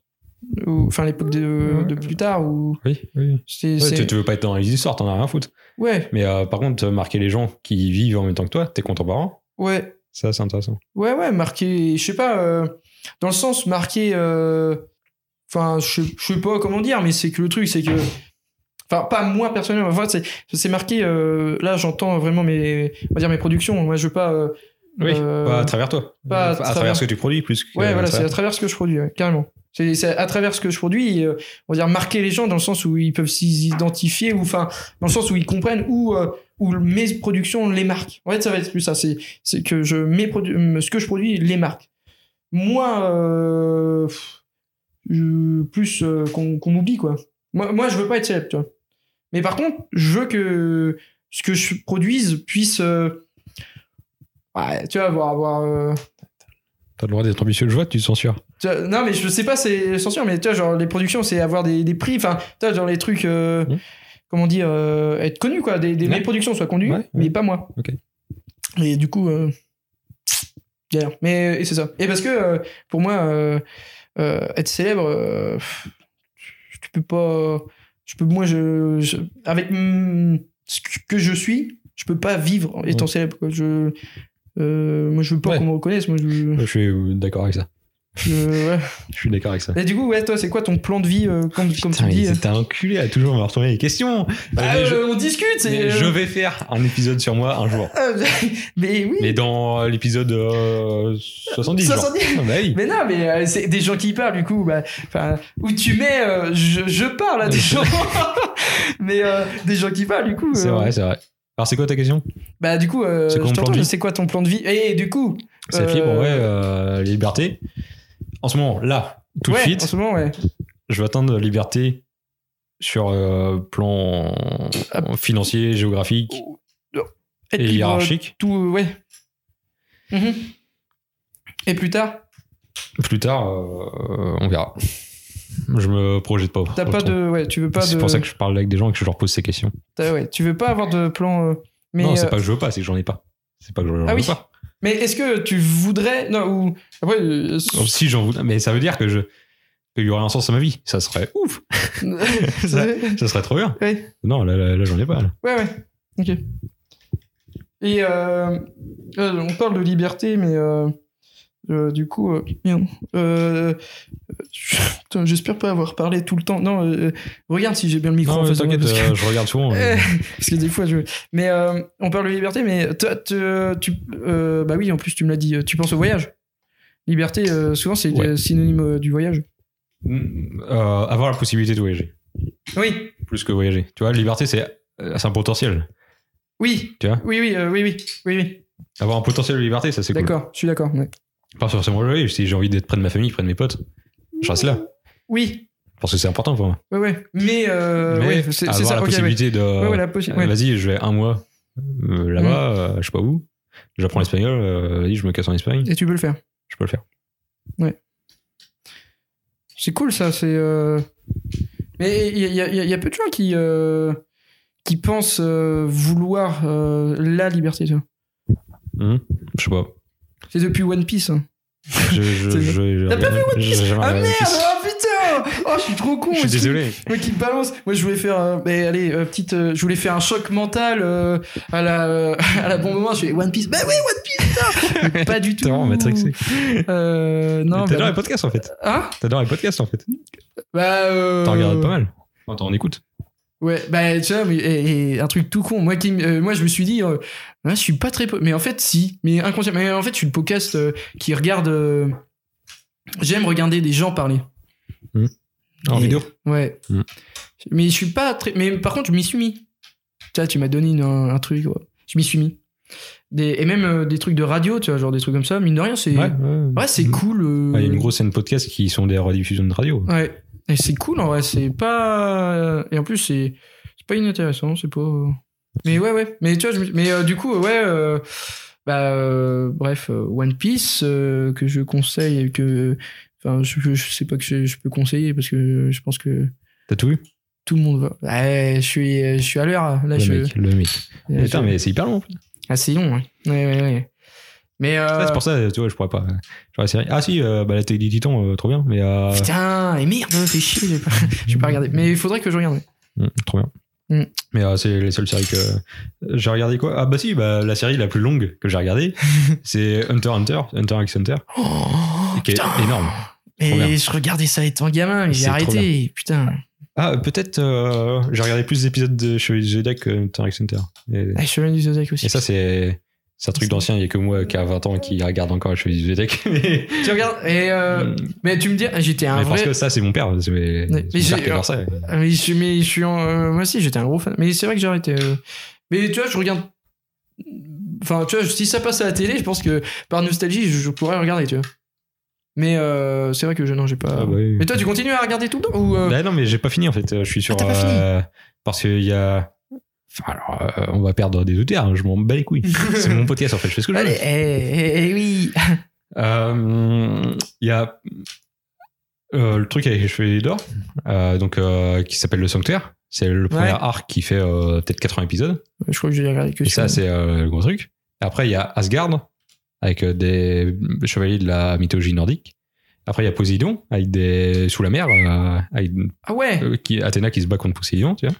[SPEAKER 3] Ou- Enfin, l'époque de, de plus tard. Ou
[SPEAKER 1] Oui, oui.
[SPEAKER 3] c'est,
[SPEAKER 1] Ouais,
[SPEAKER 3] c'est-
[SPEAKER 1] tu, tu veux pas être dans les histoires, t'en as rien à foutre.
[SPEAKER 3] ouais,
[SPEAKER 1] Mais euh, par contre, euh, marquer les gens qui vivent en même temps que toi, tes contemporains,
[SPEAKER 3] ouais.
[SPEAKER 1] ça c'est intéressant.
[SPEAKER 3] Ouais, ouais, marqué, je sais pas, euh, dans le sens marqué, euh, enfin, je je sais pas comment dire, mais c'est que le truc, c'est que, enfin, pas moi personnellement, enfin, c'est- c'est marqué, euh, là, j'entends vraiment mes, on va dire mes productions, moi, je veux pas, euh,
[SPEAKER 1] Oui,
[SPEAKER 3] Euh,
[SPEAKER 1] pas Bah, à travers toi.
[SPEAKER 3] pas à
[SPEAKER 1] à travers...
[SPEAKER 3] travers
[SPEAKER 1] ce que tu produis plus que.
[SPEAKER 3] ouais, voilà,
[SPEAKER 1] à
[SPEAKER 3] c'est à
[SPEAKER 1] travers-
[SPEAKER 3] travers ce que je produis, ouais, carrément. C'est c'est à travers ce que je produis, et, euh, on va dire marquer les gens dans le sens où ils peuvent s'identifier, ou enfin, dans le sens où ils comprennent où, euh, où mes productions les marquent. En fait, ça va être plus ça, c'est c'est que je, mes produ- euh, ce que je produis les marque. Moi, euh, pff, je- plus euh, qu'on qu'on m'oublie, quoi. Moi, moi, je veux pas être célèbre, tu vois. Mais par contre, je veux que ce que je produise puisse. euh, ouais, tu vois, avoir. avoir euh,
[SPEAKER 1] T'as le droit d'être ambitieux, je vois, tu te censures.
[SPEAKER 3] tu vois, non, mais je sais pas, c'est censure, mais tu vois, genre, les productions, c'est avoir des, des prix, enfin, tu vois, genre, les trucs, euh,
[SPEAKER 1] Mhm.
[SPEAKER 3] comment dire, euh, être connu, quoi. Des, des,
[SPEAKER 1] Ouais.
[SPEAKER 3] Mes productions soient connues,
[SPEAKER 1] Ouais, ouais.
[SPEAKER 3] mais pas moi.
[SPEAKER 1] Ok.
[SPEAKER 3] Et du coup, euh, galère. Mais et c'est ça. Et parce que, euh, pour moi, euh, euh, être célèbre, euh, pff, tu peux pas. Je peux, moi, je, je- avec hum, ce que je suis, je peux pas vivre en étant
[SPEAKER 1] Ouais.
[SPEAKER 3] célèbre, quoi. Je. euh, moi je veux pas
[SPEAKER 1] Ouais.
[SPEAKER 3] qu'on me reconnaisse moi je...
[SPEAKER 1] Je suis euh, d'accord avec ça.
[SPEAKER 3] Je- ouais.
[SPEAKER 1] Je suis d'accord avec ça.
[SPEAKER 3] Et du coup, ouais, toi, c'est quoi ton plan de vie, euh, comme, comme
[SPEAKER 1] Putain,
[SPEAKER 3] tu
[SPEAKER 1] mais
[SPEAKER 3] dis euh
[SPEAKER 1] t'es un enculé à toujours me retourner les questions.
[SPEAKER 3] Bah,
[SPEAKER 1] Mais je-
[SPEAKER 3] euh, On discute, c'est.
[SPEAKER 1] mais je
[SPEAKER 3] euh,
[SPEAKER 1] vais faire un épisode sur moi un jour.
[SPEAKER 3] euh, mais oui.
[SPEAKER 1] Mais dans euh, l'épisode euh, 70. genre.
[SPEAKER 3] 70.
[SPEAKER 1] Ah, bah oui.
[SPEAKER 3] Mais non, mais euh, c'est des gens qui parlent, du coup, bah, enfin, où tu mets, euh, je, je parle à des gens, mais euh, des gens qui parlent, du coup.
[SPEAKER 1] C'est
[SPEAKER 3] euh,
[SPEAKER 1] vrai, c'est vrai. Alors, c'est quoi ta question
[SPEAKER 3] Bah, du coup, euh,
[SPEAKER 1] C'est quoi
[SPEAKER 3] je
[SPEAKER 1] mon plan
[SPEAKER 3] t'entends,
[SPEAKER 1] de
[SPEAKER 3] je
[SPEAKER 1] vie
[SPEAKER 3] sais quoi ton plan de vie. Et du coup,
[SPEAKER 1] C'est la
[SPEAKER 3] Euh,
[SPEAKER 1] fibre, ouais, euh, les libertés. En ce moment, là, tout
[SPEAKER 3] ouais,
[SPEAKER 1] de suite,
[SPEAKER 3] en ce moment, ouais.
[SPEAKER 1] je vais atteindre la liberté sur euh, plan
[SPEAKER 3] Ah.
[SPEAKER 1] financier, géographique
[SPEAKER 3] Oh, Être
[SPEAKER 1] et
[SPEAKER 3] libre,
[SPEAKER 1] hiérarchique.
[SPEAKER 3] Tout, euh, ouais. Mhm. Et plus tard,
[SPEAKER 1] Plus tard, euh, on verra. Je me projette pas.
[SPEAKER 3] t'as pas de, ouais, tu veux pas de.
[SPEAKER 1] C'est pour ça que je parle avec des gens et que je leur pose ces questions.
[SPEAKER 3] t'as- ouais, tu veux pas avoir de plan. euh, mais
[SPEAKER 1] non, c'est
[SPEAKER 3] euh,
[SPEAKER 1] pas que je veux pas, c'est que j'en ai pas. C'est pas que j'en
[SPEAKER 3] Ah
[SPEAKER 1] veux
[SPEAKER 3] oui.
[SPEAKER 1] pas.
[SPEAKER 3] mais est-ce que tu voudrais, non ou après, euh,
[SPEAKER 1] Si j'en voudrais, mais ça veut dire que je qu'il y aurait un sens à ma vie. Ça serait ouf. Ça-
[SPEAKER 3] ouais,
[SPEAKER 1] Ça serait trop bien.
[SPEAKER 3] ouais,
[SPEAKER 1] Non, là, là, là, j'en ai pas. là.
[SPEAKER 3] ouais, ok. Et euh, euh, on parle de liberté, mais euh, euh, du coup, euh, merde. Euh, je- putain, j'espère pas avoir parlé tout le temps. Non, euh, regarde si j'ai bien le micro.
[SPEAKER 1] Non,
[SPEAKER 3] en
[SPEAKER 1] mais
[SPEAKER 3] face de moi,
[SPEAKER 1] t'inquiète,
[SPEAKER 3] parce que-
[SPEAKER 1] euh, je regarde souvent. euh,
[SPEAKER 3] parce que des fois je mais euh, on parle de liberté mais toi, te- tu euh, bah oui en plus tu me l'as dit euh, tu penses au voyage liberté euh, souvent c'est
[SPEAKER 1] Ouais.
[SPEAKER 3] euh, synonyme euh, du voyage
[SPEAKER 1] euh, avoir la possibilité de voyager.
[SPEAKER 3] oui
[SPEAKER 1] Plus que voyager. Tu vois, liberté, c'est euh, c'est un potentiel.
[SPEAKER 3] oui
[SPEAKER 1] Tu vois
[SPEAKER 3] oui oui euh, oui oui oui oui
[SPEAKER 1] Avoir un potentiel de liberté, ça c'est cool.
[SPEAKER 3] d'accord je suis d'accord ouais.
[SPEAKER 1] Pas forcément voyager. Si j'ai envie d'être près de ma famille, près de mes potes, je reste là.
[SPEAKER 3] oui
[SPEAKER 1] Parce que c'est important pour moi.
[SPEAKER 3] ouais ouais mais, euh,
[SPEAKER 1] Mais
[SPEAKER 3] ouais, c'est
[SPEAKER 1] avoir
[SPEAKER 3] c'est ça
[SPEAKER 1] la
[SPEAKER 3] ok, ouais.
[SPEAKER 1] possibilité de.
[SPEAKER 3] Ouais, ouais, la possi-
[SPEAKER 1] Euh,
[SPEAKER 3] ouais.
[SPEAKER 1] Vas-y, je vais un mois euh, là-bas, euh, je sais pas où. J'apprends l'espagnol, euh, vas-y, je me casse en Espagne,
[SPEAKER 3] et tu peux le faire
[SPEAKER 1] je peux le faire.
[SPEAKER 3] c'est cool ça c'est euh, mais il y, a- il y a- il y a- il y a peu de gens qui euh, qui pensent euh, vouloir euh, la liberté tu vois.
[SPEAKER 1] Hum, je sais pas.
[SPEAKER 3] c'est depuis One Piece hein.
[SPEAKER 1] Je- je-
[SPEAKER 3] C'est
[SPEAKER 1] je- je-
[SPEAKER 3] T'as pas vu
[SPEAKER 1] j'ai jamais
[SPEAKER 3] ah
[SPEAKER 1] regardé
[SPEAKER 3] merde
[SPEAKER 1] One Piece.
[SPEAKER 3] ah putain oh je suis trop con
[SPEAKER 1] Je suis
[SPEAKER 3] est-ce que-
[SPEAKER 1] désolé.
[SPEAKER 3] Moi qui me balance. Moi je voulais faire, euh, mais allez, euh, petite, euh, je voulais faire un choc mental euh, à la, euh, à la bon moment. Je fais One Piece. Bah oui, One Piece. putain Mais pas du tout.
[SPEAKER 1] T'es vraiment matrixé.
[SPEAKER 3] Euh, non.
[SPEAKER 1] T'adores
[SPEAKER 3] bah,
[SPEAKER 1] les podcasts en fait.
[SPEAKER 3] Hein
[SPEAKER 1] T'adores les podcasts en fait.
[SPEAKER 3] Bah. Euh...
[SPEAKER 1] T'en regardes pas mal. Non, t'en écoutes.
[SPEAKER 3] Ouais. Bah tu vois, mais et- et un truc tout con. Moi qui, me- euh, moi je me suis dit, euh, ouais, je suis pas très, po- mais en fait si, mais inconsciemment. Mais en fait, je suis le podcast euh, qui regarde. euh, J'aime regarder des gens parler.
[SPEAKER 1] Hmm. En
[SPEAKER 3] Et-
[SPEAKER 1] vidéo.
[SPEAKER 3] Ouais.
[SPEAKER 1] Mm.
[SPEAKER 3] Mais je suis pas très. Mais par contre, je m'y suis mis. Tu vois, tu m'as donné une- un, un truc. ouais. Je m'y suis mis. Des, et même euh, des trucs de radio, tu vois, genre des trucs comme ça. Mine de rien, c'est. Ouais, c'est cool. euh,
[SPEAKER 1] Mm. Ouais, Il y a une grosse scène podcast qui sont des rediffusions de radio.
[SPEAKER 3] Ouais. Et c'est cool, en vrai. C'est pas. Et en plus, c'est. C'est pas inintéressant, c'est pas. euh. Mais ouais, ouais. Mais tu vois, je me- mais euh, du coup, ouais. euh, bah, euh, bref, euh, One Piece euh, que je conseille et que. Enfin, je, je- je sais pas que je, je peux conseiller parce que je pense que
[SPEAKER 1] T'as tout vu
[SPEAKER 3] tout le monde va. Ouais, je suis, euh, je suis à l'heure là. Là,
[SPEAKER 1] Le
[SPEAKER 3] je,
[SPEAKER 1] mec, le mec.
[SPEAKER 3] là,
[SPEAKER 1] Putain,
[SPEAKER 3] je-
[SPEAKER 1] mais c'est hyper long.
[SPEAKER 3] Ah, c'est long. Ouais, ouais, ouais. ouais. Mais euh,
[SPEAKER 1] Ouais, c'est pour ça, tu vois, je pourrais pas. J'aurais essayé. Ah si, euh, bah, la télé des titans, euh, trop bien. Mais euh,
[SPEAKER 3] putain, et merde, c'est chier. J'ai pas, j'ai pas regardé. Mais il faudrait que je regarde. ouais.
[SPEAKER 1] Mm, trop bien.
[SPEAKER 3] Mm.
[SPEAKER 1] Mais euh, c'est les seules séries que j'ai regardé quoi Ah bah si, bah, la série la plus longue que j'ai regardée, c'est Hunter x Hunter, Hunter x Hunter,
[SPEAKER 3] Oh,
[SPEAKER 1] et qui est
[SPEAKER 3] putain.
[SPEAKER 1] énorme. trop bien.
[SPEAKER 3] Et je regardais ça étant gamin, mais j'ai
[SPEAKER 1] C'est trop
[SPEAKER 3] arrêté. Putain,
[SPEAKER 1] Ah peut-être euh, j'ai regardé plus d'épisodes de Chevalier du Zodiac que Hunter x Hunter. Et,
[SPEAKER 3] ah, je suis venu du Zodiac aussi.
[SPEAKER 1] et ça c'est c'est un truc d'ancien, il y a que moi qui a 20 ans qui regarde encore Chevalier du Zodiac. mais,
[SPEAKER 3] tu regardes et euh,
[SPEAKER 1] mais
[SPEAKER 3] mais tu me dis, j'étais un
[SPEAKER 1] Hmm. parce
[SPEAKER 3] vrai.
[SPEAKER 1] que ça c'est mon père, c'est c'est
[SPEAKER 3] Mais
[SPEAKER 1] mon père
[SPEAKER 3] j'ai-
[SPEAKER 1] qui adore ça.
[SPEAKER 3] Ah, Mais je suis, mais je suis en- euh, moi aussi, j'étais un gros fan. Mais c'est vrai que j'ai arrêté. euh. Mais tu vois, je regarde. Enfin, tu vois, si ça passe à la télé, je pense que par nostalgie, je, je pourrais regarder, tu vois. Mais euh, c'est vrai que je non, j'ai pas.
[SPEAKER 1] Ah, bah oui.
[SPEAKER 3] Mais toi, tu continues à regarder tout le temps ou euh, Ah,
[SPEAKER 1] Bah non, mais j'ai pas fini en fait. Je suis sur.
[SPEAKER 3] t'as pas fini
[SPEAKER 1] euh, parce qu'il y a. Enfin, alors, euh, on va perdre des auteurs. Je m'en bats les couilles. C'est mon podcast en fait. Je fais ce que je veux.
[SPEAKER 3] Allez, eh, eh, eh, oui.
[SPEAKER 1] Euh, Il y a euh, le truc avec les cheveux d'or, euh, donc euh, qui s'appelle le sanctuaire. C'est le premier
[SPEAKER 3] Ouais.
[SPEAKER 1] arc qui fait euh, peut-être 80 épisodes.
[SPEAKER 3] Je crois que j'ai regardé que
[SPEAKER 1] Et ça, c'est euh, le gros truc. Après, il y a Asgard avec euh, des chevaliers de la mythologie nordique. Après, il y a Poséidon avec des sous la mer, euh, avec
[SPEAKER 3] Ah ouais.
[SPEAKER 1] euh, qui, Athéna qui se bat contre Poséidon, tu vois.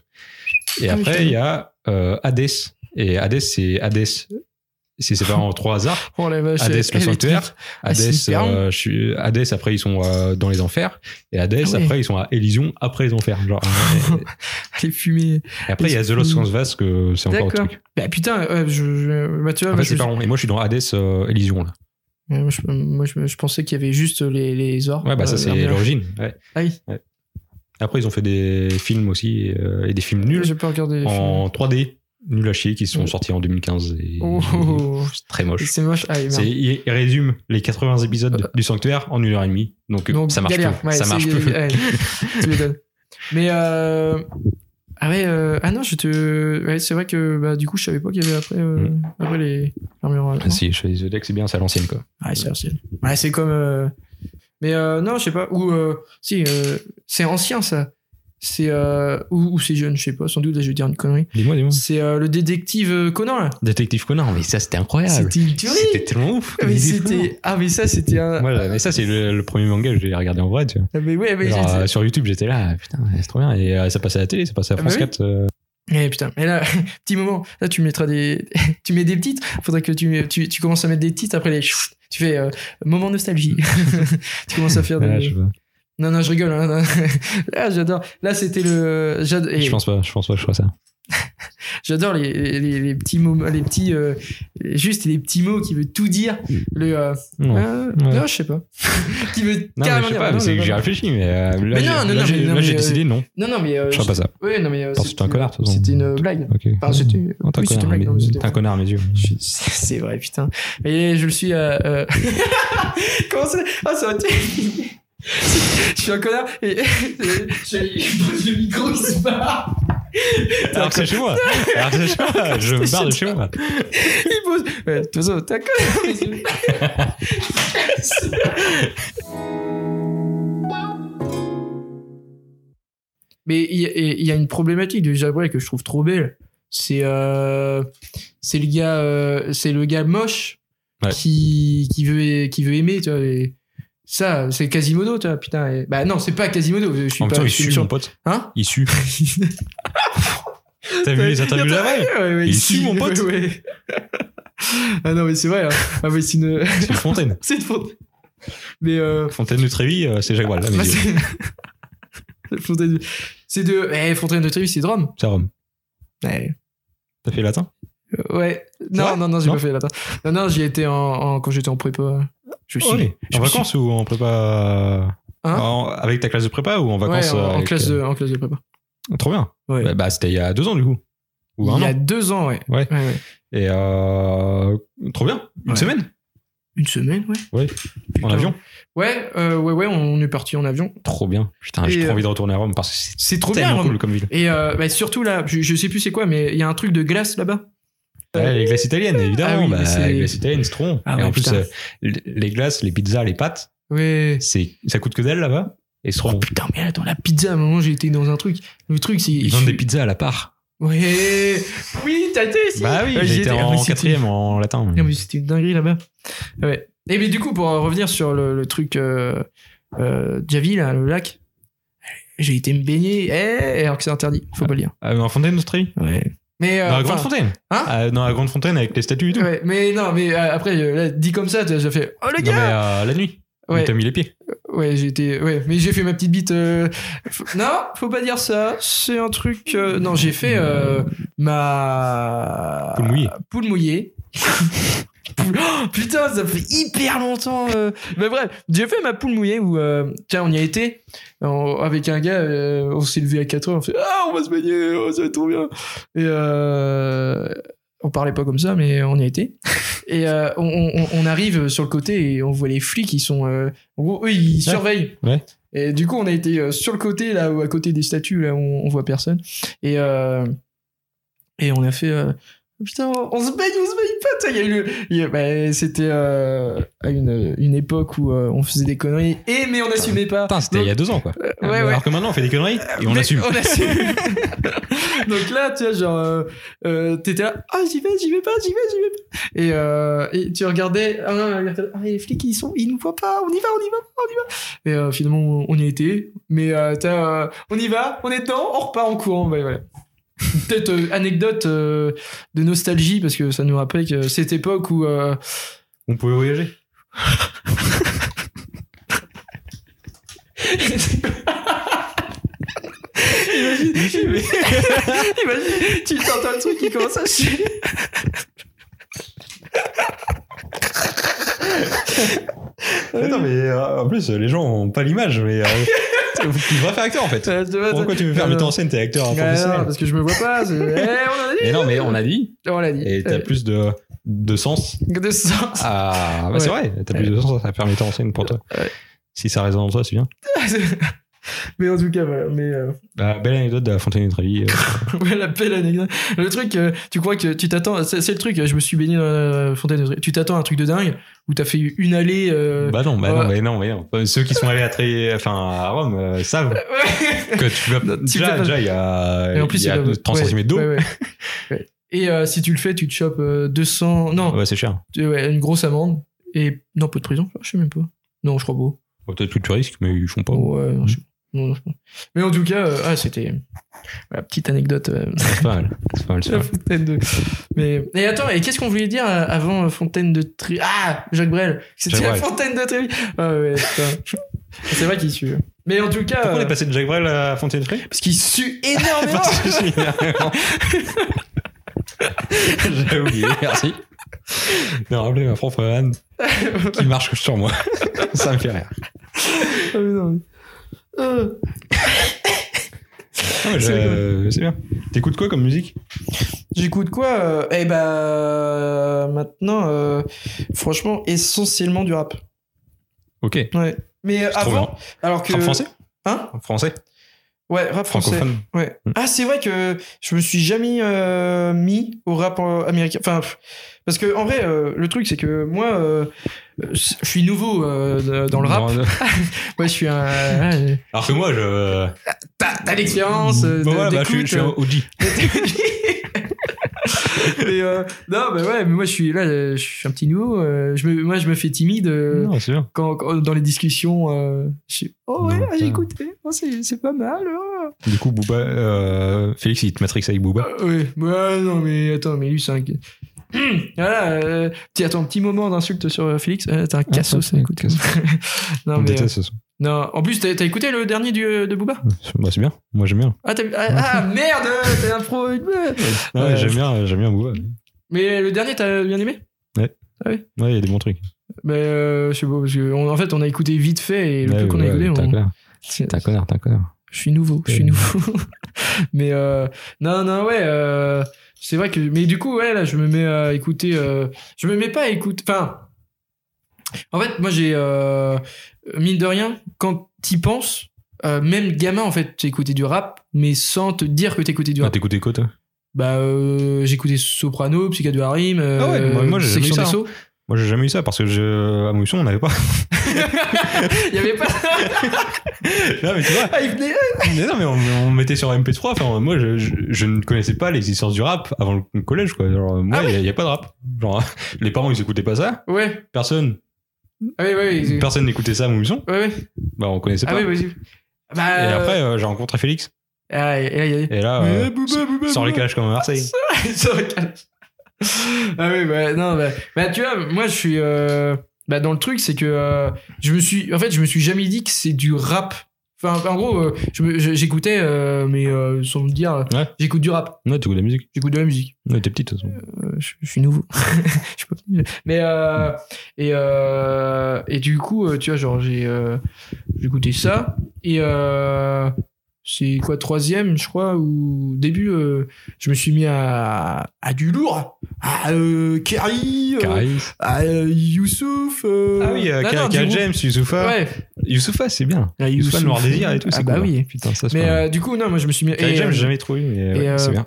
[SPEAKER 1] Et
[SPEAKER 3] Ah oui,
[SPEAKER 1] après,
[SPEAKER 3] putain.
[SPEAKER 1] il y a euh, Hadès. Et Hadès, c'est Hadès c'est séparé en trois hasards.
[SPEAKER 3] Oh la vache.
[SPEAKER 1] Hades,
[SPEAKER 3] elle
[SPEAKER 1] le
[SPEAKER 3] est
[SPEAKER 1] sanctuaire.
[SPEAKER 3] claire. Ah,
[SPEAKER 1] Hades,
[SPEAKER 3] c'est hyper
[SPEAKER 1] euh, je suis- Hades, après, ils sont euh, dans les enfers. Et Hades,
[SPEAKER 3] Ah ouais.
[SPEAKER 1] après, ils sont à Élysion, après les enfers. Genre, euh,
[SPEAKER 3] Elle est fumée.
[SPEAKER 1] et après, il y a The Lost Canvas, que c'est encore autre
[SPEAKER 3] D'accord.
[SPEAKER 1] truc.
[SPEAKER 3] Bah putain, euh, je, je- bah, tu vois,
[SPEAKER 1] En
[SPEAKER 3] bah,
[SPEAKER 1] fait,
[SPEAKER 3] je,
[SPEAKER 1] c'est pas rond. Et moi, Ah je suis dans Hades, euh, Élysion, là.
[SPEAKER 3] Ouais, moi, je, moi, je- je pensais qu'il y avait juste les, les orbes.
[SPEAKER 1] Ouais, bah, ça,
[SPEAKER 3] euh,
[SPEAKER 1] c'est
[SPEAKER 3] vers-
[SPEAKER 1] l'origine. ouais.
[SPEAKER 3] Ah oui.
[SPEAKER 1] Après, ils ont fait des films aussi, euh, et des films nuls,
[SPEAKER 3] Ah, J'ai pas regardé les films.
[SPEAKER 1] en 3D, nuls à chier, qui sont
[SPEAKER 3] Ouais.
[SPEAKER 1] sortis en 2015. Et...
[SPEAKER 3] Oh, oh, oh.
[SPEAKER 1] C'est très moche.
[SPEAKER 3] C'est moche. Ah, et merde.
[SPEAKER 1] C'est- il il résume les 80 épisodes du Sanctuaire en une heure et demie. Donc,
[SPEAKER 3] Donc,
[SPEAKER 1] ça marche
[SPEAKER 3] galère.
[SPEAKER 1] plus.
[SPEAKER 3] Ouais,
[SPEAKER 1] ça
[SPEAKER 3] c'est- euh,
[SPEAKER 1] marche plus.
[SPEAKER 3] ouais, tu m'étonnes. Mais euh, ah ouais, euh, ah non, je te, ouais, c'est vrai que bah, du coup, je savais pas qu'il y avait après, euh,
[SPEAKER 1] Mm.
[SPEAKER 3] après les armures. euh,
[SPEAKER 1] Ah, Si, je fais The Deck, c'est bien, c'est à l'ancienne, quoi.
[SPEAKER 3] Ouais, c'est ancien. Ouais, c'est comme. euh, Mais euh, non, je sais pas. Ou euh, si, euh, c'est ancien ça. C'est euh, ou, ou c'est jeune, je sais pas. Sans doute, là, je vais dire une connerie.
[SPEAKER 1] Dis-moi, dis-moi.
[SPEAKER 3] C'est euh, le détective euh, Conan là.
[SPEAKER 1] Détective Conan, mais ça, c'était incroyable.
[SPEAKER 3] C'était une tuerie.
[SPEAKER 1] Ah, C'était tellement ouf.
[SPEAKER 3] Ah,
[SPEAKER 1] comme
[SPEAKER 3] Mais
[SPEAKER 1] idée.
[SPEAKER 3] c'était. Ah mais ça, c'était un.
[SPEAKER 1] Voilà, mais ça, c'est le, le premier manga que j'ai regardé en vrai, tu vois.
[SPEAKER 3] Ah, Mais ouais, mais.
[SPEAKER 1] Genre,
[SPEAKER 3] c'est-
[SPEAKER 1] euh, sur YouTube, j'étais là, putain, c'est trop bien. Et euh, ça passait à la télé, ça passait à
[SPEAKER 3] Ah, bah
[SPEAKER 1] France
[SPEAKER 3] oui.
[SPEAKER 1] 4. euh,
[SPEAKER 3] Eh putain, mais là, petit moment, là tu mettras des, tu mets des petites. Faudrait que tu, tu, tu commences à mettre des titres après les. chou- Tu fais euh, moment nostalgie. tu commences à faire des.
[SPEAKER 1] voilà, Mm. Ah, je,
[SPEAKER 3] Non non, je rigole. hein, non. Là j'adore. Là c'était le. j'ad- eh,
[SPEAKER 1] je pense pas, je pense pas, que je crois ça.
[SPEAKER 3] J'adore les, les, les- les petits mots, les petits, euh, juste les petits mots qui veut tout dire. Le. euh,
[SPEAKER 1] Non.
[SPEAKER 3] euh,
[SPEAKER 1] Mm. Ouais.
[SPEAKER 3] Non je sais pas. qui veut
[SPEAKER 1] Non, mais je
[SPEAKER 3] carrément
[SPEAKER 1] sais
[SPEAKER 3] dire-
[SPEAKER 1] pas,
[SPEAKER 3] non,
[SPEAKER 1] mais c'est
[SPEAKER 3] non,
[SPEAKER 1] que j'ai
[SPEAKER 3] non.
[SPEAKER 1] réfléchi, mais euh, là,
[SPEAKER 3] Mais
[SPEAKER 1] j'ai-
[SPEAKER 3] non, non,
[SPEAKER 1] là,
[SPEAKER 3] non,
[SPEAKER 1] j'ai-
[SPEAKER 3] mais non,
[SPEAKER 1] là, j'ai
[SPEAKER 3] mais,
[SPEAKER 1] décidé non.
[SPEAKER 3] Non non mais. euh,
[SPEAKER 1] Je crois pas ça.
[SPEAKER 3] Ouais non mais. euh,
[SPEAKER 1] Parce que t'es un connard, de toute façon.
[SPEAKER 3] C'était une blague.
[SPEAKER 1] Ok.
[SPEAKER 3] Enfin, c'était-
[SPEAKER 1] Non, t'es un
[SPEAKER 3] oui, c'était
[SPEAKER 1] connard,
[SPEAKER 3] blague,
[SPEAKER 1] mais-
[SPEAKER 3] non, mais c'était-
[SPEAKER 1] t'es un connard, mes yeux.
[SPEAKER 3] Je- C'est vrai, putain. Mais je le suis à. euh, Comment ça Ah, ça va tu- Je suis un connard et. je- Il pose le micro, il se barre
[SPEAKER 1] Alors que c'est chez moi. Alors que c'est chez moi. Je me barre de chez moi.
[SPEAKER 3] Il pose. Ouais, de toute façon, t'es un connard mais c'est- Mais il y, a- et il y a une problématique du Jaguar que je trouve trop belle. C'est euh, c'est le gars euh, c'est le gars moche
[SPEAKER 1] Ouais.
[SPEAKER 3] qui, qui veut qui veut aimer tu vois. et ça c'est Quasimodo tu vois putain. et- bah non c'est pas Quasimodo. Je suis
[SPEAKER 1] En même
[SPEAKER 3] pas.
[SPEAKER 1] temps,
[SPEAKER 3] je
[SPEAKER 1] il
[SPEAKER 3] suis
[SPEAKER 1] sue,
[SPEAKER 3] méchant.
[SPEAKER 1] mon pote.
[SPEAKER 3] Hein
[SPEAKER 1] Il sue. T'as vu les interviews de la veille
[SPEAKER 3] Ouais, ouais,
[SPEAKER 1] Il
[SPEAKER 3] si,
[SPEAKER 1] suit, mon
[SPEAKER 3] ouais,
[SPEAKER 1] pote.
[SPEAKER 3] ouais. ah non mais c'est vrai. hein. Ah mais c'est une
[SPEAKER 1] C'est une Fontaine.
[SPEAKER 3] c'est une faute. Mais euh,
[SPEAKER 1] Fontaine de Trévis, euh, c'est Jacques Brel. là, mes
[SPEAKER 3] bah,
[SPEAKER 1] yeux.
[SPEAKER 3] c'est- Fontaine de- c'est de eh, Fontaine de Trévis c'est de Rome.
[SPEAKER 1] C'est à Rome.
[SPEAKER 3] Ouais.
[SPEAKER 1] T'as fait latin
[SPEAKER 3] Euh, Ouais. Non,
[SPEAKER 1] vrai
[SPEAKER 3] non, non, j'ai
[SPEAKER 1] Non
[SPEAKER 3] pas fait la latin. Non, non, j'y étais en, en- quand j'étais en prépa. Je suis.
[SPEAKER 1] Ouais.
[SPEAKER 3] je
[SPEAKER 1] Oh, En
[SPEAKER 3] me
[SPEAKER 1] vacances ou en prépa
[SPEAKER 3] Hein
[SPEAKER 1] En- Avec ta classe de prépa ou en
[SPEAKER 3] suis-
[SPEAKER 1] vacances euh,
[SPEAKER 3] ouais, en, en
[SPEAKER 1] avec-
[SPEAKER 3] classe de, en classe de prépa.
[SPEAKER 1] Trop bien.
[SPEAKER 3] Ouais.
[SPEAKER 1] Bah, bah, c'était il y a deux ans du coup. Ou un
[SPEAKER 3] Il y a
[SPEAKER 1] an.
[SPEAKER 3] deux ans, ouais.
[SPEAKER 1] Ouais.
[SPEAKER 3] ouais.
[SPEAKER 1] Et euh, trop bien. Une
[SPEAKER 3] Ouais.
[SPEAKER 1] semaine
[SPEAKER 3] Une semaine, ouais.
[SPEAKER 1] Ouais.
[SPEAKER 3] Putain.
[SPEAKER 1] en avion.
[SPEAKER 3] Ouais, euh, ouais, ouais, on est parti en avion.
[SPEAKER 1] Trop bien. Putain,
[SPEAKER 3] Et,
[SPEAKER 1] j'ai trop
[SPEAKER 3] euh,
[SPEAKER 1] envie de retourner à Rome parce que c'est
[SPEAKER 3] C'est trop bien.
[SPEAKER 1] tellement
[SPEAKER 3] Rome.
[SPEAKER 1] cool comme ville.
[SPEAKER 3] Et euh, bah, surtout là, je, je sais plus c'est quoi, mais il y a un truc de glace là-bas.
[SPEAKER 1] Ouais, les glaces italiennes, évidemment.
[SPEAKER 3] oui, mais
[SPEAKER 1] bah,
[SPEAKER 3] c'est-
[SPEAKER 1] les glaces italiennes, c'est trop bon.
[SPEAKER 3] Ah
[SPEAKER 1] Et
[SPEAKER 3] ouais,
[SPEAKER 1] en plus,
[SPEAKER 3] putain.
[SPEAKER 1] euh, les glaces, les pizzas, les pâtes,
[SPEAKER 3] Ouais. Oh,
[SPEAKER 1] c'est ça coûte que dalle là-bas. Et c'est trop bon.
[SPEAKER 3] Putain, mais attends, la pizza, à un moment, j'ai été dans un truc. Le truc, c'est.
[SPEAKER 1] Ils
[SPEAKER 3] je
[SPEAKER 1] vendent
[SPEAKER 3] suis-
[SPEAKER 1] des pizzas à la part.
[SPEAKER 3] Ouais. Oui, t'as été ici.
[SPEAKER 1] Bah oui,
[SPEAKER 3] Ouais, j'y
[SPEAKER 1] j'étais
[SPEAKER 3] étais. Ah, mais
[SPEAKER 1] en
[SPEAKER 3] c'était-
[SPEAKER 1] quatrième en latin.
[SPEAKER 3] Non, mais c'était une dinguerie là-bas. Ah, Ouais. Et mais du coup, pour en revenir sur le, le truc euh, euh, Javi, là, le lac, j'ai été me baigner, eh, alors que c'est interdit, faut pas le dire.
[SPEAKER 1] Euh, en fontaine d'Australie
[SPEAKER 3] Ouais. Mais, euh,
[SPEAKER 1] Dans la Grande
[SPEAKER 3] enfin,
[SPEAKER 1] Fontaine
[SPEAKER 3] Hein
[SPEAKER 1] Euh, Dans la Grande Fontaine avec les statues et tout.
[SPEAKER 3] ouais, mais non, mais euh, après, euh, là, dit comme ça, tu vois, j'ai fait Oh le
[SPEAKER 1] Non, mais
[SPEAKER 3] gars
[SPEAKER 1] euh, la nuit.
[SPEAKER 3] Ouais.
[SPEAKER 1] Mais T'as mis les pieds.
[SPEAKER 3] Ouais, j'ai été. Ouais, mais j'ai fait ma petite bite. euh, faut- Non, faut pas dire ça, c'est un truc. euh, Non, j'ai fait euh, ma.
[SPEAKER 1] Poule mouillée.
[SPEAKER 3] Poule mouillée. Poule- Oh, putain, ça fait hyper longtemps. euh. Mais bref, j'ai fait ma poule mouillée où, euh, tiens, on y a été en- avec un gars. euh, on s'est levé à 4 heures. On fait Ah, on va se baigner, oh, ça va être trop bien. Et euh, on parlait pas comme ça, mais on y a été. Et euh, on, on- on arrive sur le côté et on voit les flics. Ils sont. euh, en gros, eux, ils surveillent.
[SPEAKER 1] Ouais.
[SPEAKER 3] Et du coup, on a été euh, sur le côté, là, où- à côté des statues, là, où on, on voit personne. Et, euh, et on a fait. euh, Putain, on se baigne, on se baigne pas. tu sais, Il y a eu le- il y a- bah, c'était euh, à une, une époque où euh, on faisait des conneries. Et mais on n'assumait pas.
[SPEAKER 1] Putain, c'était il y a deux ans quoi.
[SPEAKER 3] ouais, ouais.
[SPEAKER 1] Alors que maintenant on fait des conneries et on
[SPEAKER 3] Mais oh.
[SPEAKER 1] assume.
[SPEAKER 3] On assume. Donc là, tu vois, genre, euh, euh, t'étais là, ah, j'y vais, j'y vais pas, j'y vais, j'y vais pas. Et, euh, et tu regardais, ah, non, il regardait, ah, les flics, ils, sont, ils nous voient pas, on y va, on y va, on y va. Et euh, finalement, on y a été, mais euh, t'as, euh, on y va, on est dedans, on repart en courant, ouais, voilà. Peut-être euh, anecdote euh, de nostalgie, parce que ça nous rappelle que cette époque où. euh,
[SPEAKER 1] On pouvait voyager.
[SPEAKER 3] Imagine, tu t'entends le truc qui commence à chier.
[SPEAKER 1] Attends, mais euh, en plus, les gens ont pas l'image, mais. euh, tu es vrai acteur en fait.
[SPEAKER 3] Euh, tu vois,
[SPEAKER 1] Pourquoi tu veux faire
[SPEAKER 3] non,
[SPEAKER 1] mettre
[SPEAKER 3] non.
[SPEAKER 1] en scène T'es acteur
[SPEAKER 3] Ouais,
[SPEAKER 1] professionnel.
[SPEAKER 3] non, parce que je me vois pas. c'est- Eh, on l'a dit.
[SPEAKER 1] Mais non, mais on a dit,
[SPEAKER 3] On l'a dit.
[SPEAKER 1] et t'as
[SPEAKER 3] Euh,
[SPEAKER 1] plus de, de sens
[SPEAKER 3] de sens.
[SPEAKER 1] Ah, bah c'est
[SPEAKER 3] Ouais. Euh,
[SPEAKER 1] vrai, t'as plus de sens à faire mettre en scène pour toi.
[SPEAKER 3] Ouais.
[SPEAKER 1] Si ça résonne en toi, c'est bien.
[SPEAKER 3] mais en tout cas, voilà. Mais euh,
[SPEAKER 1] Bah, belle anecdote de la Fontaine de Trevi. euh.
[SPEAKER 3] ouais, la belle anecdote. Le truc, euh, tu crois que tu t'attends. C'est c'est le truc, je me suis baigné dans la fontaine. de- Tu t'attends à un truc de dingue où t'as fait une allée. euh,
[SPEAKER 1] bah non, bah non,
[SPEAKER 3] ouais.
[SPEAKER 1] mais non, mais non. Euh, Ceux qui sont allés à, Tré- enfin, à Rome euh, savent
[SPEAKER 3] Ouais.
[SPEAKER 1] que tu vas.
[SPEAKER 3] tu
[SPEAKER 1] déjà,
[SPEAKER 3] fais pas-
[SPEAKER 1] déjà, il y a,
[SPEAKER 3] Et en plus,
[SPEAKER 1] Euh, il y a
[SPEAKER 3] il a-
[SPEAKER 1] 30
[SPEAKER 3] ouais,
[SPEAKER 1] cm d'eau.
[SPEAKER 3] ouais,
[SPEAKER 1] Ouais,
[SPEAKER 3] ouais. Ouais. Et euh, si tu le fais, tu te chopes euh, 200. Non,
[SPEAKER 1] Ah bah, c'est cher.
[SPEAKER 3] tu- Euh, ouais, une grosse amende. Et non, peu de prison. Je sais même pas. Non, je crois pas.
[SPEAKER 1] Bon, Peut-être que tu risques, mais ils font pas.
[SPEAKER 3] Ouais, non, je- non, non, je- Mais en tout cas, euh, ah, c'était. Voilà, petite anecdote. euh,
[SPEAKER 1] C'est pas mal. C'est pas mal, c'est
[SPEAKER 3] la
[SPEAKER 1] pas mal.
[SPEAKER 3] fontaine de. Mais, et attends, et qu'est-ce qu'on voulait dire euh, avant euh, Fontaine de Trévi Ah Jacques Brel C'était
[SPEAKER 1] Jacques
[SPEAKER 3] la
[SPEAKER 1] Brel.
[SPEAKER 3] Fontaine de Trévi Ah ouais, putain. C'est vrai qu'il sue. Mais en tout cas.
[SPEAKER 1] hein. Pourquoi on
[SPEAKER 3] euh,
[SPEAKER 1] est passé de Jacques Brel à Fontaine de Trevi
[SPEAKER 3] Parce qu'il sue énormément
[SPEAKER 1] Parce que c'est- J'avais oublié, merci. Non, rappelez ma propre âne qui marche sur moi. Ça me fait rire.
[SPEAKER 3] Ah, mais non, mais- Ah.
[SPEAKER 1] Ah ouais, je-
[SPEAKER 3] C'est
[SPEAKER 1] euh, C'est bien. T'écoutes quoi comme musique
[SPEAKER 3] J'écoute quoi euh, Eh ben euh, maintenant, euh, franchement, essentiellement du rap.
[SPEAKER 1] Ok.
[SPEAKER 3] Ouais. Mais euh,
[SPEAKER 1] Trop
[SPEAKER 3] avant,
[SPEAKER 1] bien.
[SPEAKER 3] alors que
[SPEAKER 1] Rap français
[SPEAKER 3] Hein
[SPEAKER 1] Rap Français
[SPEAKER 3] Ouais, rap français.
[SPEAKER 1] Francophone
[SPEAKER 3] Ouais.
[SPEAKER 1] Mm.
[SPEAKER 3] Ah c'est vrai que je me suis jamais euh, mis au rap euh, américain. Enfin, pff, parce que en vrai, euh, le truc c'est que moi, euh, je suis nouveau euh, dans le rap.
[SPEAKER 1] Non, non.
[SPEAKER 3] Moi, je suis un. ouais,
[SPEAKER 1] Alors que moi, je.
[SPEAKER 3] T'as t'as l'expérience. euh,
[SPEAKER 1] Ah, Bah voilà, bah, je, suis-
[SPEAKER 3] d'écoute,
[SPEAKER 1] je suis un
[SPEAKER 3] euh,
[SPEAKER 1] OG.
[SPEAKER 3] Mais, euh, non, mais ouais, mais moi je suis là, je suis un petit nouveau. euh, je me, moi je me fais timide euh,
[SPEAKER 1] Non, c'est bien.
[SPEAKER 3] quand, quand- dans les discussions. euh, je suis, oh ouais,
[SPEAKER 1] Non,
[SPEAKER 3] j'ai
[SPEAKER 1] ça-
[SPEAKER 3] écouté, oh, c'est c'est pas mal. oh.
[SPEAKER 1] Du coup, Booba, euh, Félix, il te matrix avec Booba.
[SPEAKER 3] Euh, ouais, ouais, non, mais attends, mais lui c'est un. Voilà, euh, petit, attends, petit moment d'insulte sur euh, Félix. Euh, t'as un cassos,
[SPEAKER 1] Ah, ça,
[SPEAKER 3] ça écoute.
[SPEAKER 1] cassos.
[SPEAKER 3] non,
[SPEAKER 1] On
[SPEAKER 3] mais,
[SPEAKER 1] déteste ça.
[SPEAKER 3] euh, non, en plus, t'as t'as écouté le dernier du, euh, de Booba
[SPEAKER 1] Bah, c'est bien. Moi, j'aime bien. Ah
[SPEAKER 3] ah, t'as- ah, ah, merde, t'es un pro.
[SPEAKER 1] Ouais,
[SPEAKER 3] Ouais.
[SPEAKER 1] J'aime bien, j'aime bien Booba.
[SPEAKER 3] Mais le dernier, t'as bien aimé
[SPEAKER 1] Ouais, il y a des bons trucs.
[SPEAKER 3] Mais euh, je sais pas, parce que on- en fait, on a écouté vite fait et le
[SPEAKER 1] Ouais,
[SPEAKER 3] peu qu'on
[SPEAKER 1] ouais,
[SPEAKER 3] a écouté,
[SPEAKER 1] T'es un
[SPEAKER 3] on-
[SPEAKER 1] connard,
[SPEAKER 3] c'est-
[SPEAKER 1] t'es un connard, t'es un connard.
[SPEAKER 3] je suis nouveau, je suis
[SPEAKER 1] Ouais.
[SPEAKER 3] nouveau. mais euh, non, non, ouais, euh, c'est vrai que. Mais du coup, ouais, là, je me mets à écouter. euh, je me mets pas à écouter. Enfin, en fait, moi, j'ai. euh, mine de rien, quand t'y penses, euh, même gamin, en fait, j'ai écouté du rap, mais sans te dire que t'écoutais du
[SPEAKER 1] Ah,
[SPEAKER 3] rap.
[SPEAKER 1] t'écoutes quoi, toi
[SPEAKER 3] bah, euh, j'écoutais Soprano, Psycha du Harim, euh,
[SPEAKER 1] Ah ouais, moi, moi, j'ai jamais
[SPEAKER 3] Section
[SPEAKER 1] eu ça,
[SPEAKER 3] d'Assaut.
[SPEAKER 1] Moi, j'ai jamais eu ça parce que je... à Mousson, on n'avait pas.
[SPEAKER 3] Il y avait pas.
[SPEAKER 1] non, mais tu vois,
[SPEAKER 3] Ah, il venait-
[SPEAKER 1] mais non, mais on, on mettait sur MP3. Enfin, moi, je, je, je ne connaissais pas l'existence du rap avant le collège, quoi. Genre, moi,
[SPEAKER 3] Ah
[SPEAKER 1] il n'y a, pas de rap. Genre, les parents, ils écoutaient pas ça.
[SPEAKER 3] Ouais,
[SPEAKER 1] Personne,
[SPEAKER 3] ah oui, oui, oui.
[SPEAKER 1] personne n'écoutait ça à Mousson.
[SPEAKER 3] Ouais, ouais.
[SPEAKER 1] Bah, on connaissait
[SPEAKER 3] Ah
[SPEAKER 1] pas.
[SPEAKER 3] oui, vas-y. Bah,
[SPEAKER 1] Et
[SPEAKER 3] euh,
[SPEAKER 1] après, euh, j'ai rencontré Félix.
[SPEAKER 3] ah, et là, il y a-
[SPEAKER 1] Et là,
[SPEAKER 3] Mais,
[SPEAKER 1] euh,
[SPEAKER 3] eh, Booba, Booba,
[SPEAKER 1] sort les
[SPEAKER 3] Booba.
[SPEAKER 1] clashs comme à Marseille.
[SPEAKER 3] Sur le calage. ah oui, bah, non, bah, bah, tu vois, moi, je suis. euh, bah, dans le truc, c'est que euh, je me suis. En fait, je me suis jamais dit que c'est du rap. Enfin, en gros, euh, je me- je- j'écoutais, euh, mais euh, sans me dire,
[SPEAKER 1] Ouais.
[SPEAKER 3] j'écoute du rap,
[SPEAKER 1] Non, t'écoutes de la musique.
[SPEAKER 3] j'écoute de la musique.
[SPEAKER 1] Ouais, T'es petite, de toute façon.
[SPEAKER 3] Euh, je, je suis nouveau. Je suis pas venu. Mais euh, et euh, et du coup, euh, tu vois, genre j'ai euh, j'ai écouté ça et euh, c'est quoi troisième, je crois, ou début, euh, je me suis mis à à du lourd, à euh, Kerry, euh,
[SPEAKER 1] Caris.
[SPEAKER 3] à euh, Youssouf. euh,
[SPEAKER 1] Ah oui, euh,
[SPEAKER 3] non, non,
[SPEAKER 1] Ka-
[SPEAKER 3] du
[SPEAKER 1] Ka-
[SPEAKER 3] groupe.
[SPEAKER 1] James, Youssoufa.
[SPEAKER 3] Ouais,
[SPEAKER 1] Youssoufa, c'est bien.
[SPEAKER 3] à
[SPEAKER 1] Youssoufa,
[SPEAKER 3] Youssouf.
[SPEAKER 1] Noir Désir et tout.
[SPEAKER 3] Ah
[SPEAKER 1] c'est
[SPEAKER 3] bah
[SPEAKER 1] cool. hein.
[SPEAKER 3] oui.
[SPEAKER 1] Putain, ça, c'est
[SPEAKER 3] Mais
[SPEAKER 1] pas mal.
[SPEAKER 3] euh, du coup, non, moi je me suis mis.
[SPEAKER 1] Karis
[SPEAKER 3] et,
[SPEAKER 1] James,
[SPEAKER 3] euh,
[SPEAKER 1] j'ai jamais trouvé, mais
[SPEAKER 3] et,
[SPEAKER 1] ouais, c'est
[SPEAKER 3] euh,
[SPEAKER 1] bien.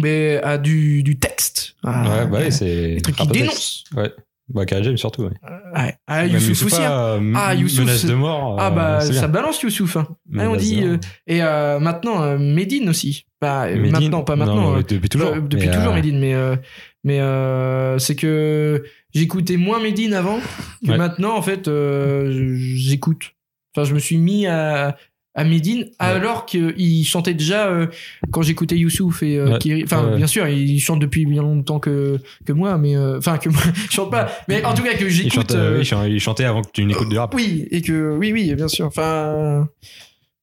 [SPEAKER 3] mais à du du texte. Ah, à-
[SPEAKER 1] Ouais, bah oui, c'est.
[SPEAKER 3] des trucs qui
[SPEAKER 1] rap à texte.
[SPEAKER 3] dénoncent.
[SPEAKER 1] Ouais. Bah, Karis James, surtout, ouais.
[SPEAKER 3] Ouais, à
[SPEAKER 1] Même
[SPEAKER 3] Youssouf
[SPEAKER 1] Youssoupha,
[SPEAKER 3] aussi. hein.
[SPEAKER 1] euh,
[SPEAKER 3] Ah, Youssouf,
[SPEAKER 1] menace
[SPEAKER 3] c'est-
[SPEAKER 1] de mort.
[SPEAKER 3] Ah
[SPEAKER 1] euh,
[SPEAKER 3] bah
[SPEAKER 1] c'est
[SPEAKER 3] ça
[SPEAKER 1] bien. bah,
[SPEAKER 3] balance Youssouf. hein. Ah, on
[SPEAKER 1] Menace
[SPEAKER 3] dit
[SPEAKER 1] de mort.
[SPEAKER 3] euh, et euh, maintenant euh, Médine aussi. Bah euh,
[SPEAKER 1] Medine-
[SPEAKER 3] maintenant pas maintenant.
[SPEAKER 1] non,
[SPEAKER 3] euh,
[SPEAKER 1] mais depuis toujours.
[SPEAKER 3] euh, depuis
[SPEAKER 1] Mais,
[SPEAKER 3] toujours
[SPEAKER 1] euh,
[SPEAKER 3] Médine mais euh, mais euh, c'est que j'écoutais moins Médine avant que
[SPEAKER 1] Ouais.
[SPEAKER 3] maintenant en fait euh, j'écoute. Enfin je me suis mis à à Médine, alors qu'il chantait déjà euh, quand j'écoutais Youssouf et euh,
[SPEAKER 1] Ouais.
[SPEAKER 3] Kiri- Enfin,
[SPEAKER 1] Ouais.
[SPEAKER 3] bien sûr, il chante depuis bien longtemps que, que moi, mais euh, enfin, que moi, je chante pas, mais en tout cas que
[SPEAKER 1] Il
[SPEAKER 3] j'écoute.
[SPEAKER 1] chantait,
[SPEAKER 3] euh,
[SPEAKER 1] il chan- il chantait avant que tu n'écoutes du rap.
[SPEAKER 8] Oui, et que oui, oui, bien sûr. Enfin,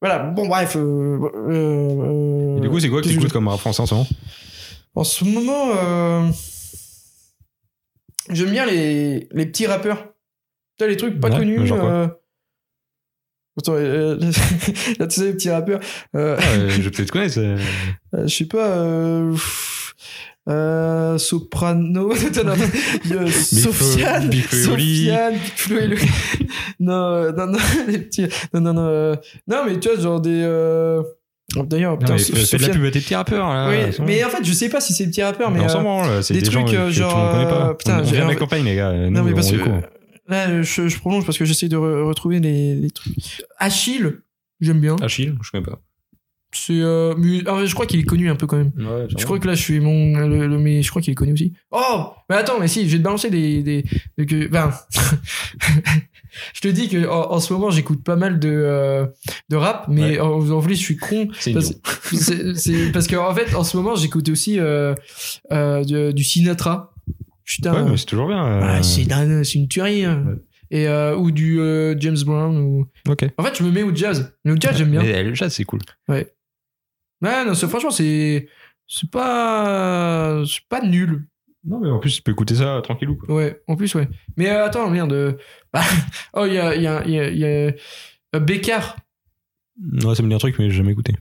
[SPEAKER 8] voilà. Bon, bref. euh, euh,
[SPEAKER 1] Et du coup, c'est quoi que
[SPEAKER 8] qu'est-ce
[SPEAKER 1] tu écoutes
[SPEAKER 8] je-
[SPEAKER 1] comme rap français en ce moment
[SPEAKER 8] En ce moment, euh, j'aime bien les, les petits rappeurs. Putain, les trucs pas
[SPEAKER 1] Ouais,
[SPEAKER 8] connus.
[SPEAKER 1] genre quoi
[SPEAKER 8] euh, Attends, euh, là, tu sais, les petits rappeurs. euh,
[SPEAKER 1] Ah, euh, Je vais peut-être connaître. euh,
[SPEAKER 8] euh, je sais pas. euh, pff, euh, soprano. Attends, non, il y a Sofiane.
[SPEAKER 1] Big Flo et Oli.
[SPEAKER 8] Sofiane, Big Flo et Oli. non, euh, non, non, les petits. Non, non, non. euh, Non, mais tu vois, genre des. euh, D'ailleurs,
[SPEAKER 1] Non,
[SPEAKER 8] putain,
[SPEAKER 1] mais
[SPEAKER 8] So-
[SPEAKER 1] fais- fais de la
[SPEAKER 8] Sofiane-
[SPEAKER 1] pub Ah, à tes petits rappeurs. Là,
[SPEAKER 8] Oui,
[SPEAKER 1] elles sont-
[SPEAKER 8] mais en fait, je sais pas si c'est les petits rappeurs, mais.
[SPEAKER 1] mais on
[SPEAKER 8] euh,
[SPEAKER 1] s'en branle, c'est
[SPEAKER 8] des
[SPEAKER 1] des, gens
[SPEAKER 8] trucs,
[SPEAKER 1] que
[SPEAKER 8] euh,
[SPEAKER 1] tout le
[SPEAKER 8] genre,
[SPEAKER 1] monde connaît
[SPEAKER 8] euh,
[SPEAKER 1] pas.
[SPEAKER 8] putain,
[SPEAKER 1] on
[SPEAKER 8] j'ai
[SPEAKER 1] vient de
[SPEAKER 8] un-
[SPEAKER 1] la campagne, les gars.
[SPEAKER 8] Non,
[SPEAKER 1] nous,
[SPEAKER 8] mais parce
[SPEAKER 1] on
[SPEAKER 8] que euh,
[SPEAKER 1] découvre.
[SPEAKER 8] là, je, je prolonge parce que j'essaie de re- retrouver les, les trucs.
[SPEAKER 3] Achille, j'aime bien.
[SPEAKER 1] Achille, je connais pas.
[SPEAKER 3] C'est, euh, mu- ah, je crois qu'il est connu un peu quand même.
[SPEAKER 1] Ah Ouais,
[SPEAKER 3] Je crois que là, je suis mon. Le, le- mais je crois qu'il est connu aussi. Oh Mais attends, mais si, je vais te balancer des. des, des- que, ben, je te dis que en, en ce moment, j'écoute pas mal de, euh, de rap, mais
[SPEAKER 1] Ouais.
[SPEAKER 3] en, en plus, je suis con.
[SPEAKER 1] C'est
[SPEAKER 3] Parce,
[SPEAKER 1] idiot.
[SPEAKER 3] c'est- c'est- parce que, en fait, en ce moment, j'écoute aussi euh, euh, de- du Sinatra. Putain.
[SPEAKER 1] Ouais, mais c'est toujours bien. euh,
[SPEAKER 3] Ah, c'est dingue, c'est une tuerie. hein.
[SPEAKER 1] Ouais.
[SPEAKER 3] Et, euh, ou du euh, James Brown. Ou...
[SPEAKER 1] Ok.
[SPEAKER 3] En fait, je me mets au jazz. Mais au jazz, j'aime bien.
[SPEAKER 1] Mais, euh, le jazz, c'est cool.
[SPEAKER 3] Ouais, non, c'est- franchement, c'est. C'est pas. C'est pas nul.
[SPEAKER 1] Non, mais en plus, tu peux écouter ça tranquillou. Quoi.
[SPEAKER 3] Ouais, en plus, ouais. Mais euh, attends, merde. euh, bah, oh, il y a, il y a, il y a, il y a euh, Bécard.
[SPEAKER 1] Ouais, ça me dit un truc, mais j'ai jamais écouté.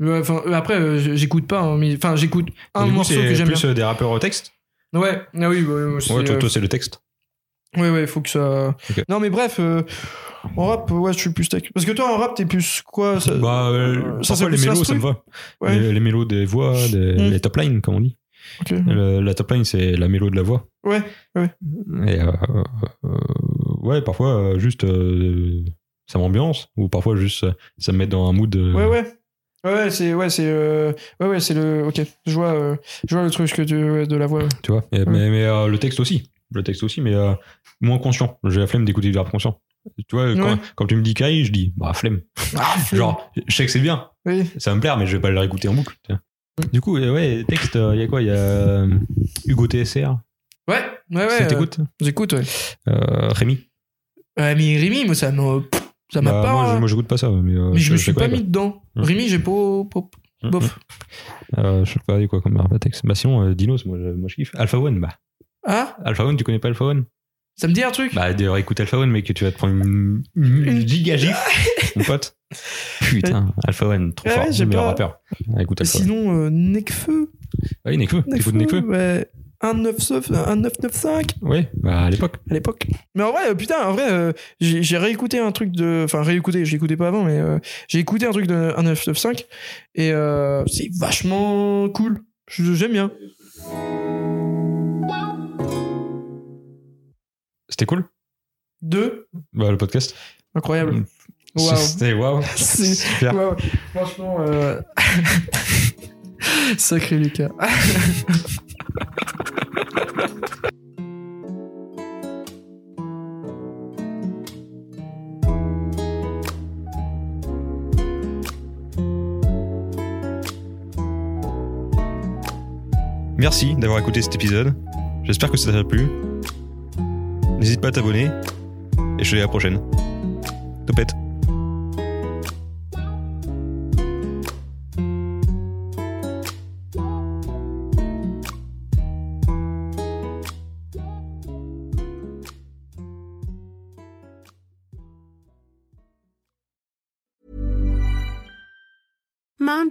[SPEAKER 3] Ouais, Enfin, euh, après, euh, je- j'écoute pas, hein, mais enfin, j'écoute
[SPEAKER 1] Et
[SPEAKER 3] un
[SPEAKER 1] du coup,
[SPEAKER 3] morceau que
[SPEAKER 1] c'est
[SPEAKER 3] j'aime
[SPEAKER 1] plus
[SPEAKER 3] bien.
[SPEAKER 1] euh, des rappeurs au texte.
[SPEAKER 3] Ouais, ah oui, ouais, ouais, c'est,
[SPEAKER 1] Ouais, toi,
[SPEAKER 3] euh,
[SPEAKER 1] toi, c'est le texte.
[SPEAKER 8] euh, Ouais, ouais, faut que ça.
[SPEAKER 1] Ok.
[SPEAKER 8] Non, mais bref, euh, en rap, ouais, je suis plus tech. Parce que toi, en rap, t'es plus quoi ça...
[SPEAKER 1] Bah, euh,
[SPEAKER 8] ça, c'est
[SPEAKER 1] parfois, les
[SPEAKER 8] plus
[SPEAKER 1] mélos,
[SPEAKER 8] l'instru
[SPEAKER 1] ça me va.
[SPEAKER 8] Ouais.
[SPEAKER 1] Les, les mélos des voix, des-
[SPEAKER 8] Mm.
[SPEAKER 1] les top lines, comme on dit.
[SPEAKER 8] ok.
[SPEAKER 1] Le- la top line, c'est la mélo de la voix.
[SPEAKER 8] Ouais, ouais.
[SPEAKER 1] Et euh, euh, ouais, parfois, euh, juste euh, ça m'ambiance, ou parfois, juste euh, ça me met dans un mood. euh,
[SPEAKER 8] Ouais, ouais. Ouais, ouais, c'est ouais, c'est euh, ouais, ouais, c'est le. Ok, je vois, euh, je vois le truc que tu- ouais, de la voix. ouais.
[SPEAKER 1] Tu vois. Et- Mais, mais, euh, le texte aussi. Le texte aussi, mais euh, moins conscient. J'ai la flemme d'écouter du rap conscient. Tu vois, quand,
[SPEAKER 8] Ouais. Ah,
[SPEAKER 1] quand tu me dis Kai, je dis, bah, flemme. Genre, je sais que c'est bien,
[SPEAKER 8] Oui.
[SPEAKER 1] ça va me plaire, mais je vais pas le réécouter en boucle. tu vois. Du coup, euh, ouais, texte, il y a quoi Il y a euh, Hugo TSR,
[SPEAKER 3] Ouais, ouais,
[SPEAKER 1] ça
[SPEAKER 3] ouais. euh,
[SPEAKER 1] t'écoute
[SPEAKER 3] J'écoute, ouais.
[SPEAKER 1] Euh, Rémi
[SPEAKER 8] Euh,
[SPEAKER 3] Ouais, mais Rémi, moi, ça me. pff, Ça m'a
[SPEAKER 1] Bah,
[SPEAKER 3] pas.
[SPEAKER 8] hein.
[SPEAKER 1] Moi, je, moi, j'écoute pas ça. Mais, euh,
[SPEAKER 3] mais je me suis
[SPEAKER 1] sais
[SPEAKER 3] pas
[SPEAKER 1] quoi, Mmh,
[SPEAKER 3] mis dedans.
[SPEAKER 1] Mm.
[SPEAKER 3] Rémi, j'ai pas. pas-
[SPEAKER 1] quoi.
[SPEAKER 3] bof.
[SPEAKER 1] Euh, je sais pas, il y a quoi comme rap à texte Bah, sinon, euh, Dinos, moi, je- moi, je kiffe. Alpha One, bah.
[SPEAKER 3] Ah,
[SPEAKER 1] Alpha One, tu connais pas Alpha One
[SPEAKER 3] ça me dit un truc.
[SPEAKER 1] Bah, d'ailleurs, écoute Alpha One, mec, tu vas te prendre une, une giga gifle, mon pote. Putain, Alpha One, trop
[SPEAKER 8] Ouais,
[SPEAKER 1] fort,
[SPEAKER 8] ouais, j'ai
[SPEAKER 1] meilleur
[SPEAKER 8] pas-
[SPEAKER 1] rappeur. Ah, écoute
[SPEAKER 8] Et
[SPEAKER 1] Alpha One.
[SPEAKER 8] sinon, euh, Necfeu.
[SPEAKER 1] Ah oui, Nekfeu, t'écoutes Nekfeu
[SPEAKER 8] ouais. 1995 1995
[SPEAKER 1] Ouais, bah, à l'époque.
[SPEAKER 8] à l'époque. Mais en vrai, euh, putain, en vrai, euh, j'ai j'ai réécouté un truc de. Enfin, réécouté, je l'écoutais pas avant, mais euh, j'ai écouté un truc de 1995 et euh, c'est vachement cool. Je- J'aime bien.
[SPEAKER 1] C'était cool
[SPEAKER 8] Deux,
[SPEAKER 1] Bah, le podcast.
[SPEAKER 8] incroyable.
[SPEAKER 1] Mm.
[SPEAKER 8] Waouh.
[SPEAKER 1] C'était waouh.
[SPEAKER 8] C'est-
[SPEAKER 1] Super.
[SPEAKER 8] Ouais, ouais. Franchement, euh, sacré Lucas.
[SPEAKER 5] Merci d'avoir écouté cet épisode. J'espère que ça t'a plu. N'hésite pas à t'abonner. Et je te dis à la prochaine. Topette.
[SPEAKER 9] Mom